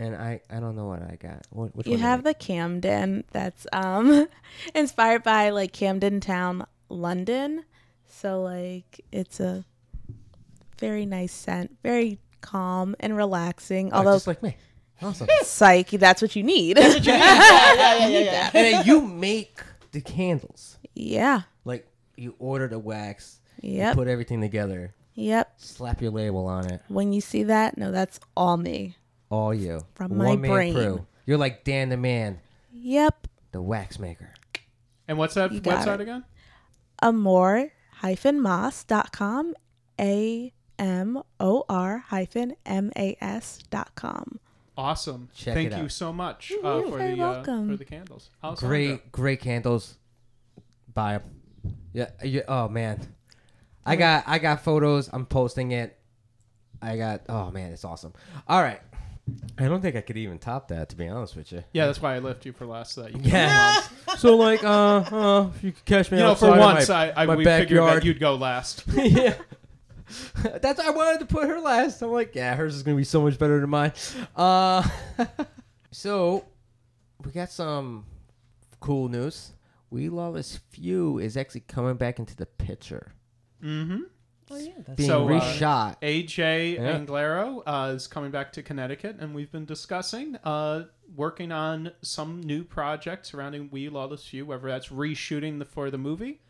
And I I don't know what I got. What which
You
one did
have the Camden that's um, inspired by like Camden Town, London. So like it's a very nice scent, very calm and relaxing.
I- oh,
although
just like me. Awesome.
psyche that's what you need
Yeah, yeah, yeah, yeah.
and then you make the candles.
yeah
Like you order the wax. you
yep
put everything together.
yep
Slap your label on it.
when you see that no that's all me
All you.
From my
man
brain.
crew. You're like Dan the man,
yep
the wax maker.
And what's that
You got
website
it.
again?
amor hyphen moss dot com a m o r hyphen m a s dot com
Awesome.
Check
Thank
it
you
out.
so much uh,
you're
for
very
the uh,
welcome.
for the candles. Alessandra.
great, great candles. Buy 'em. Yeah, yeah. Oh man, I got I got photos. I'm posting it. I got. Oh man, it's awesome. All right. I don't think I could even top that, to be honest with you.
Yeah, that's why I left you for last. So that you,
Yeah. so like, uh, uh, if you could catch me
you know,
outside
for
of
once,
my,
I, I
my
we figured
backyard.
that you'd go last.
yeah. That's I wanted to put her last. I'm like, yeah, hers is gonna be so much better than mine. Uh, so we got some cool news. We Lawless Few is actually coming back into the picture,
Mm-hmm.
Oh, yeah, that's
being
So, uh,
reshot.
AJ
Yeah.
Anglero uh, is coming back to Connecticut, and we've been discussing uh, working on some new project surrounding We Lawless Few, whether that's reshooting the, for the movie,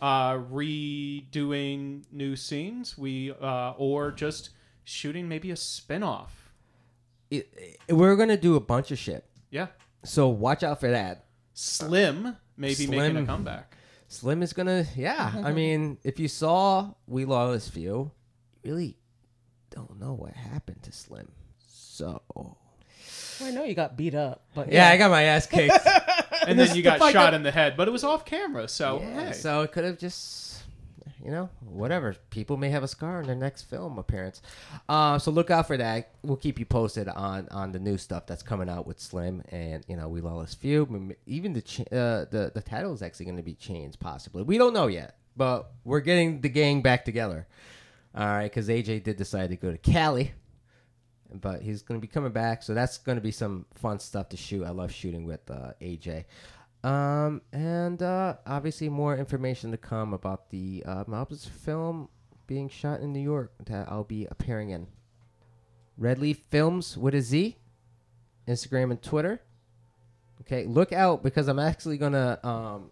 uh, redoing new scenes, we uh, or just shooting maybe a spin off.
It- it- we're gonna do a bunch of shit,
Yeah.
so watch out for that.
Slim maybe making a
Slim.
comeback.
Slim is gonna, yeah. I mean, if you saw We Lawless Few, you really don't know what happened to Slim. So
Well, I know you got beat up, but
yeah, I got my ass kicked.
And then you got shot in the head, but it was off camera, so
Yeah,
hey.
So it could have just, you know, whatever. People may have a scar in their next film appearance. Uh, so look out for that. We'll keep you posted on on the new stuff that's coming out with Slim and you know We Lawless Few. We m- Even the cha- uh, the the title is actually going to be changed possibly. We don't know yet, but we're getting the gang back together. All right, because AJ did decide to go to Cali. But he's going to be coming back, so that's going to be some fun stuff to shoot. I love shooting with uh, AJ. Um, and uh, obviously more information to come about the uh, Malbus film being shot in New York that I'll be appearing in. Red Leaf Films with a Z, Instagram and Twitter. Okay, look out because I'm actually gonna um,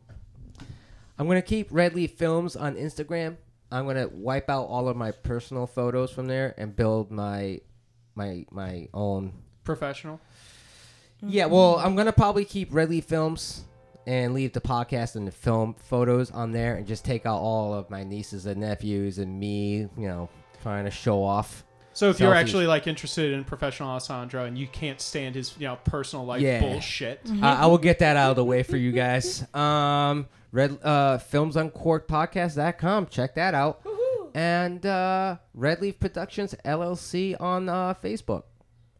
I'm gonna keep Red Leaf Films on Instagram. I'm gonna wipe out all of my personal photos from there and build my my my own
Professional.
yeah, well, I'm gonna probably keep Red Leaf Films and leave the podcast and the film photos on there and just take out all of my nieces and nephews and me, you know, trying to show off.
So if you're
Selfies.
actually like interested in professional Alessandro and you can't stand his you know personal life
Yeah.
bullshit,
I, I will get that out of the way for you guys. Um, Red uh, Films on Cork Podcast.com. Check that out. And uh, Red Leaf Productions LLC on uh, Facebook.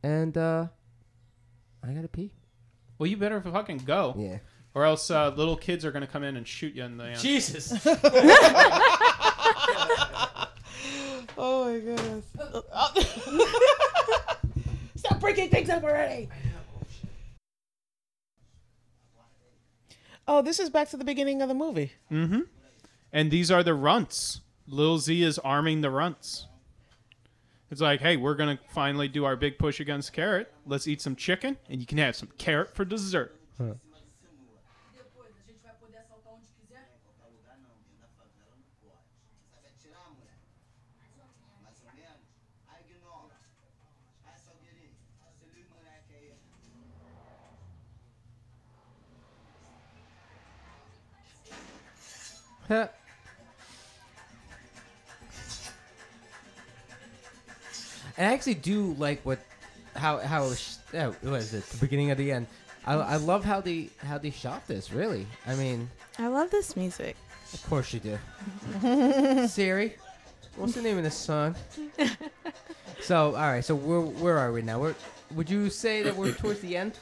And uh, I gotta pee.
well, you better fucking go,
Yeah.
or else uh, little kids are gonna come in and shoot you in the.
Jesus.
Oh my goodness. Stop breaking things up already. Oh, this is back to the beginning of the movie.
And these are the runts. Lil Z is arming the runts. It's like, hey, we're gonna finally do our big push against carrot. Let's eat some chicken, and you can have some carrot for dessert.
Depois a gente vai poder assaltar onde quiser. Qualquer lugar não, dentro da favela não pode. Você vai atirar, moleque? Mais ou menos? Aí ignora. Aí, Salgueirinho, você liga o moleque aí.
and I actually do like what how how it was, oh, what is it the beginning of the end. I, I love how they how they shot this. Really, I mean,
I love this music.
of course you do. Siri, what's the name of this song? so all right, so where where are we now? We're, would you say that we're towards the end?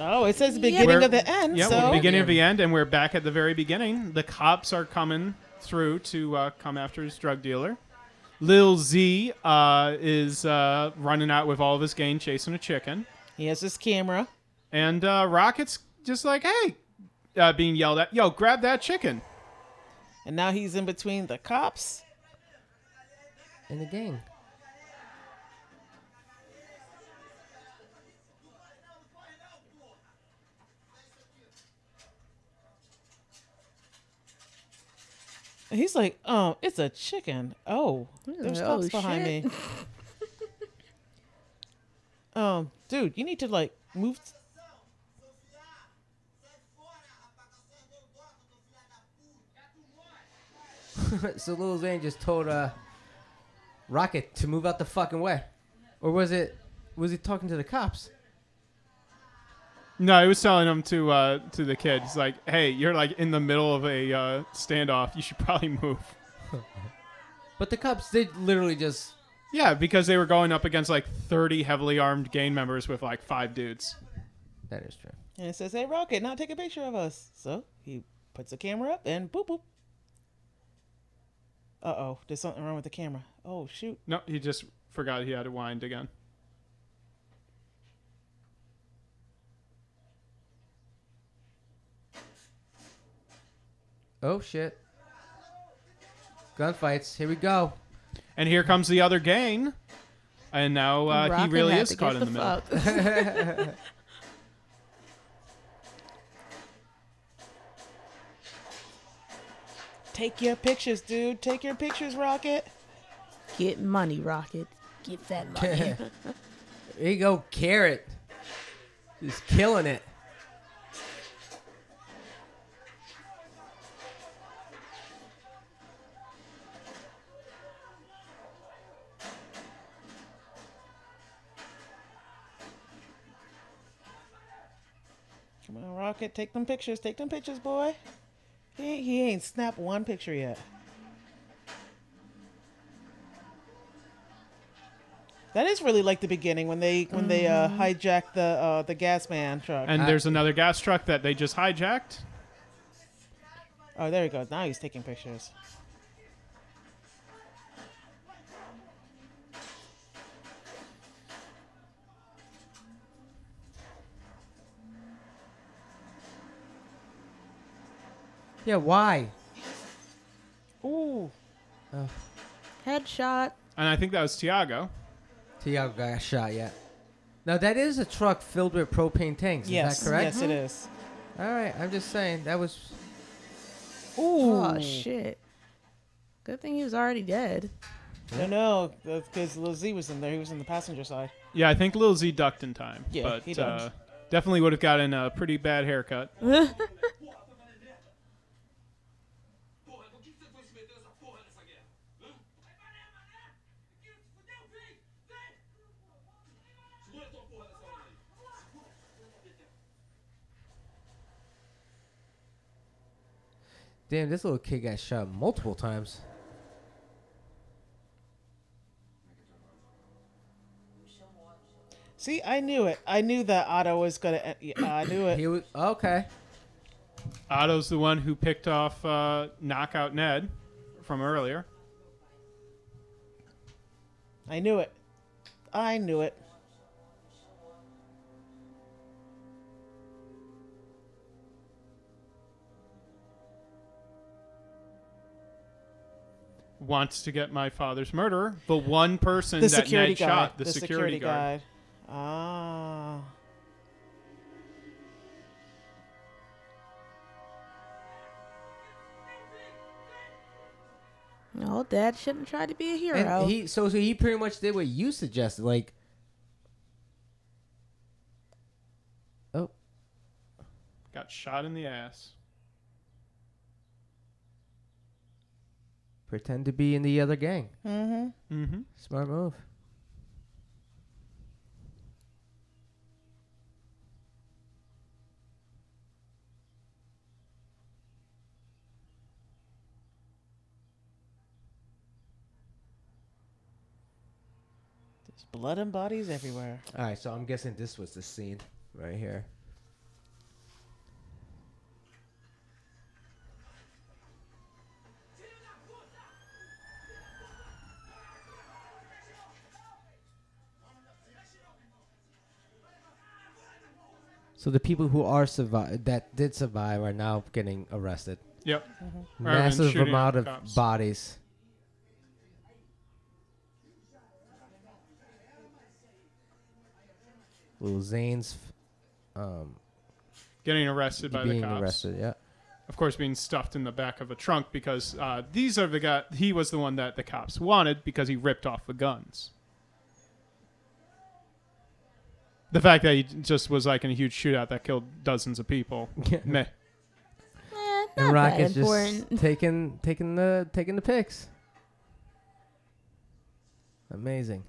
Oh, it says beginning
We're-
of the end.
Yeah,
so
we're beginning of the end, and we're back at the very beginning. The cops are coming through to uh, come after his drug dealer. Lil Z uh, is uh, running out with all of his gang, chasing a chicken,
he has his camera.
and uh, Rocket's just like, "Hey," uh, being yelled at, "Yo, grab that chicken!"
And now he's in between the cops.
In the gang.
And he's like, um, it's a chicken. Oh, there's
Oh,
cops behind
shit.
me. um, dude, you need to like move.
so Lil Zane just told uh, Rocket to move out the fucking way, or was it? Was he talking to the cops?
No, he was telling him to uh, to the kid. He's like, "Hey, you're like in the middle of a uh, standoff. You should probably move."
But the cops did literally just
Yeah, because they were going up against like 30 heavily armed gang members with like five dudes.
That is true.
And it says, hey, Rocket, now take a picture of us. So he puts the camera up and boop, boop. Uh oh, there's something wrong with the camera. Oh, shoot.
No, he just forgot he had it wind again.
Oh shit. Gunfights. Here we go.
And here comes the other gang. And now uh, he
Rocket
really
had
is
to
caught
give
in the middle.
fuck.
Take your pictures, dude. Take your pictures, Rocket.
Get money, Rocket.
Get that money.
Here you go, carrot. Just killing it.
Come on, Rocket, take them pictures. Take them pictures, boy. He ain't, he ain't snapped one picture yet. That is really like the beginning when they when they uh,
Mm-hmm.
hijack the uh, the gas man truck.
And there's another gas truck that they just hijacked.
oh, there he goes. Now he's taking pictures.
Yeah, why?
Ooh,
Headshot.
And I think that was Tiago.
Tiago got shot yet. Now that is a truck filled with propane tanks.
yes,
Is that correct?
yes, it is.
All right. I'm just saying that was.
Ooh,
Oh shit. Good thing he was already dead.
no, no, because Lil Z was in there. He was in the passenger side.
Yeah, I think Lil Z ducked in time.
Yeah,
but
he ducked.
Uh, Definitely would have gotten a pretty bad haircut.
Porra, tá valendo merda? Porra, com o que que você foi se meter nessa porra dessa guerra? Hã? Vai valer, mané! Quero se fuder, vem! Vem! Segura a tua porra dessa hora aí! Segura!
Damn, this little kid got shot multiple times.
See, I knew it. I knew that Otto was gonna. uh, yeah, I knew
He
it.
was okay.
Otto's the one who picked off uh, Knockout Ned from earlier.
I knew it. I knew it.
Wants to get my father's murderer. The one person
The
that
security
Ned
guard.
shot,
the, security, guard. Ah.
No, Dad shouldn't try to be a hero.
And he so so he pretty much did what you suggested. Like, oh,
Got shot in the ass.
pretend to be in the other gang.
Mm-hmm.
Smart move.
There's blood and bodies everywhere.
All right, so I'm guessing this was the scene right here. So the people who are survive that did survive are now getting arrested.
Yep.
Mm-hmm.
Rather than
Massive
shooting at
amount
the
of
cops.
bodies. Little Zane's um,
Getting arrested by
being
the cops.
arrested. Yeah.
Of course, being stuffed in the back of a trunk because uh, these are the guy. He was the one that the cops wanted because he ripped off the guns. The fact that he just was like in a huge shootout that killed dozens of people.
Yeah.
Meh.
Eh,
And
not
Rocket's just
that important.
taking taking the taking the pics. Amazing.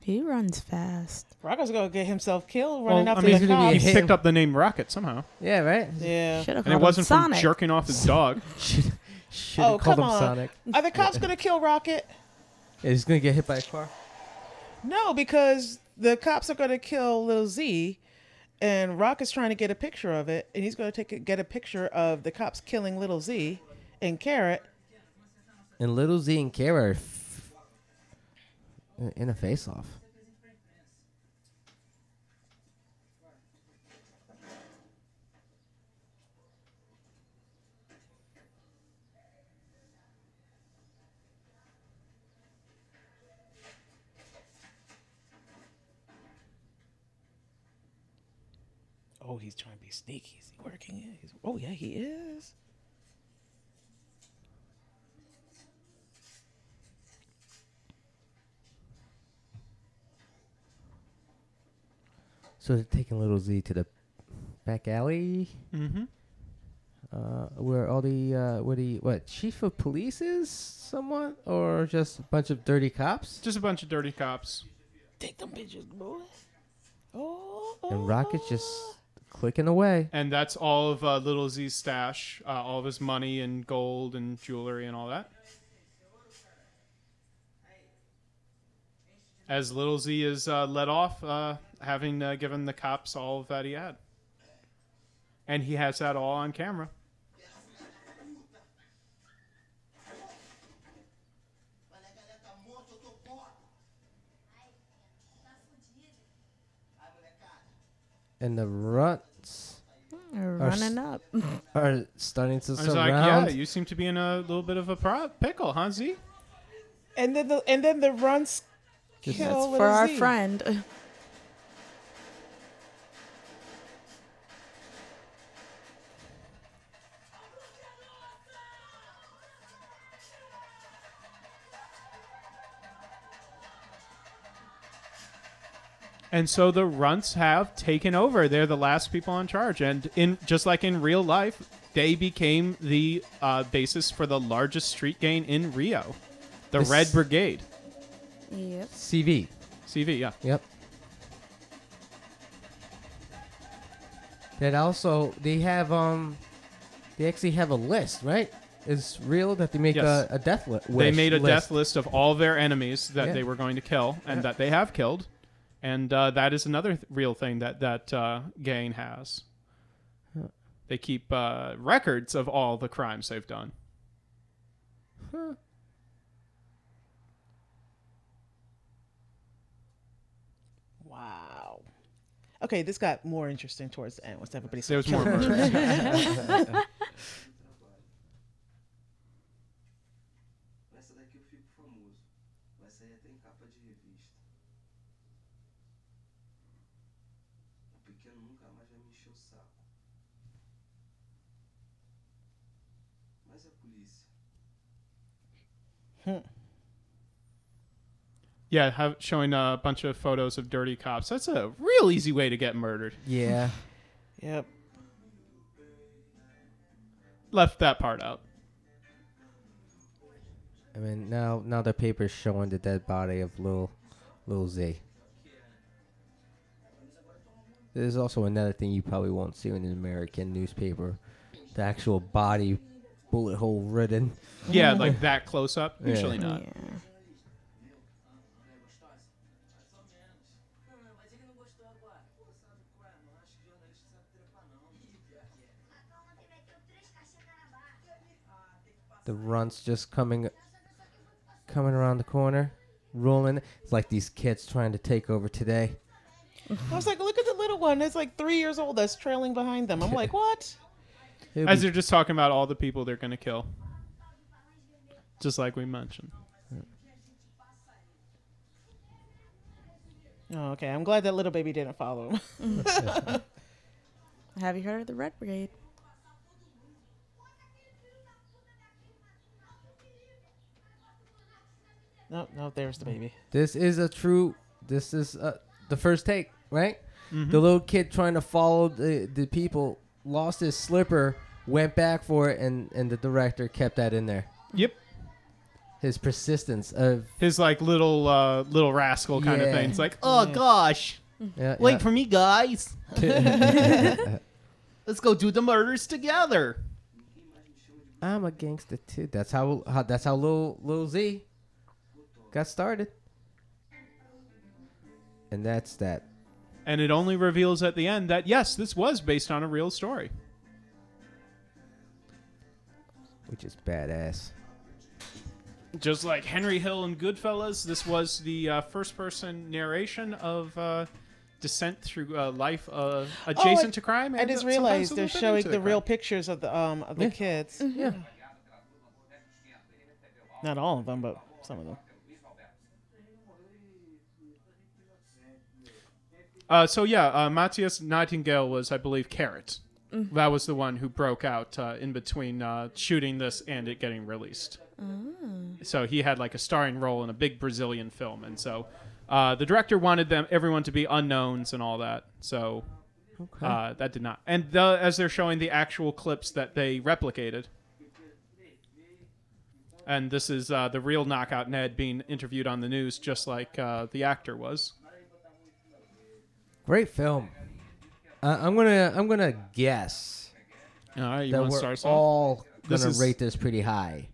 He runs fast.
Rocco's gonna get himself killed
Well,
running
I
after
mean,
the
he's gonna be
he
cops.
hit.
picked up the name Rocket somehow,
Yeah, right.
Yeah.
Should have
and it wasn't from jerking off his dog.
Should should
Oh,
have called
come
him
on.
Sonic.
Are the cops gonna kill Rocket?
Yeah, he's gonna get hit by a car.
No, because the cops are gonna kill Little Z, and Rocket's trying to get a picture of it, and he's gonna take a, get a picture of the cops killing Little Z and Carrot.
And little Z and Kara are f- uh, in a face off.
Oh, he's trying to be sneaky. Is he working it? He's, oh yeah, he is.
So they're taking little Z to the back alley,
Mm-hmm.
uh, where all the uh, what the what chief of police is, somewhat, or just a bunch of dirty cops.
Just a bunch of dirty cops.
Take them pictures, boy. Oh,
And Rocket's just
Oh.
clicking away.
And that's all of uh, Little Z's stash, uh, all of his money and gold and jewelry and all that. As Little Z is uh, let off, uh, having uh, given the cops all of that he had. And he has that all on camera.
Mas a galera tá morta, eu tô fora. Ai, molecada.
and the ruts
Running up.
are starting to
I was like, yeah,
surround.
you seem to be in a little bit of a pro- pickle, huh, Z?
And then the and then the runs
Just-
kill
That's
Little
for our
Z.
friend.
And so the runts have taken over. They're the last people in charge, and in just like in real life, they became the uh, basis for the largest street gang in Rio, the
This-
Red Brigade.
Yep.
CV.
CV, yeah.
Yep. That also they have um, they actually have a list, right? It's real that they make
Yes.
a, a death li-
They
wish
made a
list.
death list of all their enemies that
Yeah.
they were going to kill and
Yeah.
that they have killed, and uh, that is another th- real thing that that uh, gang has. They keep uh, records of all the crimes they've done.
Wow. Okay, this got more interesting towards the end once everybody
There was
started
more
killing each
murders.
Essa daqui eu fico famoso. Essa aí até em capa de revista. O pequeno nunca mais vai me encher o saco. Mas a polícia.
Yeah, have, showing a bunch of photos of dirty cops. That's a real easy way to get murdered.
Yeah.
other. Yep.
Left that part out.
I mean, now now the paper's showing the dead body of Lil Lil Z. There's also another thing you probably won't see in an American newspaper: the actual body, bullet hole ridden.
Yeah, like that close up.
Yeah.
Usually not.
Ah, mas ele não gostou agora. Pô, sabe qual é? Não acho que jornalista sabe trepar não.
The runts just coming, coming around the corner, rolling. It's like these kids trying to take over today.
I was like, look at the little one. It's like three years old that's trailing behind them. I'm like, what?
It'll
As
be-
they're just talking about all the people they're going to kill. Just like we mentioned.
Oh, okay. I'm glad that little baby didn't follow him.
Have you heard of the Red Brigade?
no, no, there's the baby.
This is a true. This is uh, the first take, right? The little kid trying to follow the, the people lost his slipper, went back for it, and and the director kept that in there.
Yep.
His persistence of
His like little uh, little rascal kind of
Yeah.
thing. It's like, oh gosh,
yeah,
wait
yeah.
for me, guys. Let's go do the murders together.
I'm a gangster too. That's how, how that's how Lil Lil Z got started. And that's that.
And it only reveals at the end that yes, this was based on a real story.
Which is badass.
just like Henry Hill and Goodfellas, this was the uh, first-person narration of uh, descent through uh, life
Oh,
uh, adjacent to crime.
I
and
just
sometimes a
realized they're
little bit
showing
into
the, real
crime.
pictures of the um of the
Yeah.
kids.
Mm-hmm.
Yeah.
Not all of them, but some of them.
Uh, so yeah, uh, Matthias Nightingale was, I believe, Carrot. That was the one who broke out uh, in between uh, shooting this and it getting released. So he had like a starring role in a big Brazilian film, and so uh, the director wanted them everyone to be unknowns and all that. So
Okay.
Uh, that did not. And the, as they're showing the actual clips that they replicated. And this is uh, the real Knockout Ned being interviewed on the news, just like uh, the actor was.
Great film. Uh, I'm gonna I'm gonna guess
All right, you
that
want to
we're
start us off?
all
This
gonna
is-
rate this pretty high.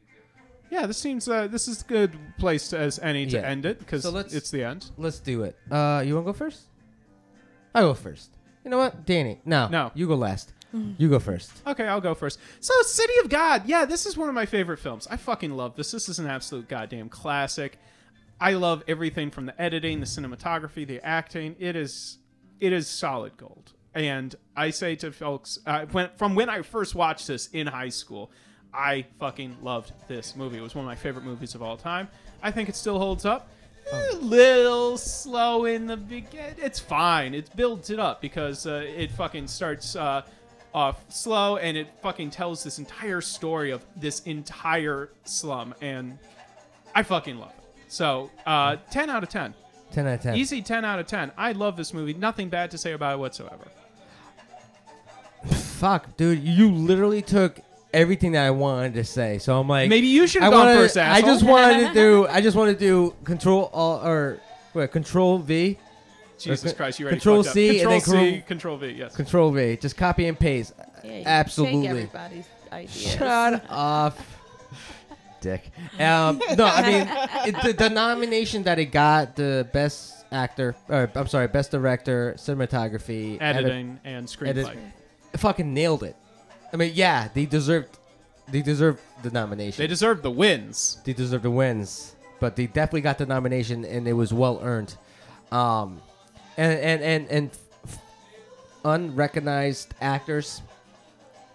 Yeah, this seems uh, this is a good place as any to
Yeah.
end it because
So let's-
it's the end.
Let's do it. Uh, you wanna go first? I go first. You know what, Danny? No,
No.
you go last. You go first.
Okay, I'll go first. So, City of God. Yeah, this is one of my favorite films. I fucking love this. This is an absolute goddamn classic. I love everything from the editing, the cinematography, the acting. It is, it is solid gold. And I say to folks, uh, when, from when I first watched this in high school, I fucking loved this movie. It was one of my favorite movies of all time. I think it still holds up. A little slow in the beginning. It's fine. It builds it up because uh, it fucking starts uh, off slow and it fucking tells this entire story of this entire slum. And I fucking love it. So, uh, 10 out of 10.
Ten out of ten.
Easy 10 out of 10. I love this movie. Nothing bad to say about it whatsoever.
Fuck, dude, you literally took everything that I wanted to say. So I'm like,
Maybe you should
I
have gone
wanted-
first,
I just
asshole.
wanted to do. I just want to do control all or what? Control V,
Jesus
Okay.
Christ, you already
Control
fucked
C
up.
and
Control
then
C,
Ctrl-
Control V, yes.
control V. Just copy and paste.
Yeah, you
Absolutely.
Take everybody's ideas.
Shut off, dick. Um, no, I mean it, the, the nomination that it got the best actor. Or, I'm sorry, best director, cinematography, edit-
Editing and
edit-
screenplay.
fucking nailed it. I mean, yeah, they deserved. They deserved the nomination.
They deserve the wins.
they deserve the wins, but they definitely got the nomination and it was well earned. Um, and and and and f- unrecognized actors,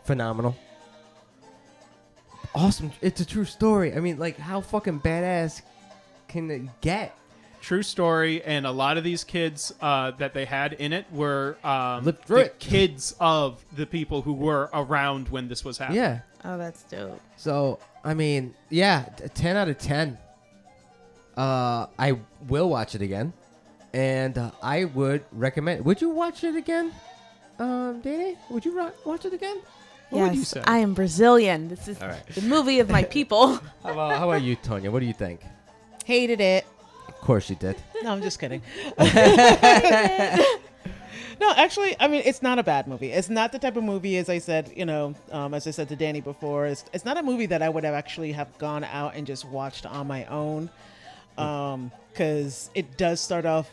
phenomenal. Awesome! It's a true story. I mean, like, how fucking badass can it get?
True story, and a lot of these kids uh, that they had in it were um,
Lived through
the
it.
kids of the people who were around when this was happening.
Yeah.
Oh, that's dope.
So I mean, yeah, t- ten out of ten. Uh, I will watch it again, and uh, I would recommend. Would you watch it again, um, Danny? Would you ro- watch it again?
What would you say?
I am Brazilian. This is
right.
the movie of my people.
How about, how about you, Tonya? What do you think?
Hated it.
Of course you did.
No, I'm just kidding. no, actually, I mean, it's not a bad movie. It's not the type of movie, as I said, you know, um, as I said to Danny before, it's, it's not a movie that I would have actually have gone out and just watched on my own. Because Um, it does start off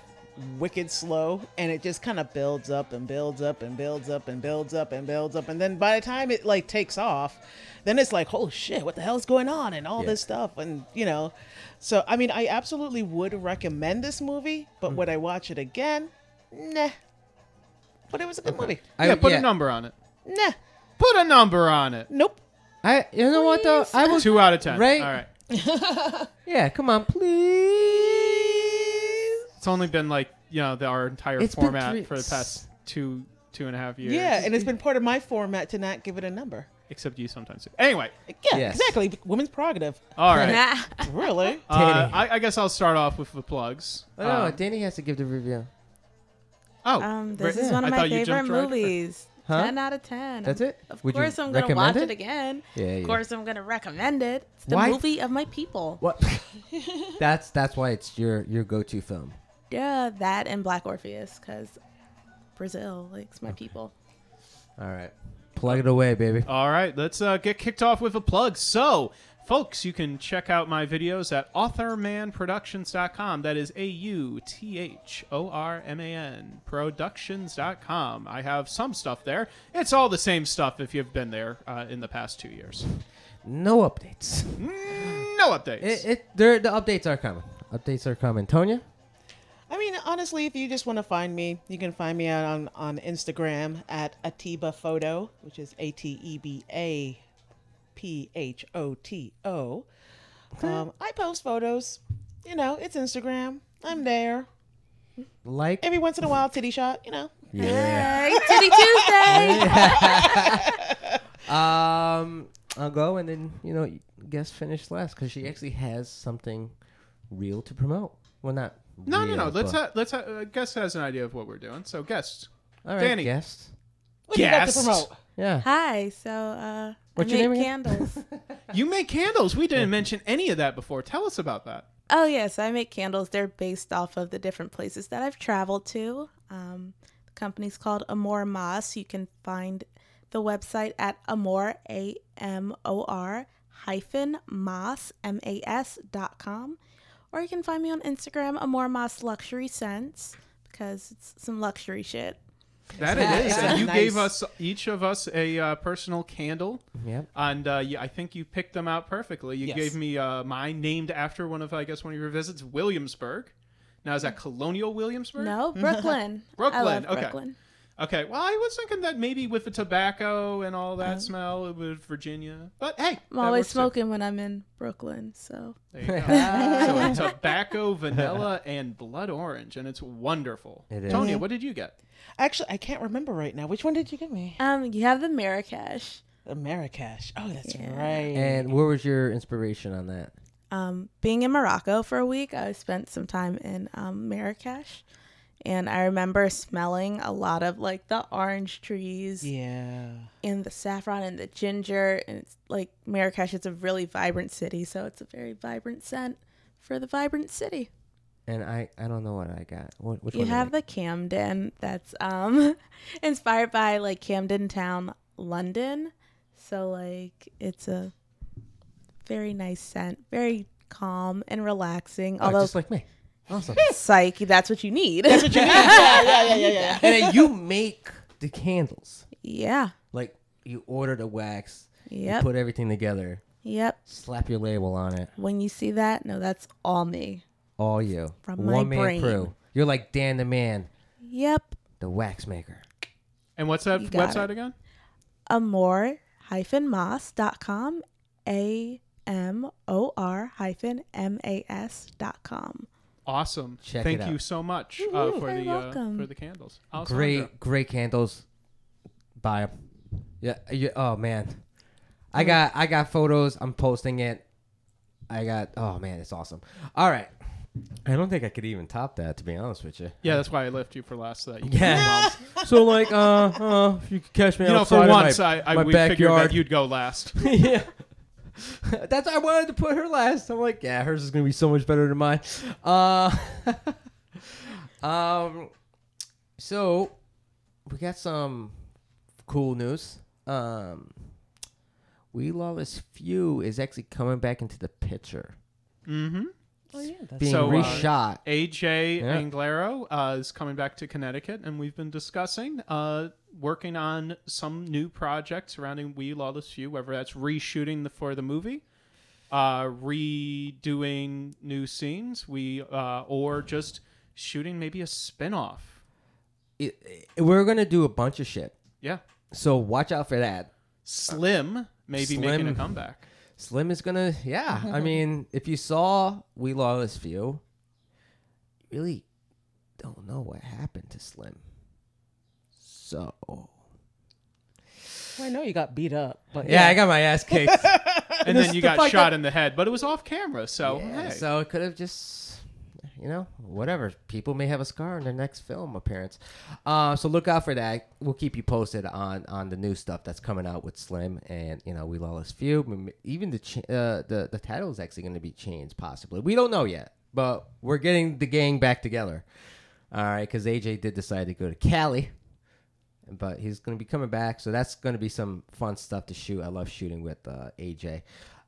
wicked slow and it just kind of builds up and builds up and builds up and builds up and builds up. And then by the time it like takes off, then it's like, oh shit, what the hell's going on? And all
Yeah.
this stuff. And, you know, so I mean, I absolutely would recommend this movie,
Mm.
but would I watch it again? Nah. But it was a good movie.
I,
yeah, put
yeah.
a number on it.
Nah.
Put a number on it.
Nope.
I, you know what though? I was.
Two out of ten.
Right?
All right.
Yeah, come on, please.
It's only been like you know the, our entire
It's been
format
three-
for the past two two and a half years.
Yeah, and it's been part of my format to not give it a number.
Except you sometimes. do. Anyway,
Yeah,
Yes.
exactly. Women's prerogative.
all right.
Really?
Uh,
Danny.
I, I guess I'll start off with the plugs.
Oh,
Uh,
no,
Um,
Danny has to give the review.
oh,
um, this
right-
is one of
I
my
thought you
favorite
jumped right-
movies.
Huh?
Ten out of ten.
That's it?
Of
Would you
course, I'm gonna
recommend
watch it,
it?
again.
Yeah, yeah.
Of course, I'm gonna recommend it. It's the
Why-
movie of my people.
What? that's that's why it's your your go-to film.
Yeah, that and Black Orpheus, because Brazil likes my people.
All right, plug it away, baby.
All right, let's uh, get kicked off with a plug. So, folks, you can check out my videos at authormanproductions.com. That is A U T H O R M A N productions.com. I have some stuff there. It's all the same stuff if you've been there uh, in the past two years.
No updates.
No updates.
It, it there the updates are coming. Updates are coming. Tonya,
I mean, honestly, if you just want to find me, you can find me out on, on Instagram at Atiba Photo, which is A T E B A P H O T O. Um, I post photos. You know, it's Instagram. I'm there.
like
Every once in a while, titty shot, you know.
yeah.
Hey, Titty Tuesday!
Um, I'll go and then you know guest finish last because she actually has something real to promote. Well, not
no, no, no.
real,
Let's
but-
ha- let's ha- uh, guest has an idea of what we're doing. So, guest.
all right,
Danny.
guest.
What do you got to
Guest.
promote?
Yeah,
Hi. So, uh,
What's
I
your
make
name
candles.
You make candles. We didn't mention any of that before. Tell us about that.
oh yes, I make candles. They're based off of the different places that I've traveled to. Um, the company's called Amor Moss. You can find the website at Amor A M O R hyphen Moss M A S dot com, or you can find me on Instagram Amor Moss Luxury Scents because it's some luxury shit.
That it is. And you
Nice.
gave us each of us a uh, personal candle.
Yep.
And uh, yeah, I think you picked them out perfectly. You
Yes.
gave me uh, mine named after one of I guess one of your visits, Williamsburg. Now is that Colonial Williamsburg?
No, Brooklyn. I
Brooklyn,
love
okay.
Brooklyn.
Okay. Well, I was thinking that maybe with the tobacco and all that smell, it was Virginia. But hey,
Uh-huh. I'm
that
always
works too.
smoking when I'm in Brooklyn, so
There you go. so tobacco, vanilla, and blood orange, and it's wonderful.
It is.
Tonya, what did you get?
Actually, I can't remember right now. Which one did you give me?
um, you have the Marrakesh.
Uh, Marrakesh. Oh, that's
Yeah.
right.
Eh. And where was your inspiration on that?
um, being in Morocco for a week, I spent some time in um, Marrakesh, and I remember smelling a lot of like the orange trees
Yeah.
and the saffron and the ginger. And it's like Marrakesh is a really vibrant city, so it's a very vibrant scent for the vibrant city.
And I, I don't know what I got. What, which
You
one did I
have the Camden that's um inspired by like Camden Town, London. So like it's a very nice scent, very calm and relaxing.
Oh,
Although
just like me. Awesome.
psych, that's what you need.
yeah, yeah, yeah, yeah, yeah.
and then you make the candles.
yeah.
Like you order the wax, you
Yep.
put everything together,
Yep.
slap your label on it.
When you see that, no, that's all me.
All you.
From my
One man
brain.
crew. You're like Dan the man,
Yep.
the wax maker.
And what's that
You got
website
it.
again?
Amor hyphen moss dot com. A M O R hyphen M A S dot com.
Awesome.
Check
Thank
it
you
out.
so much uh, for
You're
the uh,
welcome.
for the candles. Alessandra.
Great, great candles. Buy 'em. Yeah, yeah. Oh man,
Mm.
I got I got photos. I'm posting it. I got. Oh man, it's awesome. All right. I don't think I could even top that, to be honest with you.
Yeah, that's why I left you for last. so That you
Yeah. so like, uh, uh, if you could catch me
You know,
outside
for
of
once,
my,
I, I
my
we figured
backyard.
that you'd go last.
yeah. That's I wanted to put her last. I'm like, yeah, hers is gonna be so much better than mine. Uh, um, so we got some cool news. Um, We Lawless Few is actually coming back into the picture,
mm-hmm.
Oh, yeah. That's
being
So, uh,
reshot.
AJ
Yeah.
Anglero uh, is coming back to Connecticut, and we've been discussing uh, working on some new project surrounding We Lawless Few, whether that's reshooting the, for the movie, uh, redoing new scenes, we uh, or just shooting maybe a spin off.
It- it- we're gonna do a bunch of shit,
Yeah.
so watch out for that.
Slim maybe making a
Slim.
comeback.
Slim is gonna, yeah. I mean, if you saw We Lawless Few, you really don't know what happened to Slim. So
Well, I know you got beat up, but
yeah, I got my ass kicked.
And
This
then
is
you
the
got
fuck
shot
up-
in the head, but it was off camera, so
Yeah,
hey.
So it could have just, you know, whatever. People may have a scar in their next film appearance. Uh, so look out for that. We'll keep you posted on on the new stuff that's coming out with Slim and you know We Lawless Few. M- Even the ch- uh, the the title is actually going to be changed possibly. We don't know yet, but we're getting the gang back together. All right, because AJ did decide to go to Cali. But he's going to be coming back, so that's going to be some fun stuff to shoot. I love shooting with uh, AJ.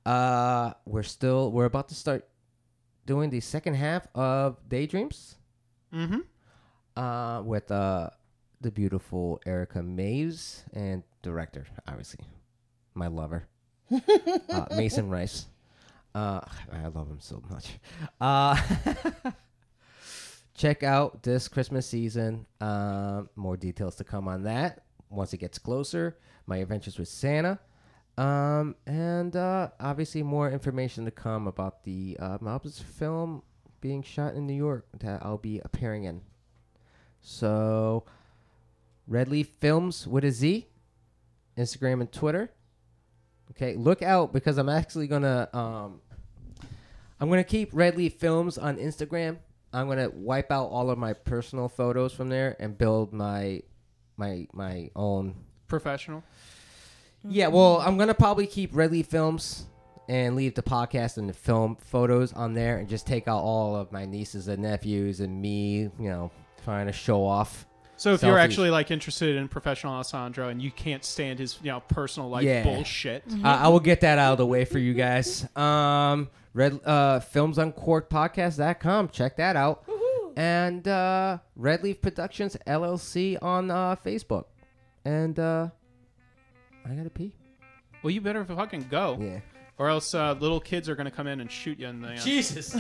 Uh, we're still we're about to start doing the second half of Daydreams
Mm-hmm.
uh, with uh, the beautiful Erica Mays and director, obviously, my lover, uh, Mason Rice. Uh, I love him so much. Uh, check out this Christmas season. Um, more details to come on that once it gets closer. My adventures with Santa. Um, and uh, obviously, more information to come about the uh, Malbus film being shot in New York that I'll be appearing in. So, Red Leaf Films with a Z, Instagram and Twitter. Okay, look out because I'm actually gonna um, I'm gonna keep Red Leaf Films on Instagram. I'm gonna wipe out all of my personal photos from there and build my my my own.
Professional.
Yeah, well, I'm gonna probably keep Red Leaf Films and leave the podcast and the film photos on there and just take out all of my nieces and nephews and me, you know, trying to show off.
So if you're
Selfies.
actually like interested in professional Alessandro and you can't stand his you know personal life
Yeah.
bullshit,
uh, I will get that out of the way for you guys. Um, Red uh, Films Uncorked Podcast.com. Check that out. And uh, Red Leaf Productions LLC on uh, Facebook. And uh, I gotta pee.
well, you better fucking go,
Yeah.
or else uh, little kids are gonna come in and shoot you in the. uh,
Jesus.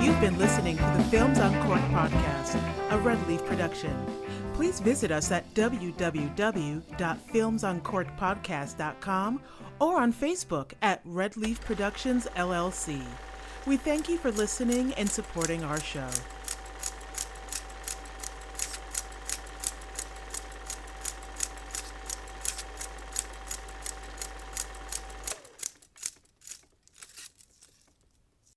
You've been listening to the Films on Court podcast, a Red Leaf production. Please visit us at www.filmsoncourtpodcast.com or on Facebook at Red Leaf Productions LLC. We thank you for listening and supporting our show.